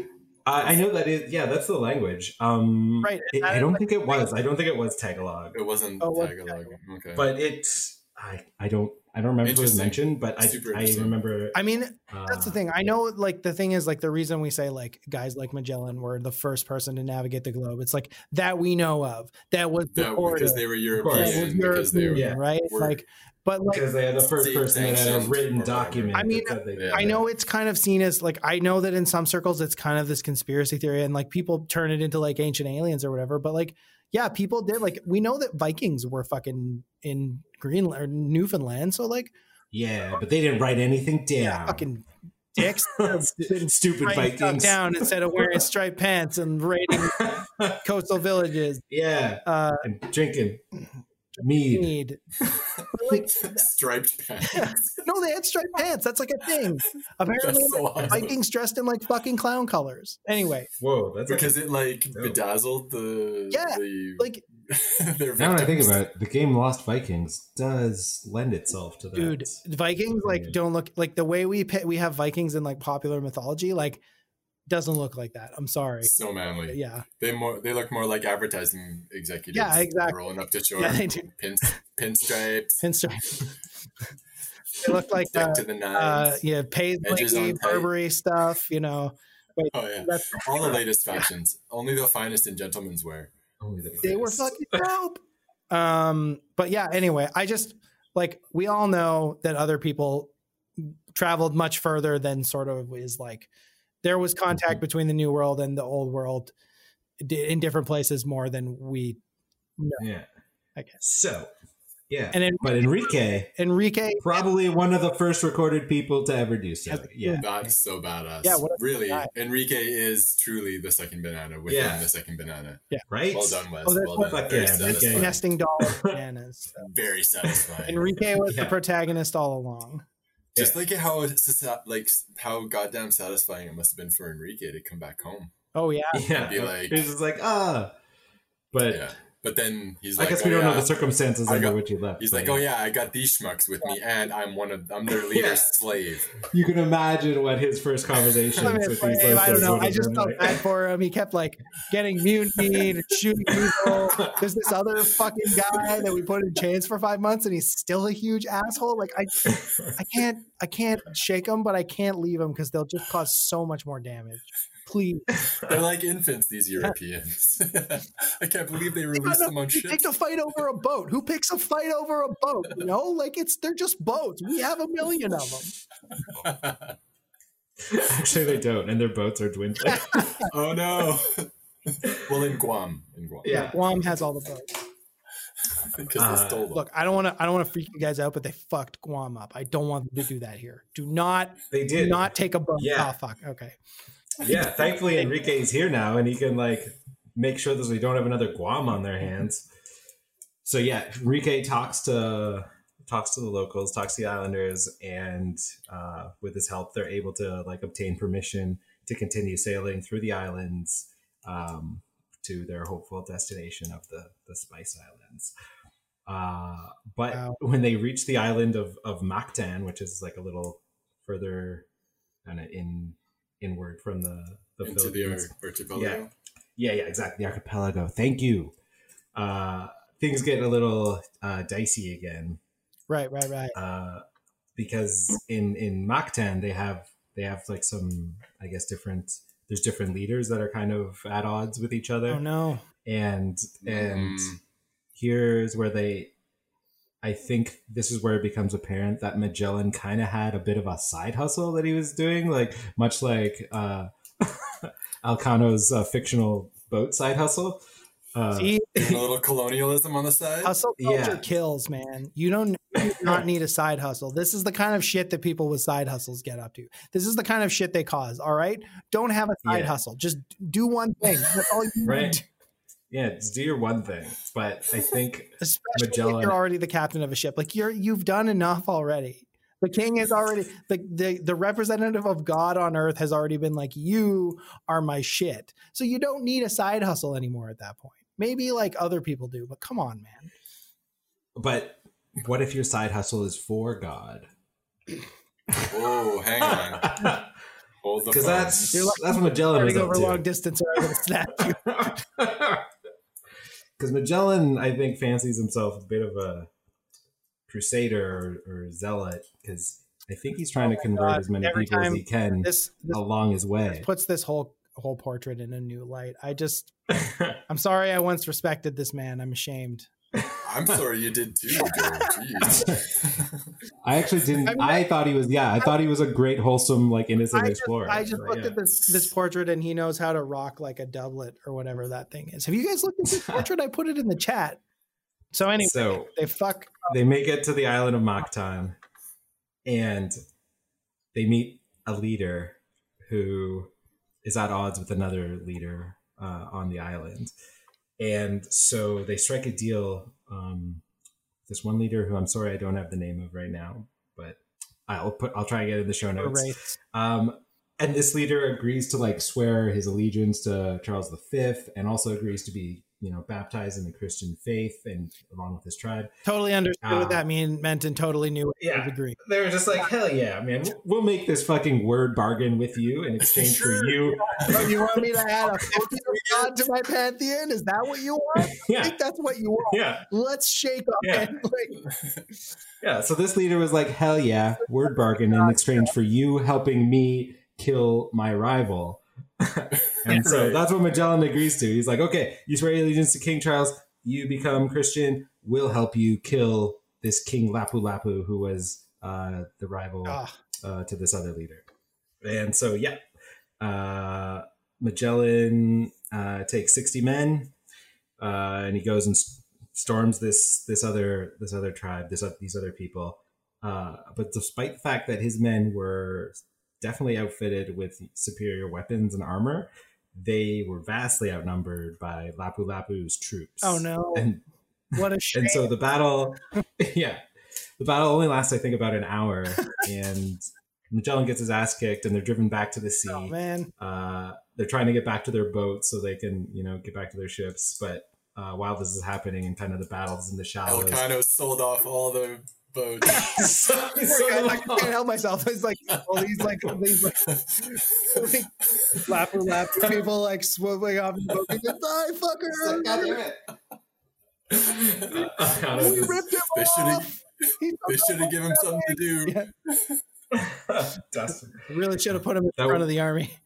Speaker 3: I know that is yeah, that's the language. Um
Speaker 2: Right,
Speaker 3: it-
Speaker 2: that
Speaker 3: I
Speaker 2: is
Speaker 3: don't think it was. I don't think it was Tagalog.
Speaker 4: it wasn't
Speaker 2: Oh, it was
Speaker 4: Tagalog? Okay.
Speaker 3: but it's I, I don't I don't remember if it was
Speaker 4: Interesting.
Speaker 3: mentioned, but I,
Speaker 4: Super
Speaker 3: I
Speaker 4: interesting.
Speaker 3: remember.
Speaker 2: I mean, that's the
Speaker 3: uh,
Speaker 2: thing. I
Speaker 3: yeah.
Speaker 2: know like the thing is like the reason we say like guys like Magellan were the first person to navigate the globe. It's like that we know of. That was
Speaker 4: that,
Speaker 2: before
Speaker 4: because
Speaker 2: the-
Speaker 4: they were
Speaker 3: course.
Speaker 2: that
Speaker 4: European.
Speaker 2: was
Speaker 4: because they were.
Speaker 2: European,
Speaker 3: yeah,
Speaker 2: right?
Speaker 4: were-
Speaker 2: like but like
Speaker 3: because they had the first
Speaker 4: State
Speaker 3: person that had a
Speaker 4: sanctions or
Speaker 3: written
Speaker 4: whatever.
Speaker 3: document.
Speaker 2: I mean,
Speaker 3: that said they-
Speaker 4: Yeah.
Speaker 2: I know it's kind of seen as like I know that in some circles it's kind of this conspiracy theory and like people turn it into like ancient aliens or whatever, but like yeah, people did like we know that Vikings were fucking in Greenland or Newfoundland, so like
Speaker 3: yeah, but they didn't write anything down.
Speaker 2: yeah, fucking dicks
Speaker 3: St- stupid
Speaker 2: writing stuff
Speaker 3: Vikings.
Speaker 2: down instead of wearing striped pants and raiding coastal villages.
Speaker 3: yeah,
Speaker 2: Uh,
Speaker 3: and drinking mead.
Speaker 2: need But, like
Speaker 4: Striped pants.
Speaker 2: no, they had striped pants. That's like a thing. Apparently,
Speaker 4: That's so awesome.
Speaker 2: Vikings dressed in like fucking clown colors. Anyway,
Speaker 3: Whoa, that's
Speaker 4: because it like
Speaker 3: No.
Speaker 4: bedazzled the
Speaker 2: Yeah,
Speaker 4: the,
Speaker 2: like
Speaker 4: their
Speaker 3: now that I think
Speaker 4: victims.
Speaker 3: about it, the game Lost Vikings does lend itself to that.
Speaker 2: dude vikings like
Speaker 3: Yeah.
Speaker 2: don't look like the way we pi- we have vikings in like popular mythology like doesn't look like that i'm sorry
Speaker 4: so manly.
Speaker 2: yeah
Speaker 4: They more they look more like advertising executives.
Speaker 2: Yeah, exactly.
Speaker 4: Rolling up to shore,
Speaker 2: yeah they do
Speaker 4: pin, pinstripes,
Speaker 2: pinstripe they look like
Speaker 4: dick
Speaker 2: uh,
Speaker 4: to the nines.
Speaker 2: uh yeah
Speaker 4: Edges
Speaker 2: paisley
Speaker 4: on tight.
Speaker 2: burberry stuff you know
Speaker 4: oh yeah,
Speaker 2: that's
Speaker 4: all the latest fashions, only the finest in gentlemen's wear.
Speaker 3: Only the
Speaker 2: they were
Speaker 3: first.
Speaker 2: fucking dope um but yeah anyway i just like we all know that other people traveled much further than sort of is like there was
Speaker 3: Mm-hmm.
Speaker 2: contact between the new world and the old world di- in different places more than we
Speaker 3: Yeah.
Speaker 2: I guess.
Speaker 3: So, yeah.
Speaker 2: and then
Speaker 3: but Enrique
Speaker 2: Enrique
Speaker 3: probably one of the first recorded people to ever do so.
Speaker 2: As a
Speaker 3: Yeah.
Speaker 2: human.
Speaker 4: That's so badass.
Speaker 2: Yeah, what a
Speaker 4: really,
Speaker 2: guy.
Speaker 4: Enrique is truly the second banana within
Speaker 3: Yeah.
Speaker 4: the second banana.
Speaker 3: Right?
Speaker 4: Well done, Wes.
Speaker 2: Oh, that's
Speaker 4: well
Speaker 2: what-
Speaker 4: done.
Speaker 3: Fuck
Speaker 4: Very
Speaker 3: yeah, Enrique.
Speaker 4: satisfying.
Speaker 2: nesting doll with bananas. So
Speaker 4: Very satisfying.
Speaker 2: Enrique was the
Speaker 3: Yeah.
Speaker 2: protagonist all along.
Speaker 4: Just like how it's- like how goddamn satisfying it must have been for Enrique to come back home.
Speaker 2: Oh yeah,
Speaker 3: Yeah.
Speaker 4: Be like-
Speaker 3: He's just like, ah, But
Speaker 4: yeah. But then he's
Speaker 3: I
Speaker 4: like,
Speaker 3: guess we
Speaker 4: "Oh,
Speaker 3: don't know
Speaker 4: yeah."
Speaker 3: the circumstances
Speaker 4: I
Speaker 3: under
Speaker 4: got-
Speaker 3: which he left.
Speaker 4: He's
Speaker 3: but
Speaker 4: like, oh yeah, I got these schmucks with me, and I'm one of I'm their leader's
Speaker 3: Yeah.
Speaker 4: slave.
Speaker 3: You can imagine what his first conversations
Speaker 2: I, mean,
Speaker 3: with
Speaker 2: it's
Speaker 3: these
Speaker 2: like, I don't
Speaker 3: locals
Speaker 2: know.
Speaker 3: would
Speaker 2: I
Speaker 3: have
Speaker 2: just
Speaker 3: been
Speaker 2: felt
Speaker 3: like-
Speaker 2: bad for him. He kept like getting mutinied and shooting people. There's this other fucking guy that we put in chains for five months, and he's still a huge asshole. Like I, I can't, I can't shake him, but I can't leave him because they'll just cause so much more damage. Please,
Speaker 4: They're like infants, these Europeans. I can't believe they released them on
Speaker 2: You
Speaker 4: ships.
Speaker 2: picked a fight over a boat. Who picks a fight over a boat? You know, like it's they're just boats. We have a million of them.
Speaker 3: Actually, they don't, and their boats are dwindling.
Speaker 4: oh no. well, in Guam, in Guam,
Speaker 3: yeah.
Speaker 2: Guam has all the boats.
Speaker 4: because
Speaker 3: Uh,
Speaker 4: they stole them.
Speaker 2: Look, I don't want to, I don't want to freak you guys out, but they fucked Guam up. I don't want them to do that here. Do not,
Speaker 3: They
Speaker 2: do
Speaker 3: did.
Speaker 2: not take a boat.
Speaker 3: Yeah.
Speaker 2: Oh fuck. Okay.
Speaker 3: yeah, thankfully Enrique is here now, and he can like make sure that we don't have another Guam on their hands. So yeah, Enrique talks to talks to the locals, talks to the islanders, and uh, with his help, they're able to like obtain permission to continue sailing through the islands um, to their hopeful destination of the the Spice Islands. Uh, but
Speaker 2: Wow.
Speaker 3: when they reach the island of of Mactan, which is like a little further kind of in inward from the the
Speaker 4: into the
Speaker 3: Philippines.
Speaker 4: ar- archipelago.
Speaker 3: yeah, yeah, exactly. The archipelago. Thank you. Uh, things get a little uh, dicey again
Speaker 2: Right. Right. Right.
Speaker 3: uh, because in in Mactan they have they have like some I guess different there's different leaders that are kind of at odds with each other
Speaker 2: Oh no.
Speaker 3: and and
Speaker 4: Mm.
Speaker 3: here's where they I think this is where it becomes apparent that Magellan kind of had a bit of a side hustle that he was doing, like much like uh, Alcano's uh, fictional boat side hustle. Uh,
Speaker 2: See,
Speaker 4: And a little colonialism on the side.
Speaker 2: hustle
Speaker 3: yeah.
Speaker 2: culture kills, man. You don't you do not need a side hustle. This is the kind of shit that people with side hustles get up to. This is the kind of shit they cause. All right. Don't have a side
Speaker 3: Yeah.
Speaker 2: hustle. Just do one thing. That's all you need.
Speaker 3: Right. yeah, just do your one thing. But I think
Speaker 2: especially if
Speaker 3: Magellan.
Speaker 2: you're already the captain of a ship. Like you're you've done enough already. The king is already the, the the representative of God on earth has already been like, you are my shit. So you don't need a side hustle anymore at that point. Maybe like other people do, but come on, man.
Speaker 3: But what if your side hustle is for God?
Speaker 4: Oh, hang on,
Speaker 3: Because
Speaker 4: hold the phone.
Speaker 3: that's
Speaker 2: You're like-
Speaker 3: that's what Magellan was
Speaker 2: Starting
Speaker 3: up
Speaker 2: over long
Speaker 3: to.
Speaker 2: distance, or I'm gonna snap you.
Speaker 3: Because Magellan, I think, fancies himself a bit of a crusader or, or zealot. Because I think he's trying to convert
Speaker 2: Oh God.
Speaker 3: as many
Speaker 2: Every
Speaker 3: people as
Speaker 2: time
Speaker 3: he can
Speaker 2: This, this
Speaker 3: along his way.
Speaker 2: puts this whole whole portrait in a new light. I just I'm sorry I once respected this man. I'm ashamed.
Speaker 4: I'm sorry you did too. Joe. Jeez.
Speaker 3: I actually didn't.
Speaker 2: I mean,
Speaker 3: I, thought he was. Yeah, I thought he was a great, wholesome, like innocent
Speaker 2: I just-
Speaker 3: explorer.
Speaker 2: I just
Speaker 3: But
Speaker 2: looked
Speaker 3: yeah.
Speaker 2: at this this portrait and he knows how to rock like a doublet or whatever that thing is. Have you guys looked at this portrait? I put it in the chat. So anyway,
Speaker 3: So
Speaker 2: they fuck
Speaker 3: they make it to the island of Mactan, and they meet a leader who is at odds with another leader uh, on the island, and so they strike a deal. Um, this one leader, who I'm sorry I don't have the name of right now, but I'll put I'll try and get it in the show
Speaker 2: a
Speaker 3: notes.
Speaker 2: race.
Speaker 3: Um, and this leader agrees to like swear his allegiance to Charles V, and also agrees to be you know baptized in the Christian faith and along with his tribe.
Speaker 2: Totally understood
Speaker 3: Ah.
Speaker 2: what that mean meant and totally knew it
Speaker 3: Yeah.
Speaker 2: was agree.
Speaker 3: they were just like, hell yeah, man, we'll make this fucking word bargain with you in exchange for you.
Speaker 2: Oh, you want me to add a fucking god to my pantheon? Is that what you want? I
Speaker 3: Yeah,
Speaker 2: think that's what you want.
Speaker 3: yeah,
Speaker 2: Let's shake up
Speaker 3: Yeah.
Speaker 2: and like
Speaker 3: yeah. So this leader was like, hell yeah, word bargain in exchange for you helping me kill my rival. and so
Speaker 4: Right.
Speaker 3: that's what Magellan agrees to. He's like, okay, you swear your allegiance to King Charles, you become Christian, we'll help you kill this King Lapu Lapu, who was uh, the rival.
Speaker 2: ah,
Speaker 3: uh, to this other leader. And so, yeah, uh, Magellan uh, takes sixty men, uh, and he goes and s- storms this this other this other tribe, this oth- these other people. Uh, but despite the fact that his men were definitely outfitted with superior weapons and armor, they were vastly outnumbered by Lapu Lapu's troops.
Speaker 2: oh no.
Speaker 3: And
Speaker 2: What a shame.
Speaker 3: and so the battle, yeah, the battle only lasts, I think, about an hour. and Magellan gets his ass kicked, and they're driven back to the sea.
Speaker 2: oh man.
Speaker 3: uh, they're trying to get back to their boat so they can, you know, get back to their ships. But uh, while this is happening and kind of the battles in the shallows.
Speaker 4: Elcano sold off all the boats.
Speaker 3: So-
Speaker 2: I,
Speaker 3: so-
Speaker 2: I can't help myself. It's like all these like all these like, like flapper lap people like swiveling off and poking him. Die
Speaker 4: God damn
Speaker 2: fucker!
Speaker 4: it.
Speaker 3: Elcano
Speaker 2: We
Speaker 3: just-
Speaker 2: ripped him
Speaker 4: They should've-
Speaker 2: off. He-
Speaker 4: They should have given him something to do.
Speaker 3: Dustin.
Speaker 2: really should have put him in
Speaker 3: That
Speaker 2: front
Speaker 3: would-
Speaker 2: of the army.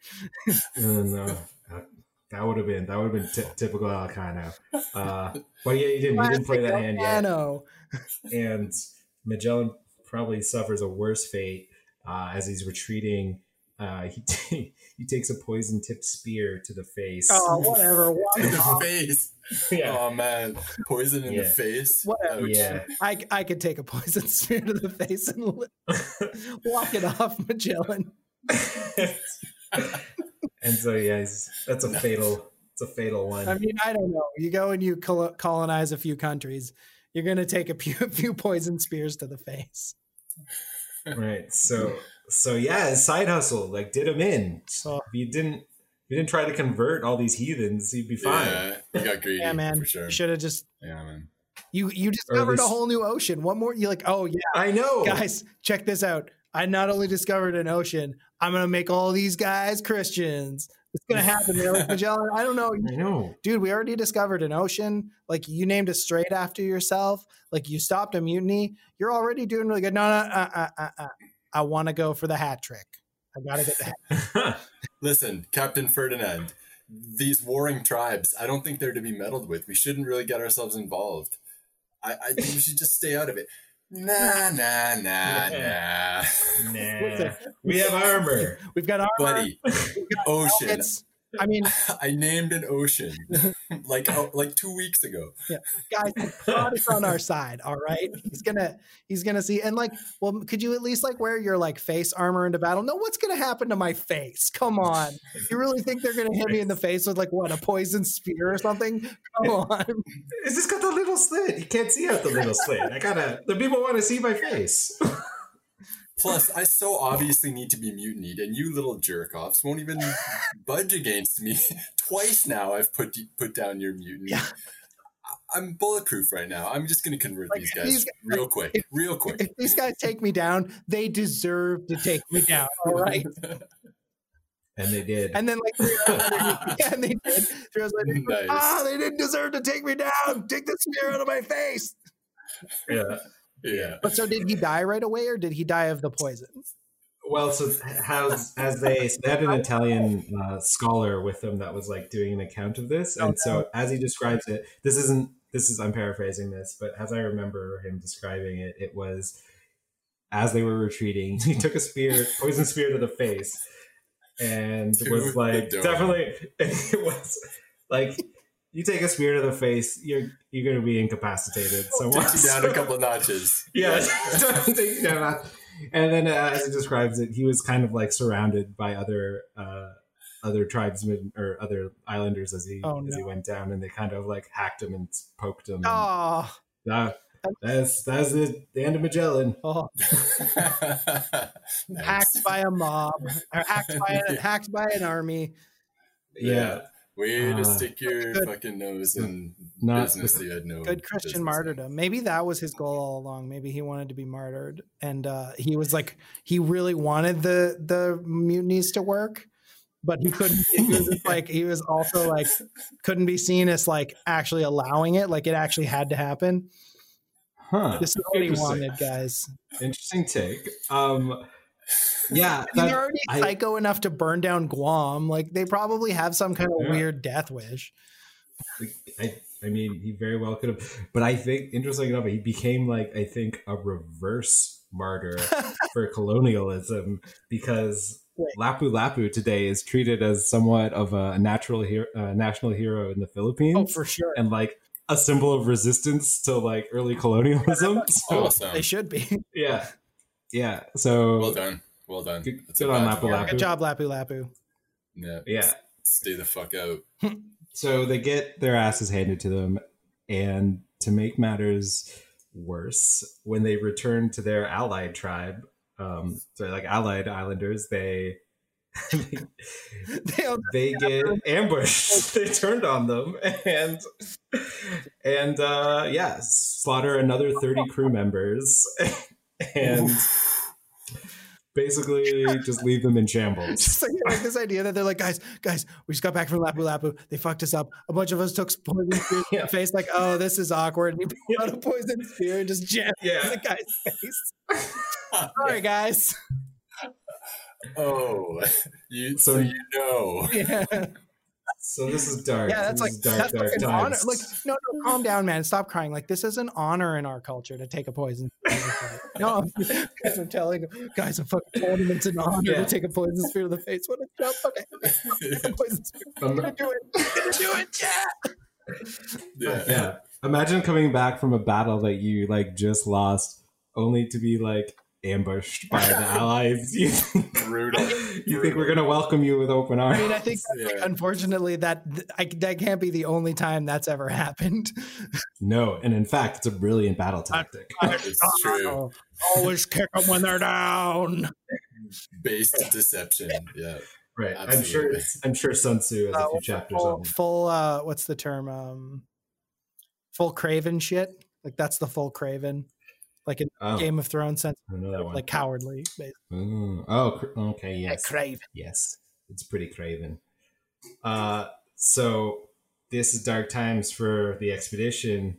Speaker 3: No, no, no. uh, That- That would have been that would have been ty- typical Alcano. Uh, but yeah, he didn't. He didn't play that hand yet,
Speaker 2: Piano.
Speaker 3: and Magellan probably suffers a worse fate uh, as he's retreating. Uh, he t- he takes a poison-tipped spear to the face.
Speaker 2: Oh, whatever.
Speaker 4: In
Speaker 2: Why-
Speaker 4: the face.
Speaker 3: yeah,
Speaker 4: Oh man, poison in the
Speaker 3: Yeah.
Speaker 4: face.
Speaker 2: Whatever.
Speaker 4: Ouch.
Speaker 3: yeah.
Speaker 2: I, I could take a poison spear to the face and li- walk it off, Magellan.
Speaker 3: and so yeah, he's, that's a fatal. It's a fatal one.
Speaker 2: I mean, I don't know. You go and you col- colonize a few countries, you're going to take a few, a few poison spears to the face.
Speaker 3: right so so yeah his side hustle like did him in
Speaker 2: Oh.
Speaker 3: if you didn't if you didn't try to convert all these heathens he'd be fine
Speaker 4: Yeah, he got greedy.
Speaker 2: Yeah, man.
Speaker 4: For sure.
Speaker 2: You should have just
Speaker 4: Yeah, man.
Speaker 2: you you
Speaker 3: Or at
Speaker 2: discovered a
Speaker 3: least-
Speaker 2: whole new ocean. What more? You're like, oh yeah,
Speaker 3: i know
Speaker 2: guys, check this out. I not only discovered an ocean, I'm going to make all these guys Christians. It's going to happen. They're like Magellan. I don't know. You
Speaker 3: i know
Speaker 2: dude, we already discovered an ocean. Like you named a strait after yourself. Like you stopped a mutiny. You're already doing really good. No, no, uh, uh, uh, uh. I want to go for the hat trick. I gotta get the hat.
Speaker 4: Listen, Captain Ferdinand, these warring tribes, I don't think they're to be meddled with. We shouldn't really get ourselves involved. I, I think we should just stay out of it. Nah, nah, nah, nah.
Speaker 3: nah.
Speaker 2: What's
Speaker 3: we have armor
Speaker 2: We've got armor.
Speaker 4: Buddy, ocean.
Speaker 2: It's, I mean,
Speaker 4: I named an ocean like oh, like two weeks ago.
Speaker 2: guys, God is on our side. All right, he's gonna he's gonna see. And like, well, could you at least like wear your like face armor into battle? No, what's gonna happen to my face? Come on, you really think they're gonna hit me in the face with like what a poison spear or something? Come on.
Speaker 3: it's just got the little slit you can't see out the little slit i gotta the people want to see my face
Speaker 4: Plus, I so obviously need to be mutinied, and you little jerk offs won't even budge against me. Twice now, I've put put down your mutiny.
Speaker 2: Yeah.
Speaker 4: I- I'm bulletproof right now. I'm just going to convert
Speaker 2: Like,
Speaker 4: these guys
Speaker 2: these
Speaker 4: real quick, real quick.
Speaker 2: if these guys take me down, they deserve to take me down. All right.
Speaker 3: and they did
Speaker 2: And then like three hours later, yeah, and they did. Three hours later,
Speaker 4: Nice.
Speaker 2: ah, they didn't deserve to take me down. Take the spear out of my face.
Speaker 3: yeah
Speaker 4: Yeah.
Speaker 2: But so did he die right away or did he die of the poison?
Speaker 3: Well, so how's as they so they had an Italian uh, scholar with them that was like doing an account of this, and so as he describes it, this isn't this is I'm paraphrasing this, but as I remember him describing it, it was as they were retreating, he took a spear, poison spear to the face, and
Speaker 4: To
Speaker 3: was
Speaker 4: the
Speaker 3: like
Speaker 4: dome.
Speaker 3: definitely it was like you take a spear to the face, you're you're gonna be incapacitated. So
Speaker 4: Takes you down a couple notches.
Speaker 3: yeah, Take you down that. and then uh, as it describes it, he was kind of like surrounded by other uh, other tribesmen or other islanders as he
Speaker 2: Oh,
Speaker 3: as he
Speaker 2: no.
Speaker 3: went down, and they kind of like hacked him and poked him. and
Speaker 2: Oh,
Speaker 3: that- that's that's the, the end of Magellan.
Speaker 2: oh,
Speaker 4: Nice.
Speaker 2: hacked by a mob or hacked by an, hacked by an army.
Speaker 3: Yeah,
Speaker 4: Way to
Speaker 3: Uh,
Speaker 4: stick your
Speaker 2: good.
Speaker 4: fucking nose in
Speaker 3: Not-
Speaker 4: business that you had no
Speaker 2: Good Christian
Speaker 4: business in.
Speaker 2: martyrdom. Maybe that was his goal all along. Maybe he wanted to be martyred, and uh, he was like, he really wanted the the mutinies to work, but he couldn't. He was just like, he was also like, couldn't be seen as like actually allowing it. Like it actually had to happen.
Speaker 3: huh?
Speaker 2: This is what he
Speaker 3: Interesting.
Speaker 2: wanted, guys.
Speaker 3: Interesting take. Um, yeah,
Speaker 2: And
Speaker 3: that-
Speaker 2: they're already
Speaker 3: I-
Speaker 2: psycho enough to burn down Guam. Like they probably have some kind of
Speaker 3: Yeah.
Speaker 2: weird death wish.
Speaker 3: I I mean, he very well could have, but I think interesting enough, he became like I think a reverse martyr for colonialism because
Speaker 2: Right.
Speaker 3: Lapu Lapu today is treated as somewhat of a natural hero, uh, national hero in the Philippines,
Speaker 2: Oh, for sure.
Speaker 3: and like a symbol of resistance to like early colonialism. So
Speaker 4: Awesome.
Speaker 2: They should be.
Speaker 3: yeah, yeah. So
Speaker 4: Well done. Well done.
Speaker 3: Good-
Speaker 4: That's a
Speaker 3: good on
Speaker 4: bad
Speaker 3: Lapu
Speaker 4: mark.
Speaker 2: Good job, Lapu Lapu.
Speaker 4: Yeah.
Speaker 3: yeah.
Speaker 4: Stay the fuck out.
Speaker 3: So they get their asses handed to them, and to make matters worse, when they return to their allied tribe, um, so like allied islanders, they
Speaker 2: They'll-
Speaker 3: they get ambushed. they turned on them, and and uh, yeah, slaughter another thirty crew members, and basically just leave them in shambles.
Speaker 2: just like, like this idea that they're like, guys, guys, we just got back from Lapu Lapu. They fucked us up. A bunch of us took poison spear in
Speaker 3: Yeah.
Speaker 2: the face. Like, oh, this is awkward. And he pulled out a poison spear and just jammed it in
Speaker 3: Yeah,
Speaker 2: the guy's face. Sorry, guys.
Speaker 4: Oh, you
Speaker 3: So-
Speaker 4: so, you know.
Speaker 2: Yeah,
Speaker 3: so this is dark.
Speaker 2: Yeah, that's
Speaker 3: This
Speaker 2: like
Speaker 3: is dark,
Speaker 2: that's
Speaker 3: dark
Speaker 2: like an honor.
Speaker 3: times.
Speaker 2: Like, no, no, calm down, man. Stop crying. Like, this is an honor in our culture to take a poison. spear to the face. no, I'm, guys, I'm telling them- guys, I'm fucking telling them it's an honor
Speaker 3: Yeah.
Speaker 2: to take a poison spear to the face. What a jump! Okay, poison spear.
Speaker 3: Um,
Speaker 2: Gonna do it. Gonna do it. Yeah.
Speaker 4: yeah.
Speaker 3: yeah. Imagine coming back from a battle that you like just lost, only to be like ambushed by the allies. You think,
Speaker 4: Brutal.
Speaker 3: you think we're gonna welcome you with open
Speaker 2: I
Speaker 3: arms?
Speaker 2: mean, I think
Speaker 4: Yeah.
Speaker 2: unfortunately that I, that can't be the only time that's ever happened
Speaker 3: No, and in fact, it's a brilliant battle tactic.
Speaker 4: It's true.
Speaker 3: Oh.
Speaker 2: always kick them when they're down
Speaker 4: Based deception. Yeah.
Speaker 3: Right. I'm sure.
Speaker 4: Absolutely.
Speaker 3: it's- I'm sure Sun Tzu has a
Speaker 2: Uh,
Speaker 3: few chapters on
Speaker 2: full,
Speaker 3: it.
Speaker 2: full uh what's the term um full craven shit like that's the full craven like in
Speaker 3: Oh,
Speaker 2: game of thrones sense
Speaker 3: I know that one.
Speaker 2: like cowardly basically.
Speaker 3: Ooh. oh, cr- okay. Yes.
Speaker 2: craven
Speaker 3: Yes, it's pretty craven. Uh, so this is dark times for the expedition.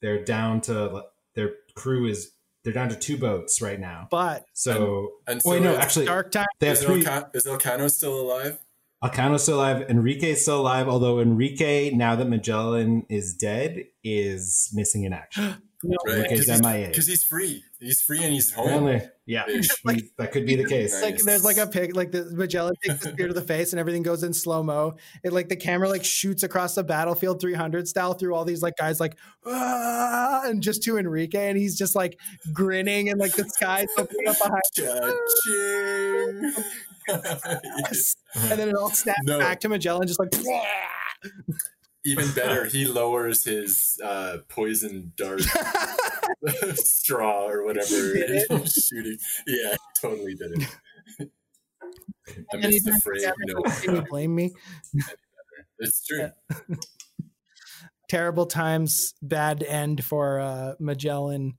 Speaker 3: They're down to their crew is they're down to two boats right now.
Speaker 2: but
Speaker 3: So
Speaker 4: And so
Speaker 3: wait, no,
Speaker 4: is-
Speaker 3: actually
Speaker 2: dark time
Speaker 3: they have
Speaker 4: is,
Speaker 3: three.
Speaker 4: Elca- is Elcano still alive?
Speaker 3: Alcano's still alive. Enrique's still alive. Although Enrique, now that Magellan is dead, is missing in action.
Speaker 2: no,
Speaker 4: Right.
Speaker 3: Enrique's
Speaker 4: Because
Speaker 3: MIA.
Speaker 4: Because he's free. He's free and he's home.
Speaker 3: Apparently, yeah,
Speaker 2: Like-
Speaker 3: that could be the case.
Speaker 2: It's like there's like a pic like the Magellan takes the spear to the face and everything goes in slow mo. It like the camera like shoots across the battlefield 300 style through all these like guys like "Ah," and just to Enrique and he's just like grinning and like the sky's opening up behind
Speaker 4: Cha-ching.
Speaker 2: us and then it all snaps
Speaker 4: No.
Speaker 2: back to Magellan just like "Wah!"
Speaker 4: Even better, he lowers his uh, poison dart straw or whatever
Speaker 2: He did
Speaker 4: I'm shooting. Yeah, totally did it. I
Speaker 2: And he's
Speaker 4: missed the
Speaker 2: like,
Speaker 4: phrase.
Speaker 2: "Yeah,
Speaker 4: No,
Speaker 2: Can you blame me?
Speaker 4: it's true.
Speaker 2: Yeah. Terrible times, bad end for uh, Magellan.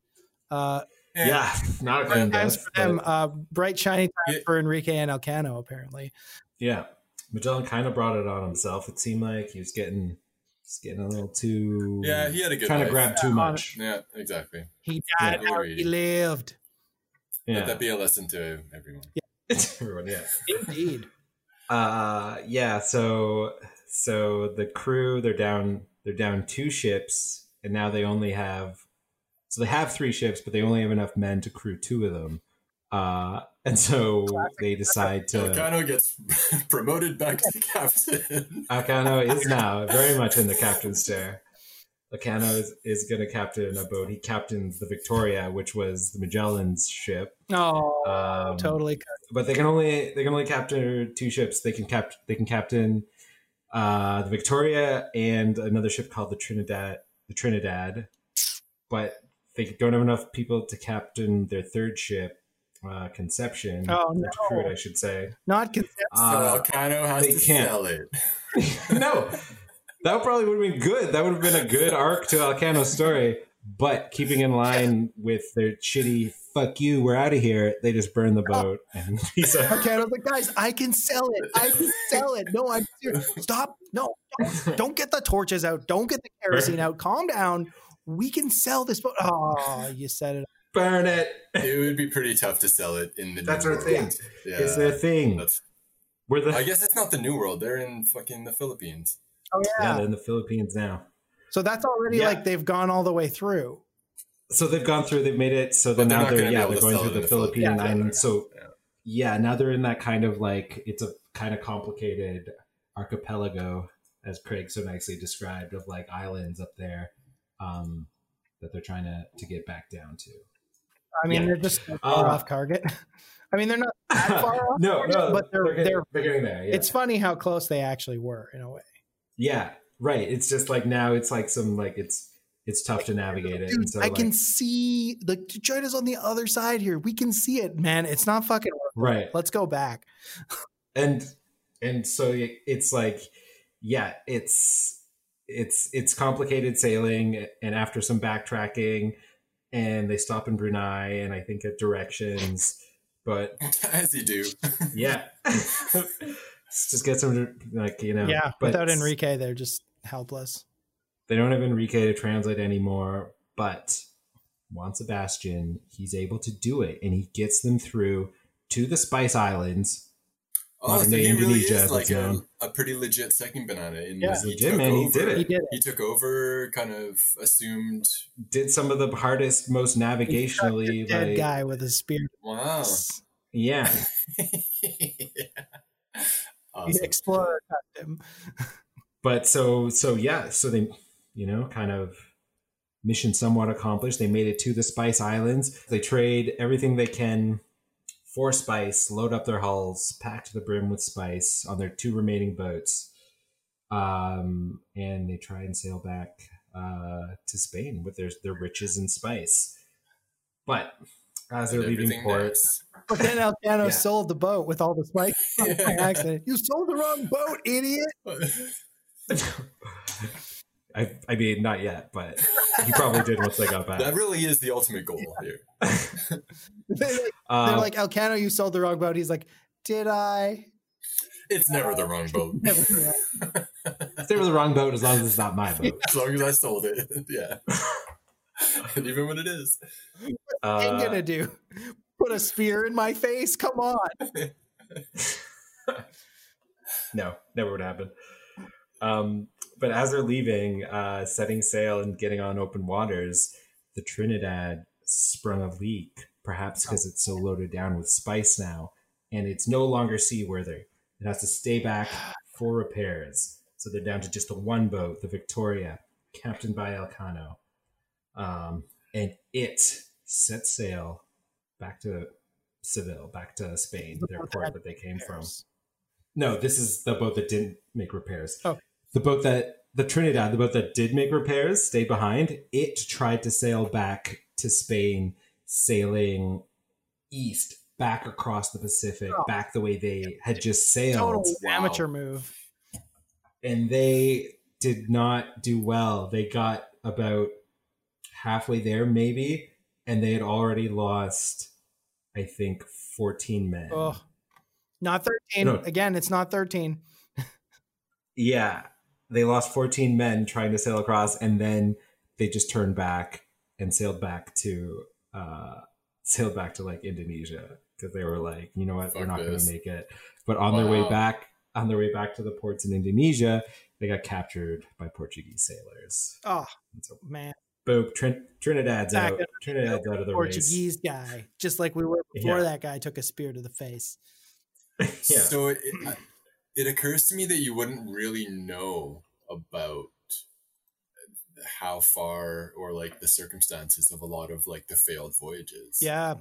Speaker 2: Uh,
Speaker 3: yeah, not a
Speaker 2: bright
Speaker 3: grand
Speaker 2: times
Speaker 3: death.
Speaker 2: for them.
Speaker 3: but-
Speaker 2: Uh, bright shiny times
Speaker 4: Yeah.
Speaker 2: for Enrique and Elcano apparently.
Speaker 3: Yeah, Magellan kind of brought it on himself. It seemed like he was getting, he's getting a little too
Speaker 4: Yeah, he had a good
Speaker 3: trying to
Speaker 4: life.
Speaker 3: grab too much.
Speaker 4: Yeah, exactly.
Speaker 2: He
Speaker 3: Yeah,
Speaker 2: died
Speaker 4: I
Speaker 2: or
Speaker 4: agree.
Speaker 2: he lived.
Speaker 4: Let
Speaker 3: Yeah,
Speaker 4: that be a lesson to everyone.
Speaker 3: everyone. Yeah,
Speaker 2: Indeed.
Speaker 3: uh, yeah. So, so the crew they're down, they're down two ships, and now they only have, so they have three ships, but they only have enough men to crew two of them. Uh, and so they decide to.
Speaker 4: Elcano gets promoted back to captain.
Speaker 3: Akano is now very much in the captain's chair. Akano is, is going to captain a boat. He captains the Victoria, which was the Magellan's ship.
Speaker 2: Oh,
Speaker 3: Um,
Speaker 2: totally. cut.
Speaker 3: But they can only they can only capture two ships. They can cap they can captain uh, the Victoria and another ship called the Trinidad. The Trinidad, but they don't have enough people to captain their third ship, uh, Conception.
Speaker 2: Oh,
Speaker 3: or to crew it,
Speaker 2: no.
Speaker 3: I should say.
Speaker 2: Not con-
Speaker 3: Uh,
Speaker 4: so Elcano has
Speaker 3: they
Speaker 4: to
Speaker 3: can't.
Speaker 4: sell it.
Speaker 3: no, that probably would have been good. That would have been a good arc to Alcano's story. But keeping in line with their shitty "fuck you, we're out of here," they just burn the boat and he's like,
Speaker 2: Okay, I was like, guys, I can sell it. I can sell it. No, I'm serious. Stop. No, don't- don't get the torches out. Don't get the kerosene out. Calm down. We can sell this boat. Oh, you said it.
Speaker 3: "Burn it."
Speaker 4: It would be pretty tough to sell it in the
Speaker 3: That's
Speaker 4: new
Speaker 3: our
Speaker 4: world.
Speaker 3: thing.
Speaker 4: Yeah.
Speaker 3: It's their thing.
Speaker 4: That's-
Speaker 3: We're the
Speaker 4: I guess it's not the new world. They're in fucking the Philippines.
Speaker 2: Oh,
Speaker 3: yeah,
Speaker 2: yeah.
Speaker 3: they're in the Philippines now.
Speaker 2: So that's already
Speaker 3: Yeah.
Speaker 2: like they've gone all the way through.
Speaker 3: So they've gone through. They've made it. So then
Speaker 4: they're
Speaker 3: now
Speaker 4: not
Speaker 3: they're
Speaker 4: gonna be
Speaker 3: yeah
Speaker 4: able
Speaker 3: they're
Speaker 4: to
Speaker 3: going
Speaker 4: sell it
Speaker 3: through
Speaker 4: in
Speaker 3: the
Speaker 4: the
Speaker 3: Philippine
Speaker 4: Philippines.
Speaker 3: island.
Speaker 4: Yeah.
Speaker 3: So
Speaker 4: Yeah.
Speaker 3: yeah, now they're in that kind of like it's a kind of complicated archipelago, as Craig so nicely described, of like islands up there um, that they're trying to to get back down to.
Speaker 2: I mean,
Speaker 3: Yeah.
Speaker 2: they're just so far
Speaker 3: Uh,
Speaker 2: off target. I mean, they're not that far off.
Speaker 3: no, no,
Speaker 2: but they're-
Speaker 3: getting,
Speaker 2: they're-
Speaker 3: they're getting there. Yeah.
Speaker 2: It's funny how close they actually were in a way.
Speaker 3: yeah, right. It's just like now it's like some like it's it's tough to navigate it.
Speaker 2: Dude,
Speaker 3: and so
Speaker 2: I
Speaker 3: like,
Speaker 2: can see like Detroit is on the other side here. We can see it, man. It's not fucking.
Speaker 3: right.
Speaker 2: Let's go back.
Speaker 3: and and so it- it's like yeah it's it's it's complicated sailing and after some backtracking and they stop in brunei and i think at directions but
Speaker 4: As you do.
Speaker 3: yeah Let's just get some like you know
Speaker 2: yeah,
Speaker 3: but
Speaker 2: without Enrique, they're just helpless.
Speaker 3: they don't have enrique to translate anymore but juan sebastian he's able to do it and he gets them through to the spice islands
Speaker 4: Oh, so
Speaker 3: Modern-day
Speaker 4: he really
Speaker 3: Indonesia,
Speaker 4: is
Speaker 3: but,
Speaker 4: like a,
Speaker 3: um,
Speaker 4: a pretty legit second banana. And
Speaker 2: Yeah.
Speaker 3: He's
Speaker 4: he
Speaker 3: legit,
Speaker 4: took
Speaker 3: man. He
Speaker 4: over-
Speaker 3: did it.
Speaker 2: He did it.
Speaker 4: He took over, kind of assumed.
Speaker 3: did some of the hardest, most navigationally
Speaker 2: Dead
Speaker 3: like Oh,
Speaker 2: guy with a spear.
Speaker 4: Wow.
Speaker 3: yeah,
Speaker 4: Awesome.
Speaker 2: Explorer cut him.
Speaker 3: but so so yeah, so they you know kind of mission somewhat accomplished. They made it to the Spice Islands. They trade everything they can for spice, load up their hulls, pack to the brim with spice on their two remaining boats, um, and they try and sail back uh, to Spain with their their riches and spice. But as they're
Speaker 4: Did
Speaker 3: leaving
Speaker 4: everything
Speaker 3: port,
Speaker 4: nice.
Speaker 2: But then Elcano
Speaker 3: Yeah.
Speaker 2: sold the boat with all the spikes on it by accident. You sold the wrong boat, idiot.
Speaker 3: I, I mean, not yet, but he probably did once they got back.
Speaker 4: that really is the ultimate goal here.
Speaker 2: They're like,
Speaker 3: Uh,
Speaker 2: they're like, Elcano, you sold the wrong boat. He's like, did I?
Speaker 4: It's never the wrong boat.
Speaker 3: if they were the wrong boat, as long as it's not my boat.
Speaker 4: as long as I sold it. Yeah. and even when it is.
Speaker 2: What am
Speaker 3: Uh,
Speaker 2: gonna do? Put a spear in my face? Come on.
Speaker 3: no, never would happen. Um, but as they're leaving, uh, setting sail and getting on open waters, the Trinidad sprung a leak, perhaps because it's so loaded down with spice now, and it's no longer seaworthy. It has to stay back for repairs. So they're down to just the one boat, the Victoria, captained by Elcano. Um, and it set sail back to Seville, back to Spain, their port that they came from. No, this is the boat that didn't make repairs.
Speaker 2: Oh.
Speaker 3: The boat that the Trinidad, the boat that did make repairs, stayed behind. It tried to sail back to Spain, sailing east, back across the Pacific,
Speaker 2: Oh.
Speaker 3: back the way they had just
Speaker 2: Total
Speaker 3: sailed.
Speaker 2: amateur move.
Speaker 3: And they did not do well. They got about halfway there, maybe, and they had already lost, I think, 14 men.
Speaker 2: Oh. Not 13.
Speaker 3: No.
Speaker 2: Again, it's not 13.
Speaker 3: Yeah. They lost 14 men trying to sail across, and then they just turned back and sailed back to uh sailed back to like Indonesia because they were like, you know what, we're
Speaker 4: Fuck
Speaker 3: not
Speaker 4: this.
Speaker 3: gonna make it. But on their way
Speaker 4: Wow.
Speaker 3: back, on their way back to the ports in Indonesia, they got captured by Portuguese sailors.
Speaker 2: Oh,
Speaker 3: And so
Speaker 2: man.
Speaker 3: boom, Trin- Trinidad's
Speaker 2: Back
Speaker 3: out.
Speaker 2: in-
Speaker 3: Trinidad's out of the race.
Speaker 2: Portuguese guy. Just like we were before
Speaker 3: Yeah.
Speaker 2: that guy took a spear to the face.
Speaker 3: Yeah.
Speaker 4: So it, it, it occurs to me that you wouldn't really know about how far or like the circumstances of a lot of like the failed voyages
Speaker 2: Yeah.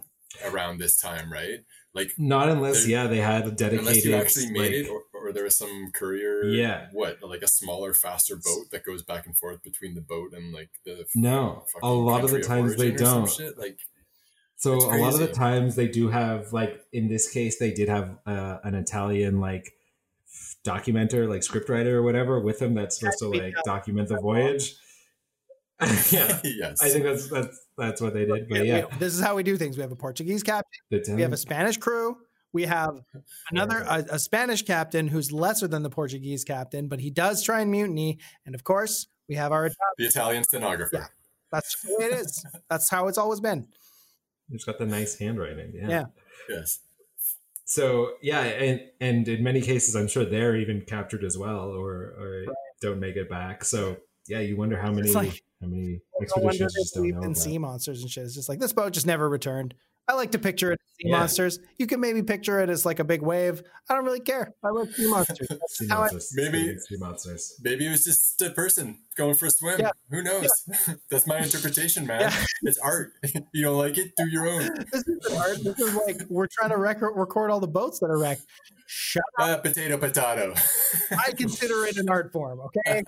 Speaker 4: around this time, right? Like
Speaker 3: Not unless,
Speaker 4: They-
Speaker 3: yeah, they had a dedicated.
Speaker 4: unless you actually made
Speaker 3: like-
Speaker 4: it or, or there was some courier
Speaker 3: Yeah.
Speaker 4: what like a smaller faster boat that goes back and forth between the boat and like the
Speaker 3: No,
Speaker 4: fucking
Speaker 3: a lot of the
Speaker 4: country
Speaker 3: times they
Speaker 4: origin or some
Speaker 3: don't.
Speaker 4: shit, like
Speaker 3: So
Speaker 4: It's
Speaker 3: a lot of the
Speaker 4: crazy.
Speaker 3: times they do have like in this case they did have uh, an Italian like documenter like scriptwriter or whatever with them that's supposed to like document the voyage. yeah,
Speaker 4: yes
Speaker 3: I think that's that's that's what they did. But
Speaker 2: We-
Speaker 3: yeah, Mm-hmm.
Speaker 2: this is how we do things. We have a Portuguese captain.
Speaker 3: the town,
Speaker 2: We have a Spanish crew. We have another a, a Spanish captain who's lesser than the Portuguese captain, but he does try and mutiny. And of course, we have our
Speaker 4: the italian stenographer
Speaker 2: Yeah. that's the way it is. That's how it's always been.
Speaker 3: it's got the nice handwriting. Yeah.
Speaker 2: Yeah.
Speaker 4: yes
Speaker 3: So yeah, and and in many cases I'm sure they're even captured as well or or don't make it back. So yeah, you wonder how many
Speaker 2: It's like-
Speaker 3: how many
Speaker 2: No wonder
Speaker 3: expeditions
Speaker 2: they
Speaker 3: just don't know
Speaker 2: believed in
Speaker 3: about.
Speaker 2: sea monsters and shit. It's just like this boat just never returned. I like to picture it as sea
Speaker 3: Yeah.
Speaker 2: monsters. You can maybe picture it as like a big wave. I don't really care. I like sea monsters. That's
Speaker 3: Sea
Speaker 2: how I-
Speaker 3: monsters.
Speaker 4: Maybe-
Speaker 3: sea monsters.
Speaker 4: Maybe it was just a person going for a swim.
Speaker 2: Yeah.
Speaker 4: Who knows? That's my interpretation, man.
Speaker 2: Yeah.
Speaker 4: It's art. you don't like it? Do your own.
Speaker 2: this is art. This is like we're trying to record record all the boats that are wrecked. Shut
Speaker 4: Ah, potato, potato.
Speaker 2: up. I consider it an art form. Okay.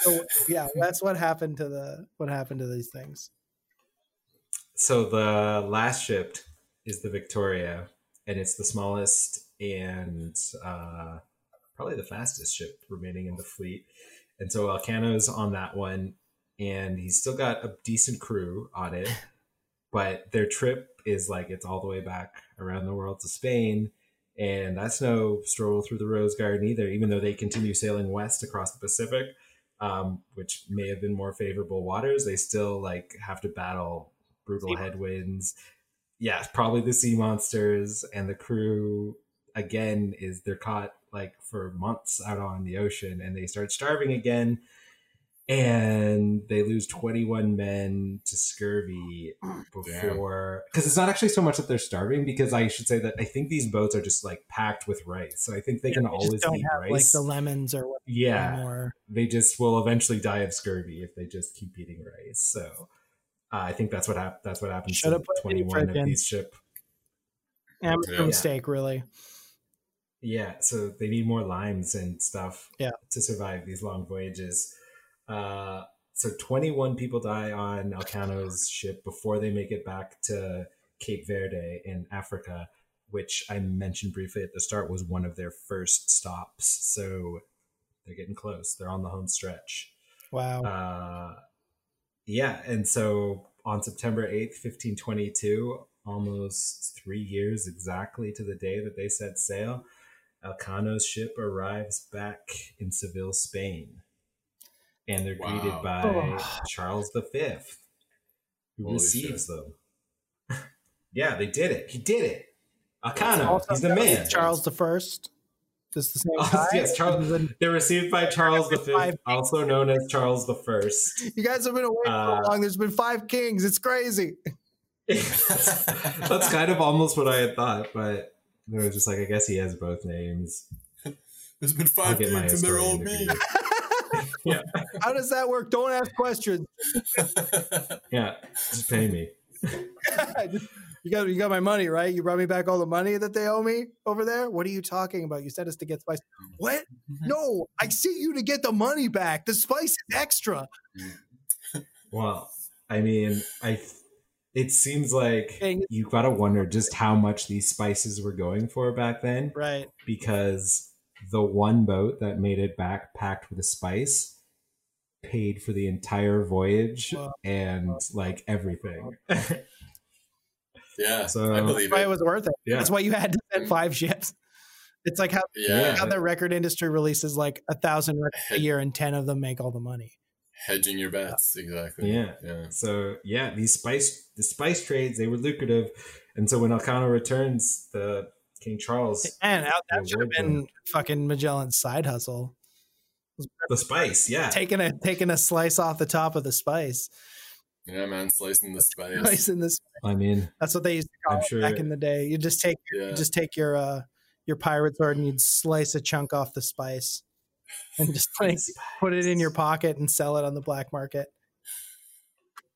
Speaker 2: So, yeah, that's what happened to the what happened to these things.
Speaker 3: So the last ship is the Victoria, and it's the smallest and uh, probably the fastest ship remaining in the fleet. And so Elcano's on that one, and he's still got a decent crew on it, but their trip is like it's all the way back around the world to Spain. And that's no stroll through the Rose Garden either, even though they continue sailing west across the Pacific, um, which may have been more favorable waters. They still like have to battle brutal headwinds. Yeah, probably the sea monsters and the crew again is they're caught like for months out on the ocean and they start starving again and they lose 21 men to scurvy before because it's not actually so much that they're starving because i should say that i think these boats are just like packed with rice so i think they can
Speaker 2: They just
Speaker 3: always
Speaker 2: don't
Speaker 3: eat
Speaker 2: have like
Speaker 3: rice
Speaker 2: the lemons or what
Speaker 3: yeah
Speaker 2: or
Speaker 3: they just will eventually die of scurvy if they just keep eating rice. So uh, I think that's what hap- that's what happens
Speaker 2: Should
Speaker 3: to
Speaker 2: have put it
Speaker 3: twenty one of
Speaker 2: in.
Speaker 3: these ship.
Speaker 2: amateur
Speaker 4: Yeah.
Speaker 2: mistake really.
Speaker 3: Yeah, so they need more limes and stuff
Speaker 2: Yeah.
Speaker 3: to survive these long voyages. Uh, so twenty one people die on Elcano's ship before they make it back to Cape Verde in Africa, which I mentioned briefly at the start was one of their first stops. So they're getting close. They're on the home stretch.
Speaker 2: Wow.
Speaker 4: Oh.
Speaker 3: Uh, yeah, and so on September 8th, 1522, almost three years exactly to the day that they set sail, Elcano's ship arrives back in Seville, Spain. And they're
Speaker 4: Wow.
Speaker 3: greeted by Charles V, who
Speaker 4: Holy
Speaker 3: receives them. yeah, they did it. He did it. Elcano,
Speaker 2: Also
Speaker 3: he's the
Speaker 2: known as
Speaker 3: man.
Speaker 2: Charles the First. Just the same
Speaker 3: Oh,
Speaker 2: guy.
Speaker 3: yes, Charles- They're received by Charles
Speaker 2: Five.
Speaker 3: V, also known as Charles the First.
Speaker 2: You guys have been away
Speaker 3: Uh,
Speaker 2: so long. There's been five kings. It's crazy.
Speaker 3: That's kind of almost what I had thought, but they were just like, I guess he has both names.
Speaker 4: There's been
Speaker 3: I'll
Speaker 4: five
Speaker 3: get my
Speaker 4: kids and they're all
Speaker 3: historian
Speaker 4: me.
Speaker 3: degree.
Speaker 2: How does that work? Don't ask questions.
Speaker 3: Yeah, just pay me.
Speaker 2: you got you got my money, right? You brought me back all the money that they owe me over there. What are you talking about? You said us to get spice. What? No, I see you to get the money back. The spice is extra.
Speaker 3: Well, I mean, I. It seems like
Speaker 2: Dang.
Speaker 3: you gotta wonder just how much these spices were going for back then,
Speaker 2: Right.
Speaker 3: because the one boat that made it back packed with a spice paid for the entire voyage
Speaker 2: Wow.
Speaker 3: and like everything.
Speaker 4: yeah,
Speaker 3: So-
Speaker 4: I believe
Speaker 2: That's why it
Speaker 4: it.
Speaker 2: was worth it.
Speaker 3: Yeah.
Speaker 2: That's why you had to send five ships. It's like how
Speaker 4: Yeah,
Speaker 2: how the record industry releases like a thousand records a year and ten of them make all the money.
Speaker 4: hedging your bets exactly.
Speaker 3: Yeah.
Speaker 4: yeah.
Speaker 3: So yeah, these spice the spice trades they were lucrative, and so when Elcano returns, the King Charles
Speaker 2: And that,
Speaker 3: Yeah,
Speaker 2: that should have
Speaker 3: well
Speaker 2: been fucking Magellan's side hustle.
Speaker 3: the spice, yeah,
Speaker 2: Taking a taking a slice off the top of the spice.
Speaker 4: Yeah, man, slicing the spice.
Speaker 2: Slice in this
Speaker 3: I mean,
Speaker 2: that's what they used to call
Speaker 3: I'm
Speaker 2: it
Speaker 3: sure-
Speaker 2: back in the day. You just take you
Speaker 4: Yeah,
Speaker 2: just take your uh your pirate sword and you'd slice a chunk off the spice and just like put it in your pocket and sell it on the black market.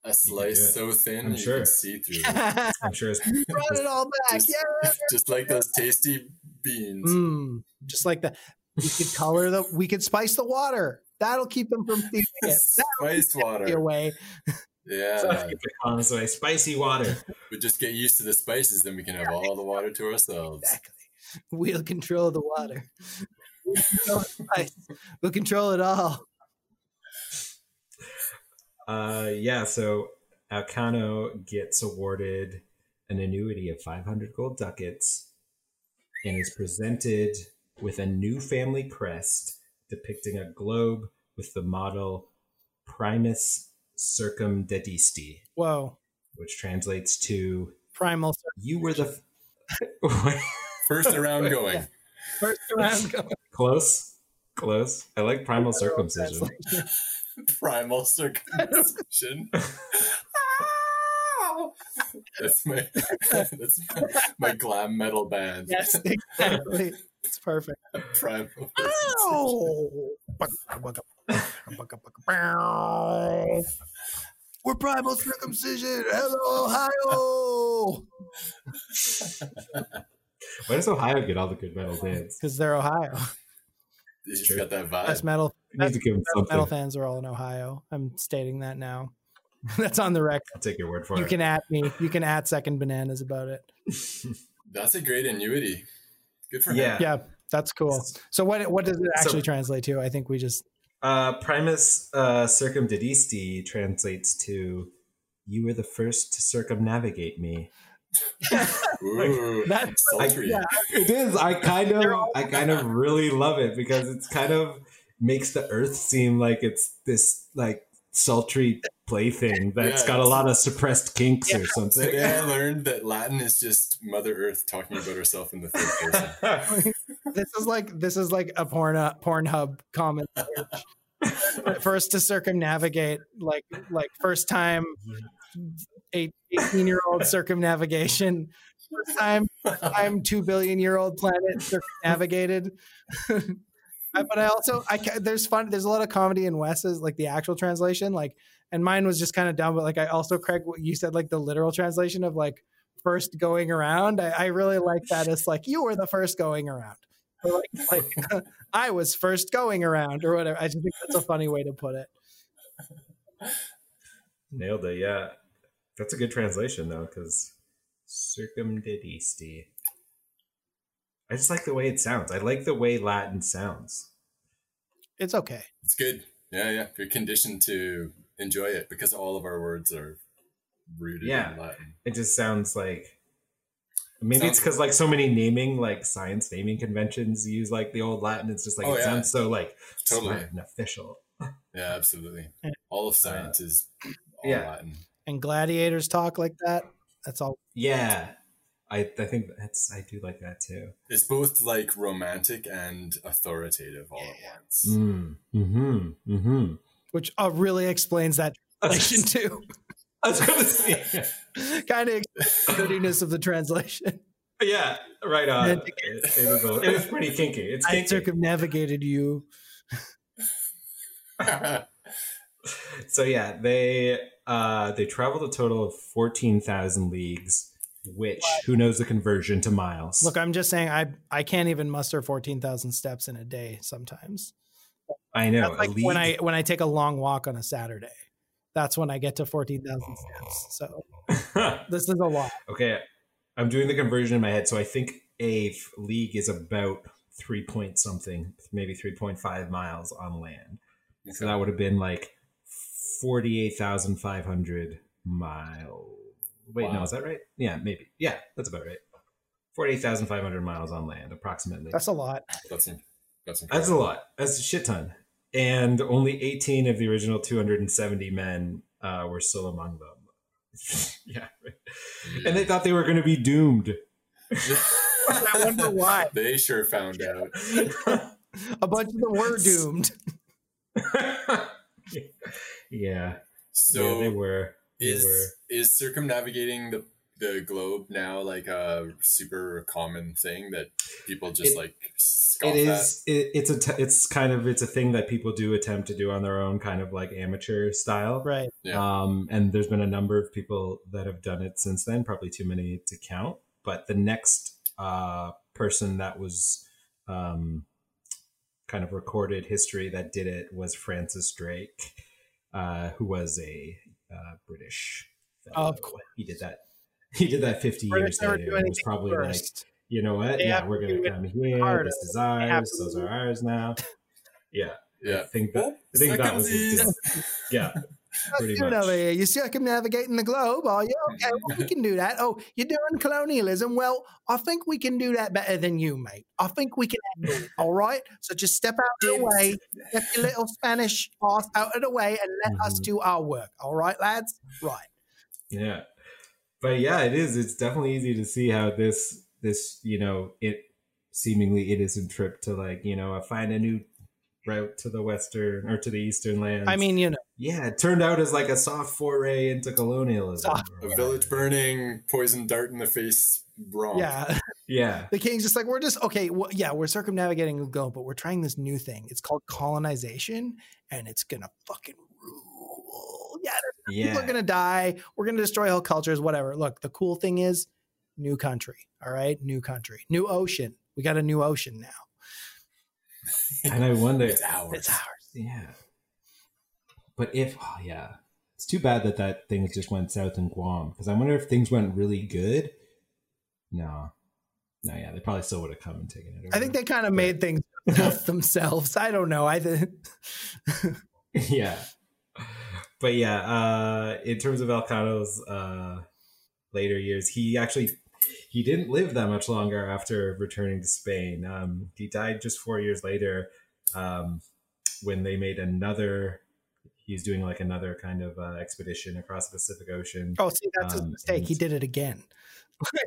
Speaker 4: a
Speaker 3: do
Speaker 4: slice
Speaker 3: it.
Speaker 4: so thin
Speaker 3: I'm
Speaker 4: you
Speaker 3: sure.
Speaker 4: can see through it.
Speaker 2: Brought
Speaker 3: I'm sure it's
Speaker 2: it all back.
Speaker 4: Just-
Speaker 2: Yeah.
Speaker 4: just like those tasty beans.
Speaker 2: Mm, just like that. We could color the we could spice the water. That'll keep them from thieving it.
Speaker 4: Spice
Speaker 2: That'll be
Speaker 4: water.
Speaker 2: away.
Speaker 4: Yeah.
Speaker 3: honestly spicy water.
Speaker 4: We just get used to the spices, then we can have all the water to ourselves.
Speaker 2: Exactly. We'll control the water. We'll control the ice. We'll control it all.
Speaker 3: Uh, yeah, so Alcano gets awarded an annuity of 500 gold ducats and is presented with a new family crest depicting a globe with the model Primus Circumdedisti,
Speaker 2: Whoa.
Speaker 3: which translates to
Speaker 2: Primal
Speaker 3: You were the. F-
Speaker 4: First around going.
Speaker 2: first round going.
Speaker 3: close, close. I like Primal Circumcision.
Speaker 4: Primal circumcision. Ow! that's my that's my, my glam metal band.
Speaker 2: Yes, exactly. It's perfect.
Speaker 4: Primal.
Speaker 2: Ow! We're primal circumcision. Hello, Ohio.
Speaker 3: Why does Ohio get all the good metal bands?
Speaker 2: Because they're Ohio.
Speaker 4: You just
Speaker 3: True.
Speaker 4: got that
Speaker 2: Best
Speaker 4: vibe.
Speaker 2: metal
Speaker 3: We need to give them
Speaker 2: metal
Speaker 3: something.
Speaker 2: fans are all in Ohio. I'm stating that now. That's on the record.
Speaker 3: I'll take your word for
Speaker 2: You
Speaker 3: it.
Speaker 2: can at me. You can at second bananas about it.
Speaker 4: That's a great annuity. Good for
Speaker 3: Yeah.
Speaker 4: him.
Speaker 2: Yeah, that's cool. So what what does it actually
Speaker 3: So-
Speaker 2: translate to? I think we just
Speaker 3: Uh, primus uh, circumdidisti translates to "You were the first to circumnavigate me."
Speaker 4: Ooh,
Speaker 2: that's
Speaker 4: sultry.
Speaker 2: yeah.
Speaker 3: It is. I kind
Speaker 2: They're
Speaker 3: of,
Speaker 2: all-
Speaker 3: I kind of really love it because it's kind of makes the Earth seem like it's this like sultry plaything that's
Speaker 4: Yeah,
Speaker 3: got a
Speaker 4: it's-
Speaker 3: lot of suppressed kinks or something.
Speaker 4: Today I learned that Latin is just Mother Earth talking about herself in the third person.
Speaker 2: this is like this is like a porn Pornhub comment search. first to circumnavigate like like first time eight- 18 year old circumnavigation first time I'm two billion year old planet circumnavigated. I- but I also I ca- there's fun there's a lot of comedy in Wes's like the actual translation like and mine was just kind of dumb but like I also Craig what you said like the literal translation of like first going around I, I really like that it's like you were the first going around or like like I was first going around or whatever I just think that's a funny way to put it
Speaker 3: Nailed it. Yeah, that's a good translation though, because circumdidisti. I just like the way it sounds. I like the way Latin sounds.
Speaker 2: it's okay
Speaker 4: It's good. Yeah, yeah. You're conditioned to enjoy it because all of our words are rooted
Speaker 3: Yeah.
Speaker 4: in Latin.
Speaker 3: It just sounds like maybe it's
Speaker 4: Sounds-
Speaker 3: because like so many naming like science naming conventions use like the old Latin. It's just like
Speaker 4: Oh,
Speaker 3: it
Speaker 4: yeah.
Speaker 3: sounds so like
Speaker 4: Totally.
Speaker 3: smart and official.
Speaker 4: Yeah, absolutely. All of science is all
Speaker 3: yeah.
Speaker 4: Latin.
Speaker 2: and gladiators talk like that that's all
Speaker 3: Yeah, I I think that's I do like that too.
Speaker 4: It's both like romantic and authoritative all at once.
Speaker 3: Mm. Hmm. Hmm.
Speaker 2: which uh, really explains that translation too.
Speaker 3: I was gonna say, yeah.
Speaker 2: kind of the goodiness of the translation.
Speaker 3: yeah, right on.
Speaker 2: And-
Speaker 3: It, it was a- it was pretty kinky. It's
Speaker 2: I
Speaker 3: kinky.
Speaker 2: circumnavigated you.
Speaker 3: so yeah, they uh they traveled a total of fourteen thousand leagues, which who knows the conversion to miles.
Speaker 2: Look, I'm just saying, I I can't even muster fourteen thousand steps in a day. Sometimes,
Speaker 3: I
Speaker 2: That's
Speaker 3: know. a
Speaker 2: like
Speaker 3: league-
Speaker 2: when I when I take a long walk on a Saturday, that's when I get to fourteen thousand steps. So this is a lot.
Speaker 3: okay, I'm doing the conversion in my head, so I think a f- league is about three point something, maybe three point five miles on land. So that would have been like forty eight thousand five hundred miles. Wait, no,
Speaker 4: Wow.
Speaker 3: is that right? Yeah, maybe. Yeah, that's about right. Forty eight thousand five hundred miles on land, approximately.
Speaker 2: That's a lot.
Speaker 4: That's in-
Speaker 3: That's
Speaker 4: that's
Speaker 3: a
Speaker 4: incredible.
Speaker 3: lot. That's a shit ton. And only 18 of the original 270 men uh, were still among them. yeah. right. And they thought they were going to be doomed.
Speaker 2: I wonder why.
Speaker 4: They sure found out.
Speaker 2: A bunch of them were doomed.
Speaker 3: yeah.
Speaker 4: So
Speaker 3: yeah, they were. They
Speaker 4: is
Speaker 3: were.
Speaker 4: is circumnavigating the the globe now like a super common thing that people just
Speaker 3: It-
Speaker 4: like scoff
Speaker 3: It is. It, it's a. T- it's kind of. It's a thing that people do attempt to do on their own, kind of like amateur style.
Speaker 2: Right.
Speaker 4: Yeah.
Speaker 3: Um, and there's been a number of people that have done it since then, probably too many to count. But the next uh, person that was um, kind of recorded history that did it was Francis Drake, uh, who was a uh, British. fellow.
Speaker 2: Of course.
Speaker 3: he did that. He did that 50
Speaker 2: British
Speaker 3: years
Speaker 2: never
Speaker 3: later.
Speaker 2: do
Speaker 3: and was
Speaker 2: anything
Speaker 3: probably like,
Speaker 2: first.
Speaker 3: you know what?
Speaker 2: They
Speaker 3: yeah,
Speaker 2: have
Speaker 3: we're
Speaker 2: to
Speaker 3: gonna
Speaker 2: do it
Speaker 3: come here.
Speaker 2: harder.
Speaker 3: This is ours.
Speaker 2: have to
Speaker 3: Those
Speaker 2: do
Speaker 3: are
Speaker 2: it.
Speaker 3: ours now. Yeah, I
Speaker 4: Yeah.
Speaker 3: think that. I think that was his deal. Yeah, pretty
Speaker 2: doing
Speaker 3: much.
Speaker 2: over here? You circumnavigating the globe, are you? Okay, well, we can do that. Oh, you're doing colonialism. Well, I think we can do that better than you, mate. I think we can handle it. All right. So just step out of the way, get your little Spanish ass out of the way, and let us
Speaker 3: Mhm.
Speaker 2: do our work. All right, lads. Right.
Speaker 3: Yeah, but yeah, it is. It's definitely easy to see how this this you know it seemingly innocent trip to like you know uh, find a new route to the western or to the eastern lands.
Speaker 2: I mean, you know,
Speaker 3: yeah, it turned out as like a soft foray into colonialism.
Speaker 2: Soft.
Speaker 3: or
Speaker 4: A
Speaker 3: whatever.
Speaker 4: village burning, poison dart in the face, wrong.
Speaker 2: yeah.
Speaker 3: Yeah,
Speaker 2: The king's just like, we're just okay. Well, yeah, we're circumnavigating the globe, but we're trying this new thing. It's called colonization, and it's gonna fucking rule. Yeah,
Speaker 3: yeah.
Speaker 2: people are gonna die. We're gonna destroy whole cultures, whatever. Look, the cool thing is new country. All right, new country, new ocean. We got a new ocean now.
Speaker 3: and I wonder.
Speaker 4: It's ours.
Speaker 2: It's ours.
Speaker 3: Yeah. But if, oh, yeah. It's too bad that that thing just went south in Guam because I wonder if things went really good. No. No, yeah, they probably still would have come and taken it. Over.
Speaker 2: I think they kind of made things up themselves. I don't know. I th-
Speaker 3: yeah. But yeah, uh, in terms of Elcano's uh, later years, he actually he didn't live that much longer after returning to Spain. Um, he died just four years later um, when they made another. He's doing like another kind of uh, expedition across the Pacific Ocean.
Speaker 2: oh, see, that's his
Speaker 3: Um,
Speaker 2: mistake. He
Speaker 3: and-
Speaker 2: did it again.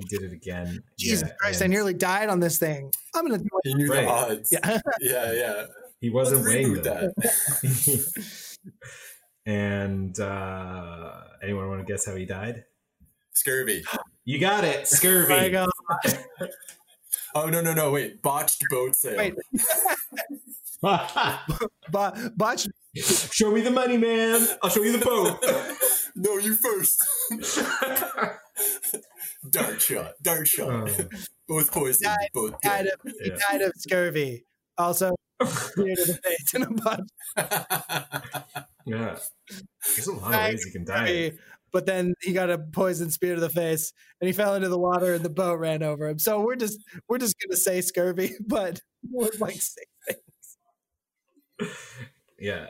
Speaker 3: He did it again.
Speaker 2: Jesus
Speaker 3: Yeah,
Speaker 2: Christ! I
Speaker 3: and
Speaker 2: nearly died on this thing. I'm gonna do it.
Speaker 4: He knew
Speaker 3: Right.
Speaker 4: the odds.
Speaker 2: Yeah.
Speaker 4: yeah. yeah.
Speaker 3: He
Speaker 4: Let's
Speaker 3: wasn't weighing
Speaker 4: reboot that.
Speaker 3: that. and uh, anyone want to guess how he died?
Speaker 4: Scurvy.
Speaker 3: You got it, scurvy.
Speaker 2: I go,
Speaker 4: Oh no no no! Wait, botched boat sale.
Speaker 2: Wait. but but
Speaker 3: show me the money, man. I'll show you the boat.
Speaker 4: no, you first. dart shot. Dart shot.
Speaker 3: Oh.
Speaker 4: both poisoned.
Speaker 2: Died,
Speaker 4: both
Speaker 2: died
Speaker 4: dead.
Speaker 2: of, he
Speaker 3: Yeah.
Speaker 2: died of scurvy. Also, clear to the face in a bunch.
Speaker 3: yeah. There's a lot of
Speaker 2: Right.
Speaker 3: ways you can die.
Speaker 2: But then he got a poison spear to the face, and he fell into the water, and the boat ran over him. So we're just we're just gonna say scurvy, but we're like
Speaker 3: Yeah.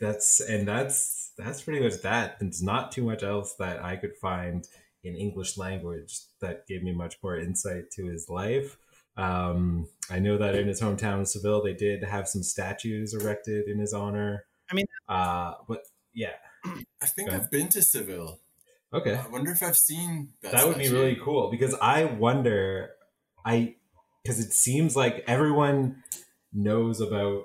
Speaker 3: That's and that's that's pretty much that. There's not too much else that I could find in English language that gave me much more insight to his life. Um, I know that in his hometown of Seville, they did have some statues erected in his honor.
Speaker 2: I mean-
Speaker 3: uh, but yeah,
Speaker 4: I think
Speaker 3: Okay.
Speaker 4: I've been to Seville.
Speaker 3: okay.
Speaker 4: I wonder if I've seen that.
Speaker 3: that would be
Speaker 4: statue.
Speaker 3: really cool because I wonder, I because it seems like everyone knows about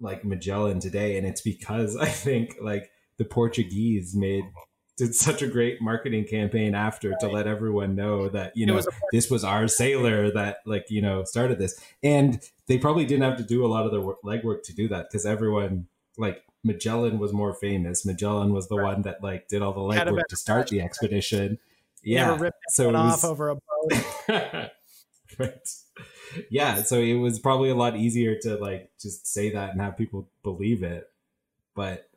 Speaker 3: like Magellan today, and it's because I think like the Portuguese made did such a great marketing campaign after to let everyone know that you
Speaker 2: It
Speaker 3: know
Speaker 2: was a-
Speaker 3: this was our sailor that like you know started this, and they probably didn't have to do a lot of the wor- legwork to do that because everyone like. Magellan was more famous. Magellan was the one that like did all the
Speaker 2: Had a
Speaker 3: legwork
Speaker 2: better
Speaker 3: to start the expedition. Yeah,
Speaker 2: never ripped
Speaker 3: so it
Speaker 2: one
Speaker 3: was,
Speaker 2: off over a boat.
Speaker 3: right. Yeah, so it was probably a lot easier to like just say that and have people believe it. But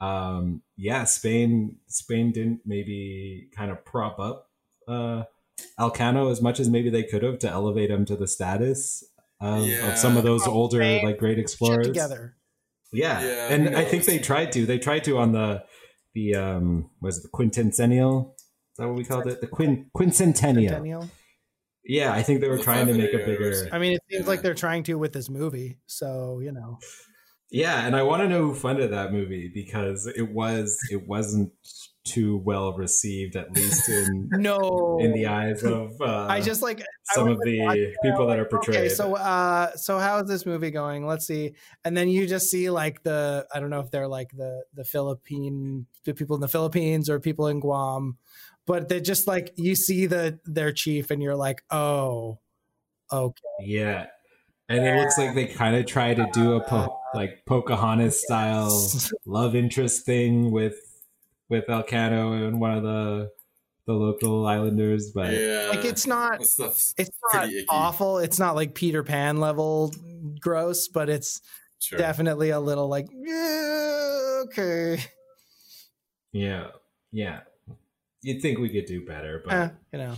Speaker 3: um yeah, Spain Spain didn't maybe kind of prop up uh Alcano as much as maybe they could have to elevate him to the status of, of some of those
Speaker 2: Yeah.
Speaker 3: older
Speaker 2: Spain,
Speaker 3: like great
Speaker 2: Shit
Speaker 3: explorers.
Speaker 2: together.
Speaker 3: Yeah.
Speaker 4: Yeah,
Speaker 3: and
Speaker 4: who
Speaker 3: I think
Speaker 4: knows?
Speaker 3: they tried to. They tried to on the the um was it the quintennial? Is that what we called it? The quin quincentennial.
Speaker 2: Centennial.
Speaker 3: Yeah, I think they were
Speaker 4: The
Speaker 3: trying to make a
Speaker 4: five-minute
Speaker 3: bigger.
Speaker 4: anniversary.
Speaker 2: I mean, it seems
Speaker 4: Yeah.
Speaker 2: like they're trying to with this movie. So you know,
Speaker 3: Yeah, and I want to know who funded that movie because it was it wasn't too well received, at least in
Speaker 2: no.
Speaker 3: in the eyes of uh,
Speaker 2: I just like I
Speaker 3: some
Speaker 2: was
Speaker 3: of the
Speaker 2: watching
Speaker 3: people that are portrayed.
Speaker 2: okay so uh so how is this movie going let's see and then you just see like the i don't know if they're like the the philippine the people in the philippines or people in guam but they're just like you see the their chief and you're like oh okay
Speaker 3: yeah, and it looks like they kind of try to do a po- like Pocahontas style love interest thing with with Elcano and one of the the local islanders, but
Speaker 4: Yeah.
Speaker 2: like it's not
Speaker 4: that stuff's
Speaker 2: it's not
Speaker 4: uh, pretty icky.
Speaker 2: awful it's not like peter pan level gross but it's
Speaker 4: sure.
Speaker 2: definitely a little like "Yeah, okay
Speaker 3: yeah, yeah. You'd think we could do better, but.
Speaker 2: Eh, you know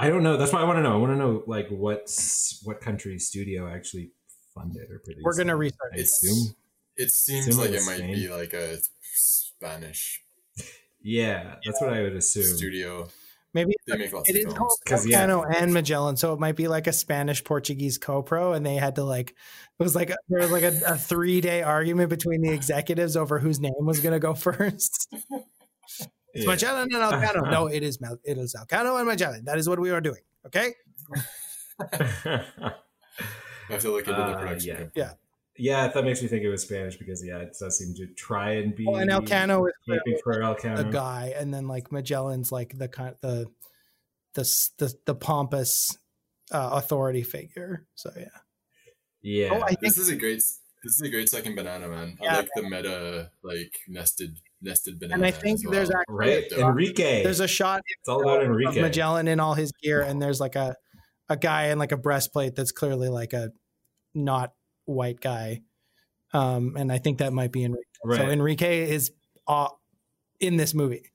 Speaker 3: I don't know. That's why I want to know. I want to know like what's what country studio actually funded or produced.
Speaker 2: we're gonna
Speaker 3: it.
Speaker 2: research
Speaker 3: I
Speaker 4: It's-
Speaker 3: assume.
Speaker 4: It seems
Speaker 3: Similar
Speaker 4: like
Speaker 3: to
Speaker 4: it might be
Speaker 3: Spain.
Speaker 4: like a Spanish
Speaker 3: Yeah, that's what I would assume.
Speaker 4: studio.
Speaker 2: maybe
Speaker 4: They make lots
Speaker 2: It
Speaker 4: of
Speaker 2: is
Speaker 4: films.
Speaker 2: called
Speaker 3: 'Cause, yeah.
Speaker 2: Volcano and Magellan, so it might be like a Spanish Portuguese co-pro, and they had to like it was like there was like a, a three day argument between the executives over whose name was going to go first. It's
Speaker 3: Yeah.
Speaker 2: Magellan and Alcano. No, it is Mal- it is Alcano and Magellan. That is what we are doing. Okay,
Speaker 4: I have to look into the
Speaker 3: Uh,
Speaker 4: production.
Speaker 3: yeah.
Speaker 4: company.
Speaker 3: yeah, that makes me think it was Spanish because yeah, it does seem to try and be.
Speaker 2: well, Oh, and Alcano is clearly
Speaker 3: keeping for
Speaker 2: the
Speaker 3: Elcano.
Speaker 2: guy, and then like Magellan's like the kind the the s- the, the pompous uh, authority figure. So yeah.
Speaker 3: Yeah.
Speaker 2: Oh, I think
Speaker 4: This is a great. This is a great second banana, man.
Speaker 2: Yeah.
Speaker 4: I like the meta, like nested, nested banana.
Speaker 2: and I think
Speaker 4: as well.
Speaker 2: there's actually
Speaker 3: Right, Enrique.
Speaker 2: there's a shot
Speaker 3: it's all about
Speaker 2: of
Speaker 3: Enrique.
Speaker 2: Magellan in all his gear, and there's like a a guy in like a breastplate that's clearly like a not white guy, um, and I think that might be Enrique.
Speaker 3: Right.
Speaker 2: So Enrique is uh, in this movie.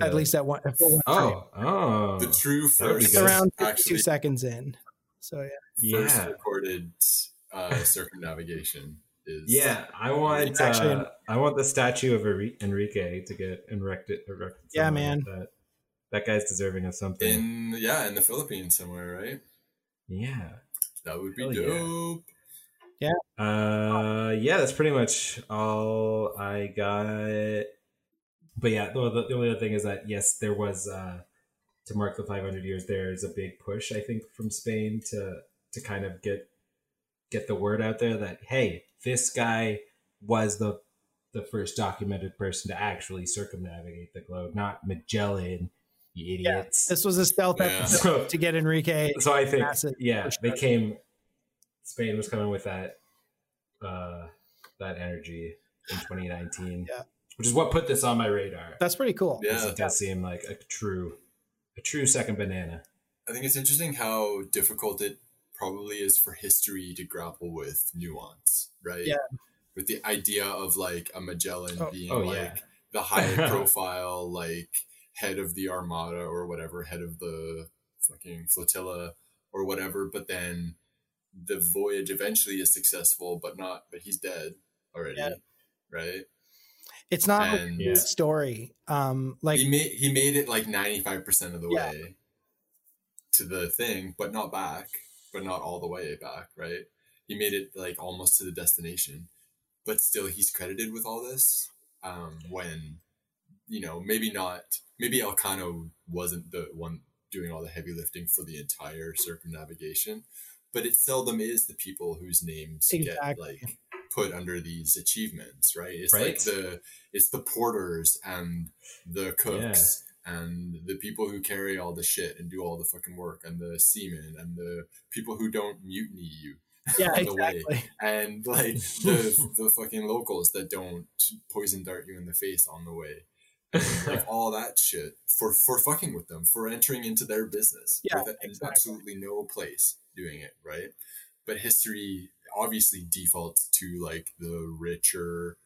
Speaker 2: at least at one. at one frame.
Speaker 3: Oh, oh.
Speaker 4: The true
Speaker 3: That would be
Speaker 4: first,
Speaker 2: it's
Speaker 3: good.
Speaker 2: around two
Speaker 4: actually,
Speaker 2: seconds in. So yeah,
Speaker 4: first
Speaker 3: Yeah.
Speaker 4: recorded uh, circumnavigation is
Speaker 3: Yeah, I want
Speaker 2: It's actually-
Speaker 3: uh, I want the statue of Enri- Enrique to get erected. erected
Speaker 2: Yeah,
Speaker 3: somewhere.
Speaker 2: man.
Speaker 3: That, that guy's deserving of something.
Speaker 4: in yeah in the Philippines somewhere, right?
Speaker 3: yeah.
Speaker 4: That would be
Speaker 3: Hell yeah.
Speaker 4: dope.
Speaker 3: Uh, yeah, that's pretty much all I got. But yeah, the, the, the only other thing is that yes, there was uh, to mark the 500 years. There is a big push, I think, from Spain to to kind of get get the word out there that hey, this guy was the the first documented person to actually circumnavigate the globe, not Magellan, you
Speaker 2: Yeah,
Speaker 3: idiots.
Speaker 2: this was a stealth
Speaker 4: Yeah.
Speaker 2: episode
Speaker 3: so,
Speaker 2: to get Enrique.
Speaker 3: so I think
Speaker 2: massive
Speaker 3: yeah,
Speaker 2: push
Speaker 3: they
Speaker 2: back.
Speaker 3: came. Spain was coming with that uh, that energy in 2019,
Speaker 2: Yeah.
Speaker 3: which is what put this on my radar.
Speaker 2: That's pretty cool.
Speaker 4: Yeah.
Speaker 3: 'cause it does seem like a true a true second banana.
Speaker 4: I think it's interesting how difficult it probably is for history to grapple with nuance, right?
Speaker 2: Yeah.
Speaker 4: With the idea of like a Magellan
Speaker 2: Oh-
Speaker 4: being
Speaker 3: oh,
Speaker 4: like
Speaker 3: yeah.
Speaker 4: the high profile, like head of the armada or whatever, head of the fucking flotilla or whatever, but then the voyage eventually is successful, but not, but he's dead already,
Speaker 2: Yeah.
Speaker 4: right?
Speaker 2: It's not a
Speaker 4: and
Speaker 3: Yeah.
Speaker 2: story. Um, like
Speaker 4: he made he made it like ninety five percent of the
Speaker 2: Yeah.
Speaker 4: way to the thing, but not back, but not all the way back, right? He made it like almost to the destination, but still he's credited with all this. Um, when you know maybe not maybe Elcano wasn't the one doing all the heavy lifting for the entire circumnavigation, but it seldom is the people whose names get
Speaker 2: Exactly.
Speaker 4: like put under these achievements, right? It's
Speaker 3: Right.
Speaker 4: like the it's the porters and the cooks and the people who carry all the shit and do all the fucking work and the seamen and the people who don't mutiny you
Speaker 2: yeah,
Speaker 4: on the way.
Speaker 2: exactly.
Speaker 4: and like the the fucking locals that don't poison dart you in the face on the way. Like all that shit for for fucking with them, for entering into their business.
Speaker 2: Yeah,
Speaker 4: with
Speaker 2: exactly.
Speaker 4: absolutely no place doing it, right? But history obviously defaults to like the richer,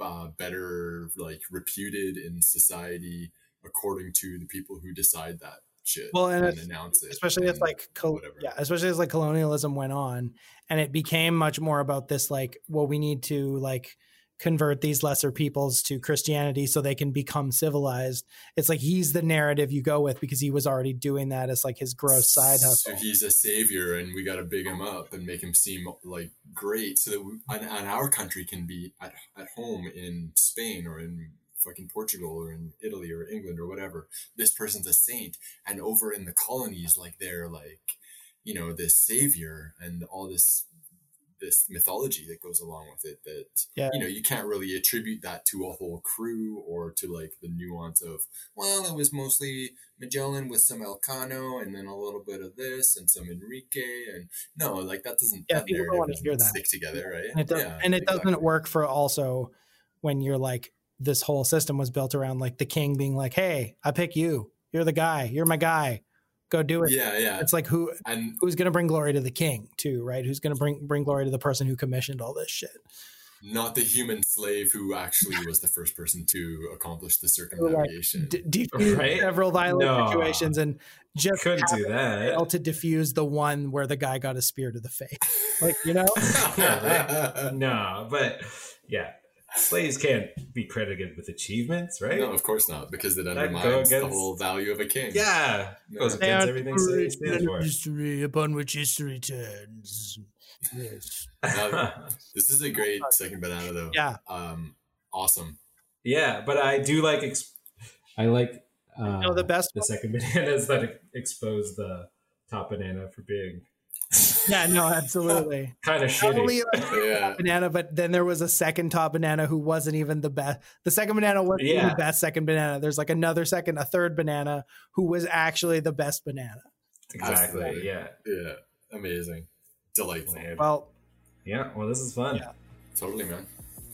Speaker 4: uh, better, like reputed in society according to the people who decide that shit
Speaker 2: Well, and it's-
Speaker 4: announce it.
Speaker 2: Especially as
Speaker 4: and
Speaker 2: like col-
Speaker 4: whatever.
Speaker 2: yeah, especially as like colonialism went on, and it became much more about this like, well, we need to like convert these lesser peoples to Christianity so they can become civilized. It's like he's the narrative you go with because he was already doing that as like his gross side hustle.
Speaker 4: So he's a savior, and we got to big him up and make him seem like great, so that we, and, and our country can be at, at home in Spain or in fucking Portugal or in Italy or England or whatever. This person's a saint, and over in the colonies, like they're like, you know, this savior and all this this mythology that goes along with it that
Speaker 2: Yeah.
Speaker 4: you know you can't really attribute that to a whole crew or to like the nuance of well it was mostly Magellan with some Elcano and then a little bit of this and some Enrique and no, like that doesn't
Speaker 2: Yeah,
Speaker 4: that
Speaker 2: people don't
Speaker 4: narrative
Speaker 2: wanna
Speaker 4: doesn't
Speaker 2: hear that.
Speaker 4: stick together, right?
Speaker 2: and it doesn't
Speaker 4: Yeah,
Speaker 2: and it
Speaker 4: exactly.
Speaker 2: doesn't work for also when you're like this whole system was built around like the king being like hey i pick you you're the guy you're my guy go do it
Speaker 4: Yeah, yeah.
Speaker 2: it's like who
Speaker 4: And
Speaker 2: who's going to bring glory to the king too right who's going to bring bring glory to the person who commissioned all this shit
Speaker 4: not the human slave who actually was the first person to accomplish the circumnavigation.
Speaker 2: D- defuse
Speaker 3: Right?
Speaker 2: several violent
Speaker 3: No.
Speaker 2: situations and just
Speaker 3: Couldn't do
Speaker 2: happened to fail
Speaker 3: that.
Speaker 2: to diffuse the one where the guy got a spear to the face like you know
Speaker 3: No, but yeah, slaves can't be credited with achievements, right?
Speaker 4: No, of course not, because it
Speaker 3: go
Speaker 4: undermines the
Speaker 3: against-
Speaker 4: whole value of a king.
Speaker 3: Yeah, goes
Speaker 4: No.
Speaker 2: They
Speaker 3: against
Speaker 2: are
Speaker 3: everything
Speaker 2: the
Speaker 3: slaves stand
Speaker 2: original
Speaker 3: for.
Speaker 2: history upon which history turns yes
Speaker 4: Now, this is a great second banana, though.
Speaker 2: yeah
Speaker 4: Um, awesome.
Speaker 3: Yeah, but I do like. Exp- I like. Uh,
Speaker 2: No, the best.
Speaker 3: the second bananas that ex- expose the top banana for being
Speaker 2: yeah, no, absolutely.
Speaker 3: kind of
Speaker 2: Not only
Speaker 3: shitty.
Speaker 2: like,
Speaker 4: Yeah.
Speaker 2: banana, but then there was a second top banana who wasn't even the best. The second banana wasn't even
Speaker 3: Yeah.
Speaker 2: the best second banana. There's like another second, a third banana who was actually the best banana.
Speaker 3: Exactly.
Speaker 4: Absolutely.
Speaker 3: Yeah.
Speaker 4: Yeah. Amazing. Delightful.
Speaker 3: Weird.
Speaker 2: Well,
Speaker 3: Yeah. Well, this is fun.
Speaker 2: Yeah.
Speaker 4: Totally, man.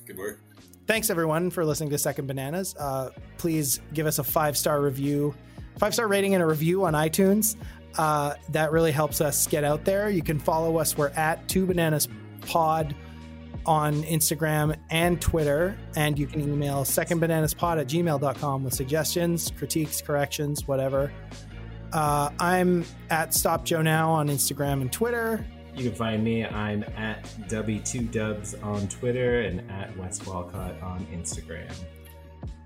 Speaker 4: Good work.
Speaker 2: thanks everyone for listening to Second Bananas. Uh, please give us a five star review, five star rating, and a review on iTunes. Uh, that really helps us get out there. You can follow us. We're at Two Bananas Pod on Instagram and Twitter. And you can email secondbananaspod at gmail.com with suggestions, critiques, corrections, whatever. Uh, I'm at Stop Joe Now on Instagram and Twitter.
Speaker 3: You can find me. I'm at W2Dubs on Twitter and at Wes Walcott on Instagram.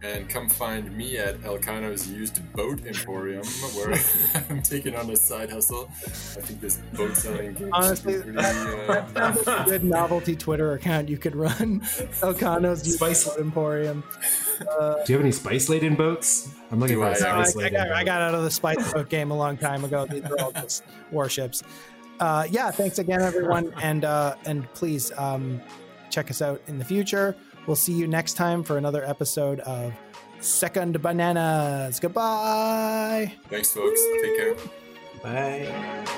Speaker 4: And come find me at Elcano's Used Boat Emporium, where I'm taking on a side hustle. I think this boat selling game
Speaker 2: Honestly,
Speaker 4: is pretty. Uh,
Speaker 2: A Good novelty Twitter account you could run. Elcano's
Speaker 3: Spice-
Speaker 2: Spice Emporium.
Speaker 3: Do you have any spice laden boats? I'm looking
Speaker 4: Do
Speaker 3: for
Speaker 4: I?
Speaker 3: a
Speaker 2: No, I,
Speaker 3: spice
Speaker 2: I
Speaker 3: laden
Speaker 2: got, I got out of the Spice Boat game a long time ago. These are all just warships. Uh, yeah, thanks again, everyone, and uh, and please um, check us out in the future. We'll see you next time for another episode of Second Bananas. Goodbye.
Speaker 4: thanks, folks. Take care.
Speaker 3: Bye.